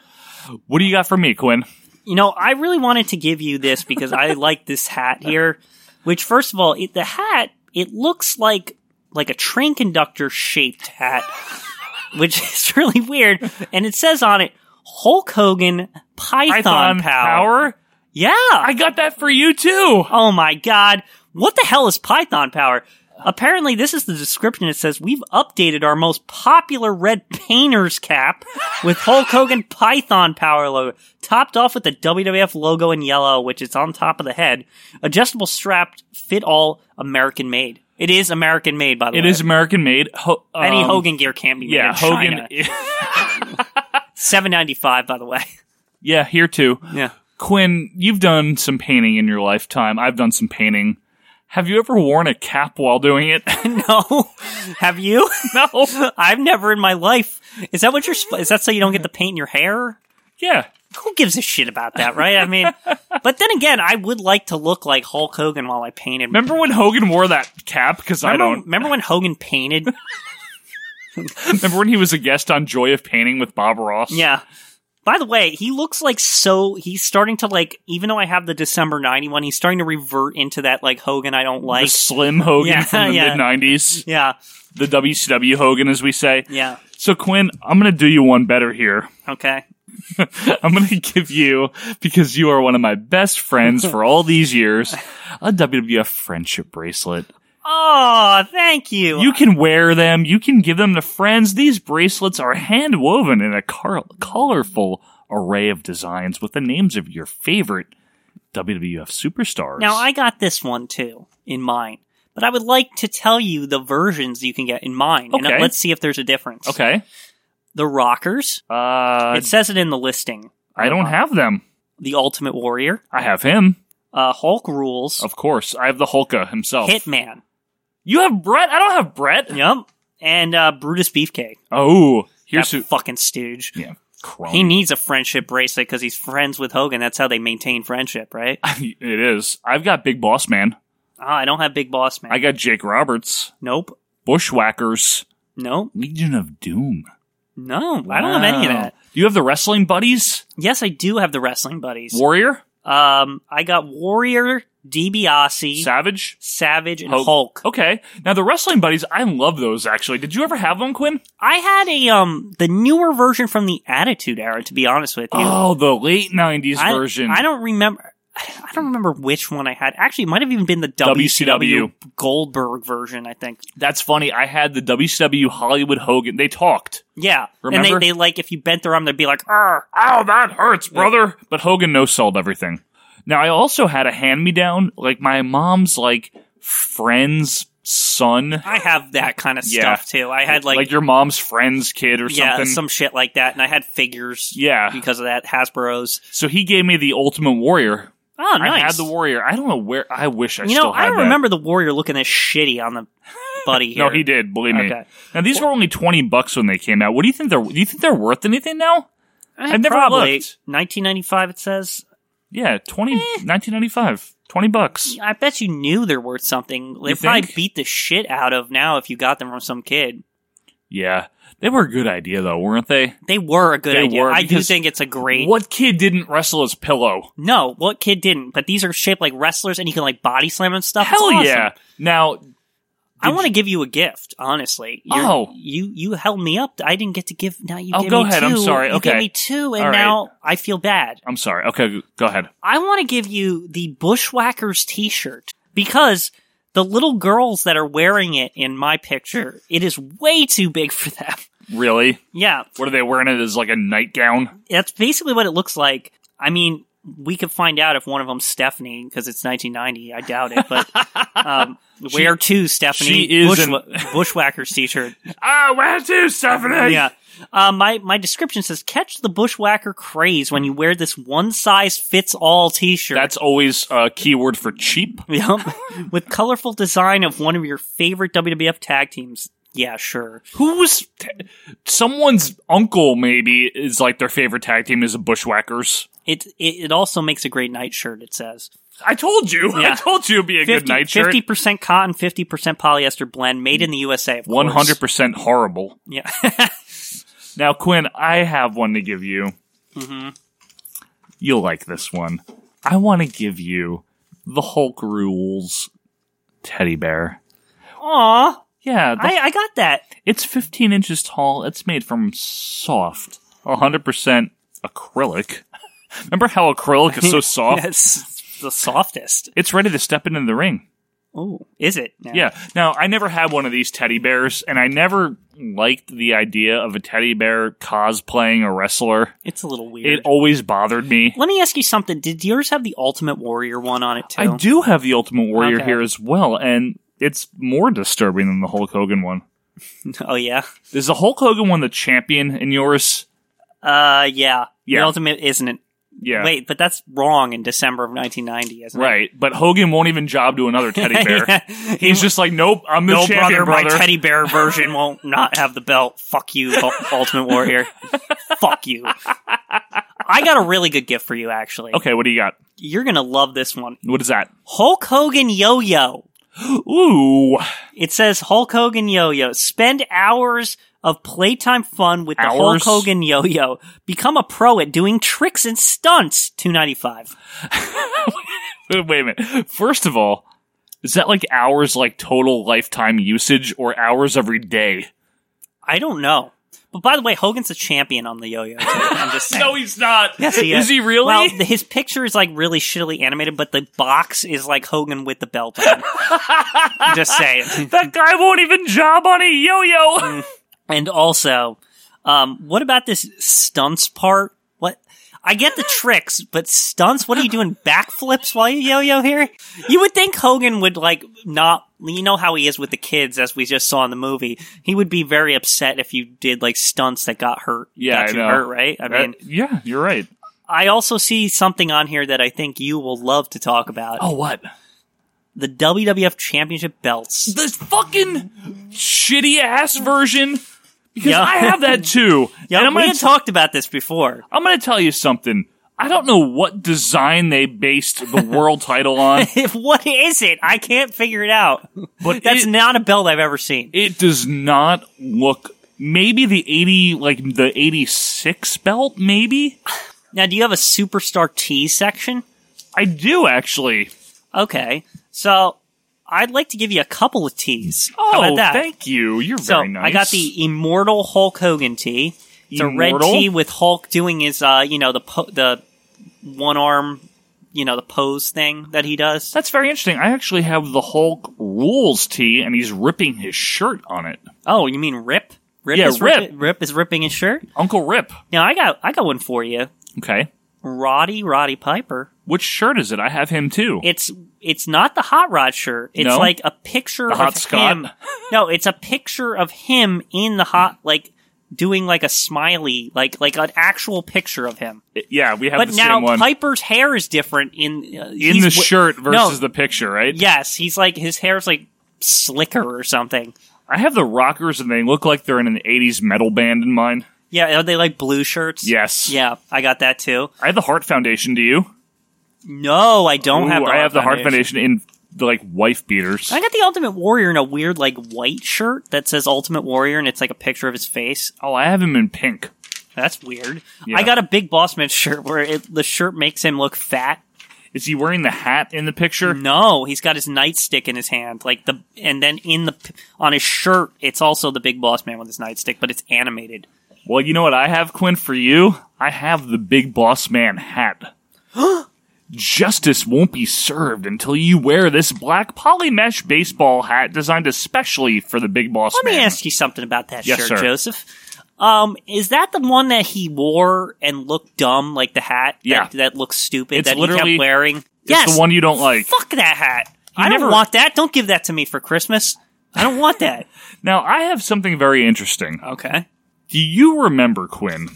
D: What do you got for me, Quinn?
E: You know, I really wanted to give you this because I like this hat here. Which, first of all, it, the hat it looks like like a train conductor shaped hat, which is really weird. And it says on it Hulk Hogan Python,
D: Python
E: Power.
D: power?
E: Yeah,
D: I got that for you too.
E: Oh my god. What the hell is Python power? Apparently, this is the description. It says, We've updated our most popular red painter's cap with Hulk Hogan Python power logo, topped off with the WWF logo in yellow, which is on top of the head. Adjustable strapped, fit all, American made. It is American made, by the
D: It
E: way.
D: is American made. Ho-
E: Any
D: um,
E: Hogan gear can't be made.
D: Yeah,
E: in
D: Hogan.
E: Seven ninety five, by the way.
D: yeah, here too.
E: Yeah.
D: Quinn, you've done some painting in your lifetime. I've done some painting. Have you ever worn a cap while doing it?
E: No, have you?
D: no.
E: I've never in my life. Is that what you're? sp- Is that so you don't get the paint in your hair?
D: Yeah.
E: who gives a shit about that, right? I mean, but then again, I would like to look like Hulk Hogan while I painted.
D: Remember when Hogan wore that cap? Because I
E: remember,
D: don't.
E: remember when Hogan painted?
D: Remember when he was a guest on Joy of Painting with Bob Ross?
E: yeah. By the way, he looks like so. He's starting to like. Even though I have the December '91, he's starting to revert into that like Hogan I don't
D: The
E: like.
D: slim Hogan
E: Yeah,
D: from the
E: yeah.
D: mid 90s.
E: yeah,
D: The WCW Hogan, as we say.
E: yeah.
D: So, Quinn, I'm going to do you one better here.
E: Okay.
D: I'm going to give you, because you are one of my best friends for all these years, a WWF friendship bracelet.
E: Oh, thank you.
D: You can wear them. You can give them to friends. These bracelets are hand woven in a car- colorful array of designs with the names of your favorite WWF superstars.
E: Now I got this one too in mine, but I would like to tell you the versions you can get in mine, and uh,
D: Okay.
E: let's see if there's a difference.
D: okay.
E: The Rockers.
D: Uh,
E: it says it in the listing.
D: I
E: Uh-huh.
D: don't have them.
E: The Ultimate Warrior.
D: I have him,
E: uh, Hulk rules,
D: of course. I have the Hulka himself.
E: Hitman.
D: You have Brett. I don't have Brett.
E: Yep. And uh, Brutus Beefcake.
D: Oh, here's
E: that
D: who.
E: fucking stooge.
D: yeah,
E: He
D: crony.
E: needs a friendship bracelet because he's friends with Hogan. That's how they maintain friendship, right? Ah,
D: it is. I've got Big Boss Man.
E: I don't have Big Boss Man.
D: I got Jake Roberts.
E: nope.
D: Bushwhackers.
E: Nope.
D: Legion of Doom.
E: No. I don't have any of
D: Wow.
E: that.
D: Do you have the wrestling buddies?
E: Yes, I do have the wrestling buddies.
D: Warrior,
E: um, I got Warrior, DiBiase,
D: Savage,
E: Savage, and
D: Hulk.
E: E- Hulk.
D: Okay. Now the wrestling buddies, I love those actually. Did you ever have them, Quinn?
E: I had a um the newer version from the Attitude Era. To be honest with you,
D: Oh, the late '90s
E: I,
D: version.
E: I don't remember. I don't remember which one I had. Actually, it might have even been the
D: WCW.
E: WCW, Goldberg version. I think.
D: That's funny. I had the WCW Hollywood Hogan. They talked.
E: Yeah,
D: Remember?
E: and they, they like if you bent their arm, they'd be like, "Ah, "Arr."
D: Ow, that hurts, brother. But Hogan no sold everything. Now I also had a hand me down, like my mom's like friend's son,
E: I have that kind of
D: Yeah.
E: stuff too. I had like,
D: like, your mom's friend's kid or
E: yeah,
D: something.
E: some shit like that, and I had figures.
D: Yeah.
E: because of that Hasbro's.
D: so he gave me the Ultimate Warrior.
E: Oh, nice.
D: I had the Warrior. I don't know where. I wish I
E: you know,
D: still had
E: I don't
D: that.
E: remember the Warrior looking as shitty on the buddy here.
D: No, he did. Believe me.
E: Okay.
D: Now these were only twenty bucks when they came out. What do you think they're? Do you think they're worth anything now? I've never
E: Probably
D: looked.
E: 1995. It says.
D: Yeah, 20,
E: Eh.
D: 1995. 20 bucks.
E: I bet you knew they're worth something. They
D: You
E: probably
D: think?
E: beat the shit out of now if you got them from some kid.
D: Yeah, they were a good idea though, weren't they?
E: They were a good
D: They
E: idea.
D: were,
E: I do
D: because
E: think it's a great.
D: What kid didn't wrestle his pillow?
E: No, what kid didn't? But these are shaped like wrestlers, and you can like body slam and stuff. It's
D: Hell
E: awesome.
D: yeah! Now
E: I want to give you a gift, honestly. You're-
D: Oh.
E: you you held me up. I didn't get to give. Now you.
D: Oh,
E: gave
D: go
E: me
D: ahead. I'm
E: two.
D: sorry.
E: You
D: Okay.
E: gave me two, and
D: All right.
E: now I feel bad.
D: I'm sorry. Okay, go ahead.
E: I want to give you the Bushwhackers T-shirt because the little girls that are wearing it in my picture, it is way too big for them.
D: Really?
E: Yeah,
D: What are they wearing? It as like a nightgown.
E: that's basically what it looks like. I mean, we could find out if one of them's Stephanie because it's 1990. I doubt it, but um, where to Stephanie?
D: she is
E: Bushwa- Bushwhackers T-shirt.
D: Ah, where to, Stephanie?
E: yeah. Uh, my my description says catch the bushwhacker craze when you wear this one size fits all T-shirt.
D: That's always a keyword for cheap.
E: Yep. with colorful design of one of your favorite WWF tag teams. Yeah, sure.
D: Who was t- someone's uncle? Maybe is like their favorite tag team is the Bushwhackers.
E: It it, it also makes a great night shirt. It says
D: I told you. I
E: Yeah.
D: told you it'd be a good night shirt.
E: fifty percent cotton, fifty percent polyester blend, made in the USA. of course.
D: One hundred percent horrible.
E: Yeah.
D: Now, Quinn, I have one to give you. Mm-hmm. You'll like this one. I want to give you the Hulk rules teddy bear.
E: Aw,
D: Yeah, the
E: I I got that.
D: It's 15 inches tall. It's made from soft, 100% acrylic. Remember how acrylic is so soft?
E: That's the softest.
D: It's ready to step into the ring.
E: Oh, is it? No.
D: Yeah. Now, I never had one of these teddy bears, and I never liked the idea of a teddy bear cosplaying a wrestler.
E: it's a little weird.
D: It always bothered me.
E: Let me ask you something. Did yours have the Ultimate Warrior one on it too?
D: I do have the Ultimate Warrior
E: Okay.
D: here as well, and it's more disturbing than the Hulk Hogan one.
E: Oh yeah.
D: Is the Hulk Hogan one the champion in yours?
E: Uh yeah.
D: Yeah.
E: The Ultimate isn't it?
D: Yeah.
E: Wait, but that's wrong in December of 1990, isn't it?
D: Right, but Hogan won't even job to another teddy bear. He's just like, nope, I'm the
E: No,
D: champion,
E: brother,
D: brother.
E: my teddy bear version won't not have the belt. Fuck you, Ul- Ultimate Warrior. Fuck you. I got a really good gift for you, actually.
D: okay, what do you got?
E: You're gonna love this one.
D: What is that?
E: Hulk Hogan Yo-Yo.
D: Ooh,
E: It says Hulk Hogan yo-yo. Spend hours of playtime fun with the
D: Hours?
E: Hulk Hogan yo-yo. Become a pro at doing tricks and stunts. Two ninety five.
D: wait a minute. First of all, is that like hours, like total lifetime usage, or hours every day?
E: I don't know. But by the way, Hogan's a champion on the yo-yo. too. I'm just saying.
D: No, he's not.
E: Yes, he
D: is. he really?
E: Well, th- his picture is like really shittily animated, but the box is like Hogan with the belt on. I'm just saying.
D: that guy won't even job on a
E: Mm,
D: yo-yo.
E: And also, um, what about this stunts part? What? I get the tricks, but stunts? What are you doing? Backflips while you yo-yo here? You would think Hogan would like not. You know how he is with the kids, as we just saw in the movie. He would be very upset if you did like stunts that got hurt.
D: Yeah,
E: got
D: I
E: you
D: know.
E: hurt, right? I mean,
D: Uh, yeah, you're right.
E: I also see something on here that I think you will love to talk about.
D: Oh, what?
E: the WWF Championship belts.
D: This fucking shitty ass version. Because
E: Yeah.
D: I have that too.
E: Yeah,
D: and I'm
E: we
D: gonna
E: had talked about this before.
D: I'm going to tell you something. I don't know what design they based the world title on,
E: If what is it? I can't figure it out.
D: but
E: That's
D: it,
E: not a belt I've ever seen.
D: it does not look maybe the 80 like the 86 belt maybe.
E: Now, do you have a superstar T section?
D: I do actually.
E: Okay, so I'd like to give you a couple of T's.
D: Oh,
E: How about that?
D: thank you. You're
E: so
D: very nice.
E: I got the Immortal Hulk Hogan tee. It's
D: Immortal?
E: a red tee with Hulk doing his, uh, you know, the po- the one arm, you know, the pose thing that he does.
D: That's very interesting. I actually have the Hulk rules tee and he's ripping his shirt on it.
E: Oh, you mean Rip? Rip
D: Yeah,
E: is
D: Rip.
E: ripping- Rip is ripping his shirt.
D: Uncle Rip.
E: Now I got I got one for you.
D: Okay.
E: Roddy Roddy Piper.
D: Which shirt is it? I have him too.
E: It's it's not the hot rod shirt. It's
D: No?
E: like a picture
D: The
E: of
D: hot Scott?
E: him. No, it's a picture of him in the hot like doing like a smiley, like like an actual picture of him.
D: yeah, we have
E: But
D: the
E: now
D: same one.
E: Piper's hair is different in uh,
D: in the shirt versus
E: no.
D: the picture, right?
E: Yes, he's like his hair's like slicker or something.
D: I have the Rockers, and they look like they're in an '80s metal band in mine.
E: Yeah, are they like blue shirts?
D: Yes.
E: Yeah, I got that too.
D: I have the Heart Foundation. Do you?
E: No, I don't
D: Ooh,
E: have. The
D: I have the Heart Foundation in like wife beaters.
E: I got the Ultimate Warrior in a weird, like, white shirt that says Ultimate Warrior and it's like a picture of his face.
D: oh, I have him in pink.
E: That's weird.
D: Yeah.
E: I got a Big Boss Man shirt where it, the shirt makes him look fat.
D: Is he wearing the hat in the picture?
E: No, he's got his nightstick in his hand, like the, and then in the on his shirt, it's also the Big Boss Man with his nightstick, but it's animated.
D: Well, you know what I have, Quinn, for you? I have the Big Boss Man hat. Justice won't be served until you wear this black polymesh baseball hat designed especially for the Big Boss
E: Let
D: Man.
E: me ask you something about that
D: Yes,
E: shirt,
D: sir.
E: Joseph. Um, is that the one that he wore and looked dumb, like the hat? that-
D: Yeah.
E: that, looks stupid.
D: It's
E: that he
D: literally-
E: kept wearing.
D: It's the one you don't like.
E: Fuck that hat.
D: He
E: I
D: never-
E: don't want that. Don't give that to me for Christmas. I don't want that.
D: Now, I have something very interesting.
E: okay.
D: Do you remember, Quinn,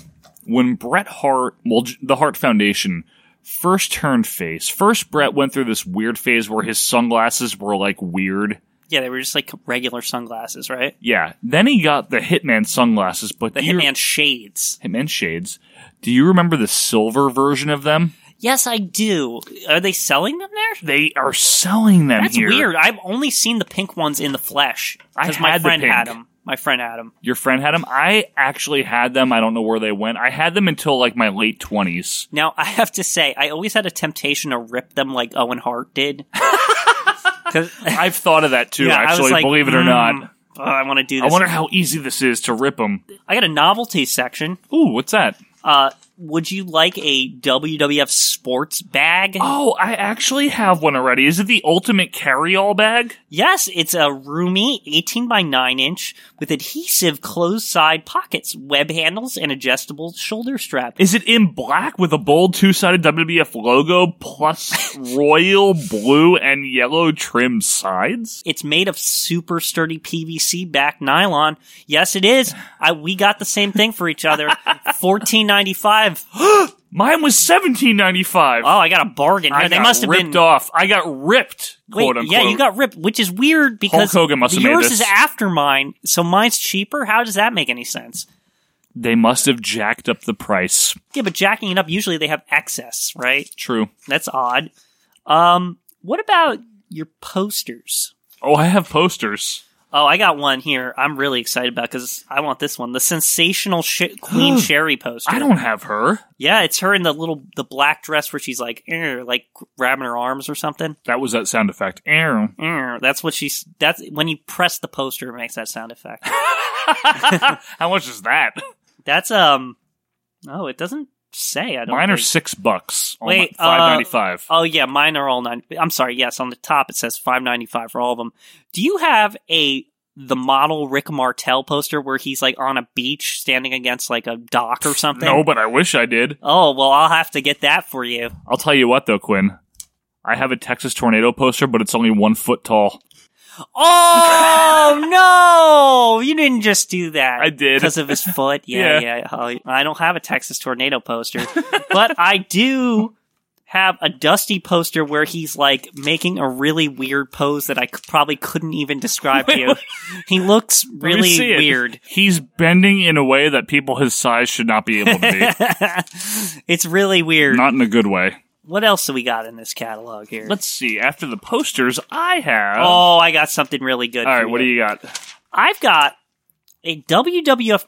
D: when Bret Hart, well, J- the Hart Foundation, first turned face? First, Bret went through this weird phase where his sunglasses were like weird.
E: Yeah, they were just like regular sunglasses, right?
D: Yeah. Then he got the Hitman sunglasses, but
E: The
D: do you-
E: Hitman shades.
D: Hitman shades. Do you remember the silver version of them?
E: Yes, I do. Are they selling them there?
D: They are selling them
E: That's
D: here.
E: weird. I've only seen the pink ones in the flesh
D: I
E: because my
D: had the
E: friend had
D: pink.
E: them. My friend had them.
D: Your friend had them. I actually had them. I don't know where they went. I had them until like my late twenties.
E: Now I have to say, I always had a temptation to rip them like Owen Hart did. 'Cause-
D: I've thought of that too.
E: yeah, I was
D: actually,
E: like,
D: believe it or
E: "Mm,
D: not,
E: oh, I want to do
D: I
E: this.
D: wonder how easy this is to rip them.
E: I got a novelty section.
D: Ooh, what's that?
E: Uh, would you like a WWF sports bag?
D: Oh, I actually have one already. Is it the ultimate carry-all bag?
E: Yes, it's a roomy 18 by 9 inch with adhesive closed side pockets, web handles, and adjustable shoulder strap.
D: Is it in black with a bold two-sided WWF logo plus royal blue and yellow trim sides?
E: It's made of super sturdy PVC back nylon. Yes, it is. I, we got the same thing for each other. Fourteen ninety five. Oh,
D: Mine was seventeen ninety five.
E: I got a bargain.
D: I
E: here. Oh, they
D: got
E: must have
D: ripped
E: been.
D: off. I got ripped.
E: Wait,
D: quote unquote.
E: yeah, you got ripped, which is weird because
D: Hogan must have made
E: yours
D: this.
E: is after mine, so mine's cheaper. How does that make any sense?
D: They must have jacked up the price.
E: Yeah, but jacking it up, usually they have excess, right?
D: True.
E: That's odd. Um, what about your posters?
D: Oh, I have posters.
E: Oh, I got one here. I'm really excited about because I want this one, the sensational Sh- Queen Sherry poster.
D: I don't have her.
E: Yeah, it's her in the little the black dress where she's like, "Er," like grabbing her arms or something.
D: That was that sound effect. Ew.
E: "Er," That's what she's. That's when you press the poster, it makes that sound effect.
D: How much is that?
E: that's um. Oh, it doesn't say. I don't.
D: Mine are
E: think.
D: six bucks. Oh,
E: Wait,
D: my- five ninety five.
E: Oh yeah, mine are all nine. I'm sorry. Yes, on the top it says five ninety five for all of them. Do you have a the model Rick Martel poster where he's like on a beach standing against like a dock or something?
D: no, but I wish I did.
E: Oh well, I'll have to get that for you.
D: I'll tell you what, though, Quinn. I have a Texas tornado poster, but it's only one foot tall.
E: Oh no! You didn't just do that.
D: I did.
E: because of his foot. Yeah, yeah. Oh, I don't have a Texas tornado poster, but I do have a Dusty poster where he's like making a really weird pose that I c- probably couldn't even describe to you. He looks
D: Let me
E: really
D: see it.
E: weird.
D: He's bending in a way that people his size should not be able to
E: it's really
D: be.
E: weird.
D: not in a good way.
E: what else do we got in this catalog here?
D: Let's see. After the posters, I have.
E: oh, I got something really good.
D: All
E: for
D: right, what do you got?
E: I've got a WWF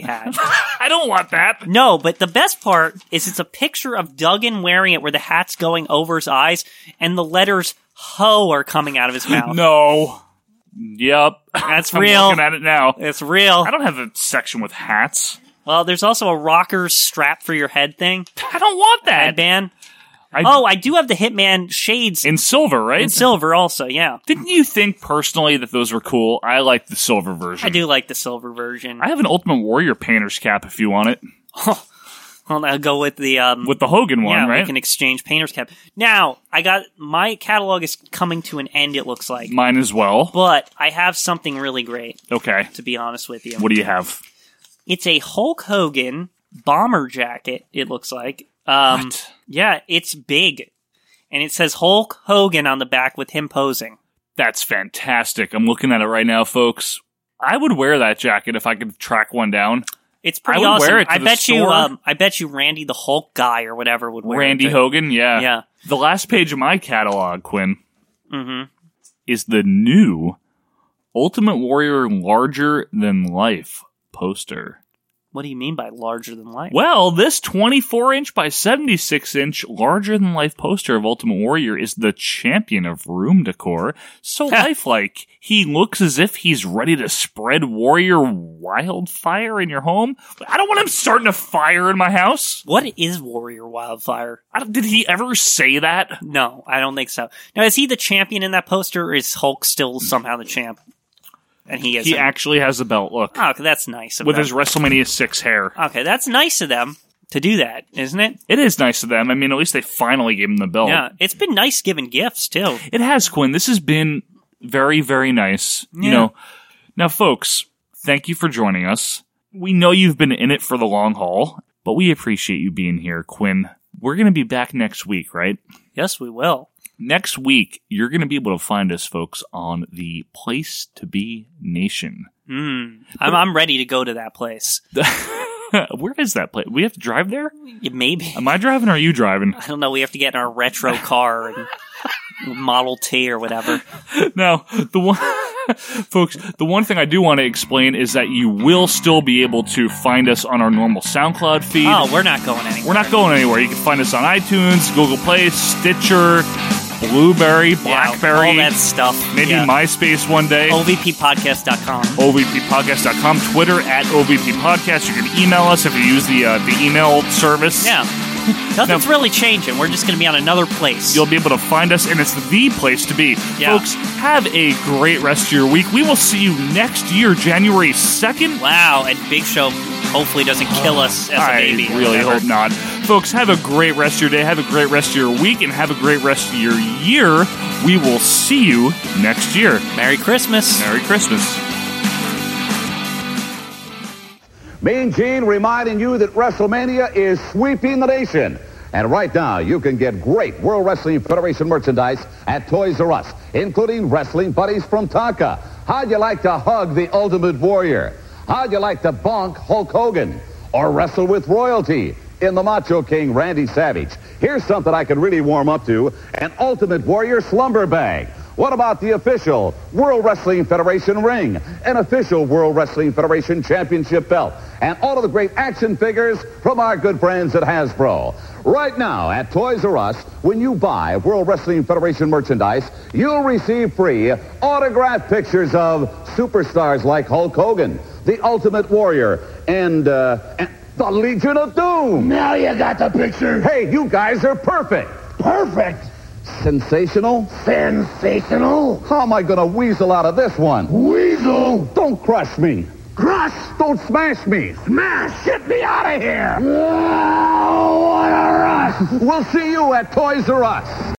E: hat.
D: I don't want that.
E: No, but the best part is it's a picture of Duggan wearing it where the hat's going over his eyes and the letters ho are coming out of his mouth.
D: No. Yep.
E: That's
D: I'm
E: real.
D: looking at it now.
E: It's real.
D: I don't have a section with hats.
E: Well, there's also a rocker strap for your head thing,
D: I don't want that.
E: headband.
D: I-
E: oh, I do have the Hitman shades in,
D: In silver, right?
E: silver also, yeah.
D: Didn't you think personally that those were cool? I like the silver version.
E: I do like the silver version.
D: I have an Ultimate Warrior painter's cap if you want it.
E: Well, I'll go with the um
D: With the Hogan one,
E: yeah,
D: right?
E: we can exchange painter's cap. Now, I got my catalog is coming to an end it looks like.
D: Mine as well.
E: But I have something really great
D: Okay.
E: to be honest with you.
D: What do you have?
E: It's a Hulk Hogan bomber jacket. It looks like. Um, Yeah, it's big, and it says Hulk Hogan on the back with him posing.
D: That's fantastic. I'm looking at it right now, folks. I would wear that jacket if I could track one down.
E: It's pretty
D: would
E: awesome.
D: wear it to
E: I
D: the
E: bet you.
D: store.
E: Um, I bet you Randy the Hulk guy or whatever would wear
D: Randy
E: it. to-
D: Hogan, yeah.
E: Yeah.
D: The last page of my catalog, Quinn,
E: Mm-hmm.
D: is the new Ultimate Warrior Larger Than Life poster.
E: What do you mean by larger than life?
D: Well, this 24 inch by 76 inch larger than life poster of Ultimate Warrior is the champion of room decor. So lifelike, he looks as if he's ready to spread warrior wildfire in your home. I don't want him starting a fire in my house.
E: What is Warrior Wildfire?
D: I don't, did he ever say that?
E: No, I don't think so. Now, is he the champion in that poster, or is Hulk still somehow the champ? And he is.
D: He actually has a belt look
E: oh, okay, that's nice of
D: with
E: them.
D: his WrestleMania 6 hair.
E: okay, that's nice of them to do that, isn't it?
D: It is nice of them. I mean, at least they finally gave him the belt.
E: Yeah, it's been nice giving gifts too.
D: It has, Quinn. This has been very, very nice. You
E: Yeah.
D: know, now, folks, thank you for joining us. We know you've been in it for the long haul, but we appreciate you being here, Quinn. We're going to be back next week, right?
E: Yes, we will.
D: Next week, you're going to be able to find us, folks, on the Place to Be Nation.
E: I'm, I'm ready to go to that place.
D: Where is that place? We have to drive there?
E: Yeah, Maybe
D: Am I driving or are you driving?
E: I don't know. We have to get in our retro car and Model T or whatever.
D: Now, the one, folks, the one thing I do want to explain is that you will still be able to find us on our normal SoundCloud feed.
E: Oh, we're not going anywhere.
D: We're not going anywhere. You can find us on iTunes, Google Play, Stitcher, Blueberry,
E: Yeah,
D: Blackberry,
E: all that stuff.
D: maybe
E: yeah. Oh.
D: MySpace one day.
E: OVPpodcast.com.
D: OVPpodcast.com, Twitter at OVPpodcast. You can email us if you use the uh, the email service.
E: Yeah. Nothing's really changing. We're just going to be on another place.
D: You'll be able to find us, and it's the place to be.
E: Yeah.
D: Folks, have a great rest of your week. We will see you next year, January 2nd.
E: wow, and Big Show hopefully doesn't kill us as a
D: I
E: baby. or
D: really
E: whatever.
D: hope not. Folks, have a great rest of your day, have a great rest of your week, and have a great rest of your year. We will see you next year.
E: Merry Christmas.
D: Merry Christmas.
J: Mean Gene reminding you that WrestleMania is sweeping the nation. And right now, you can get great World Wrestling Federation merchandise at Toys R Us, including wrestling buddies from Tonka. How'd you like to hug the Ultimate Warrior? How'd you like to bonk Hulk Hogan? Or wrestle with royalty in the Macho King, Randy Savage? Here's something I can really warm up to, an Ultimate Warrior slumber bag. What about the official World Wrestling Federation ring, an official World Wrestling Federation championship belt, and all of the great action figures from our good friends at Hasbro? Right now at Toys R Us, when you buy World Wrestling Federation merchandise, you'll receive free autographed pictures of superstars like Hulk Hogan, the Ultimate Warrior, and, uh, and the Legion of Doom. Now you got the picture. Hey, you guys are perfect. Perfect. Sensational? Sensational? How am I gonna weasel out of this one? Weasel? Don't crush me. Crush? Don't smash me. Smash? Get me out of here. Oh, what a rush. we'll see you at Toys R Us.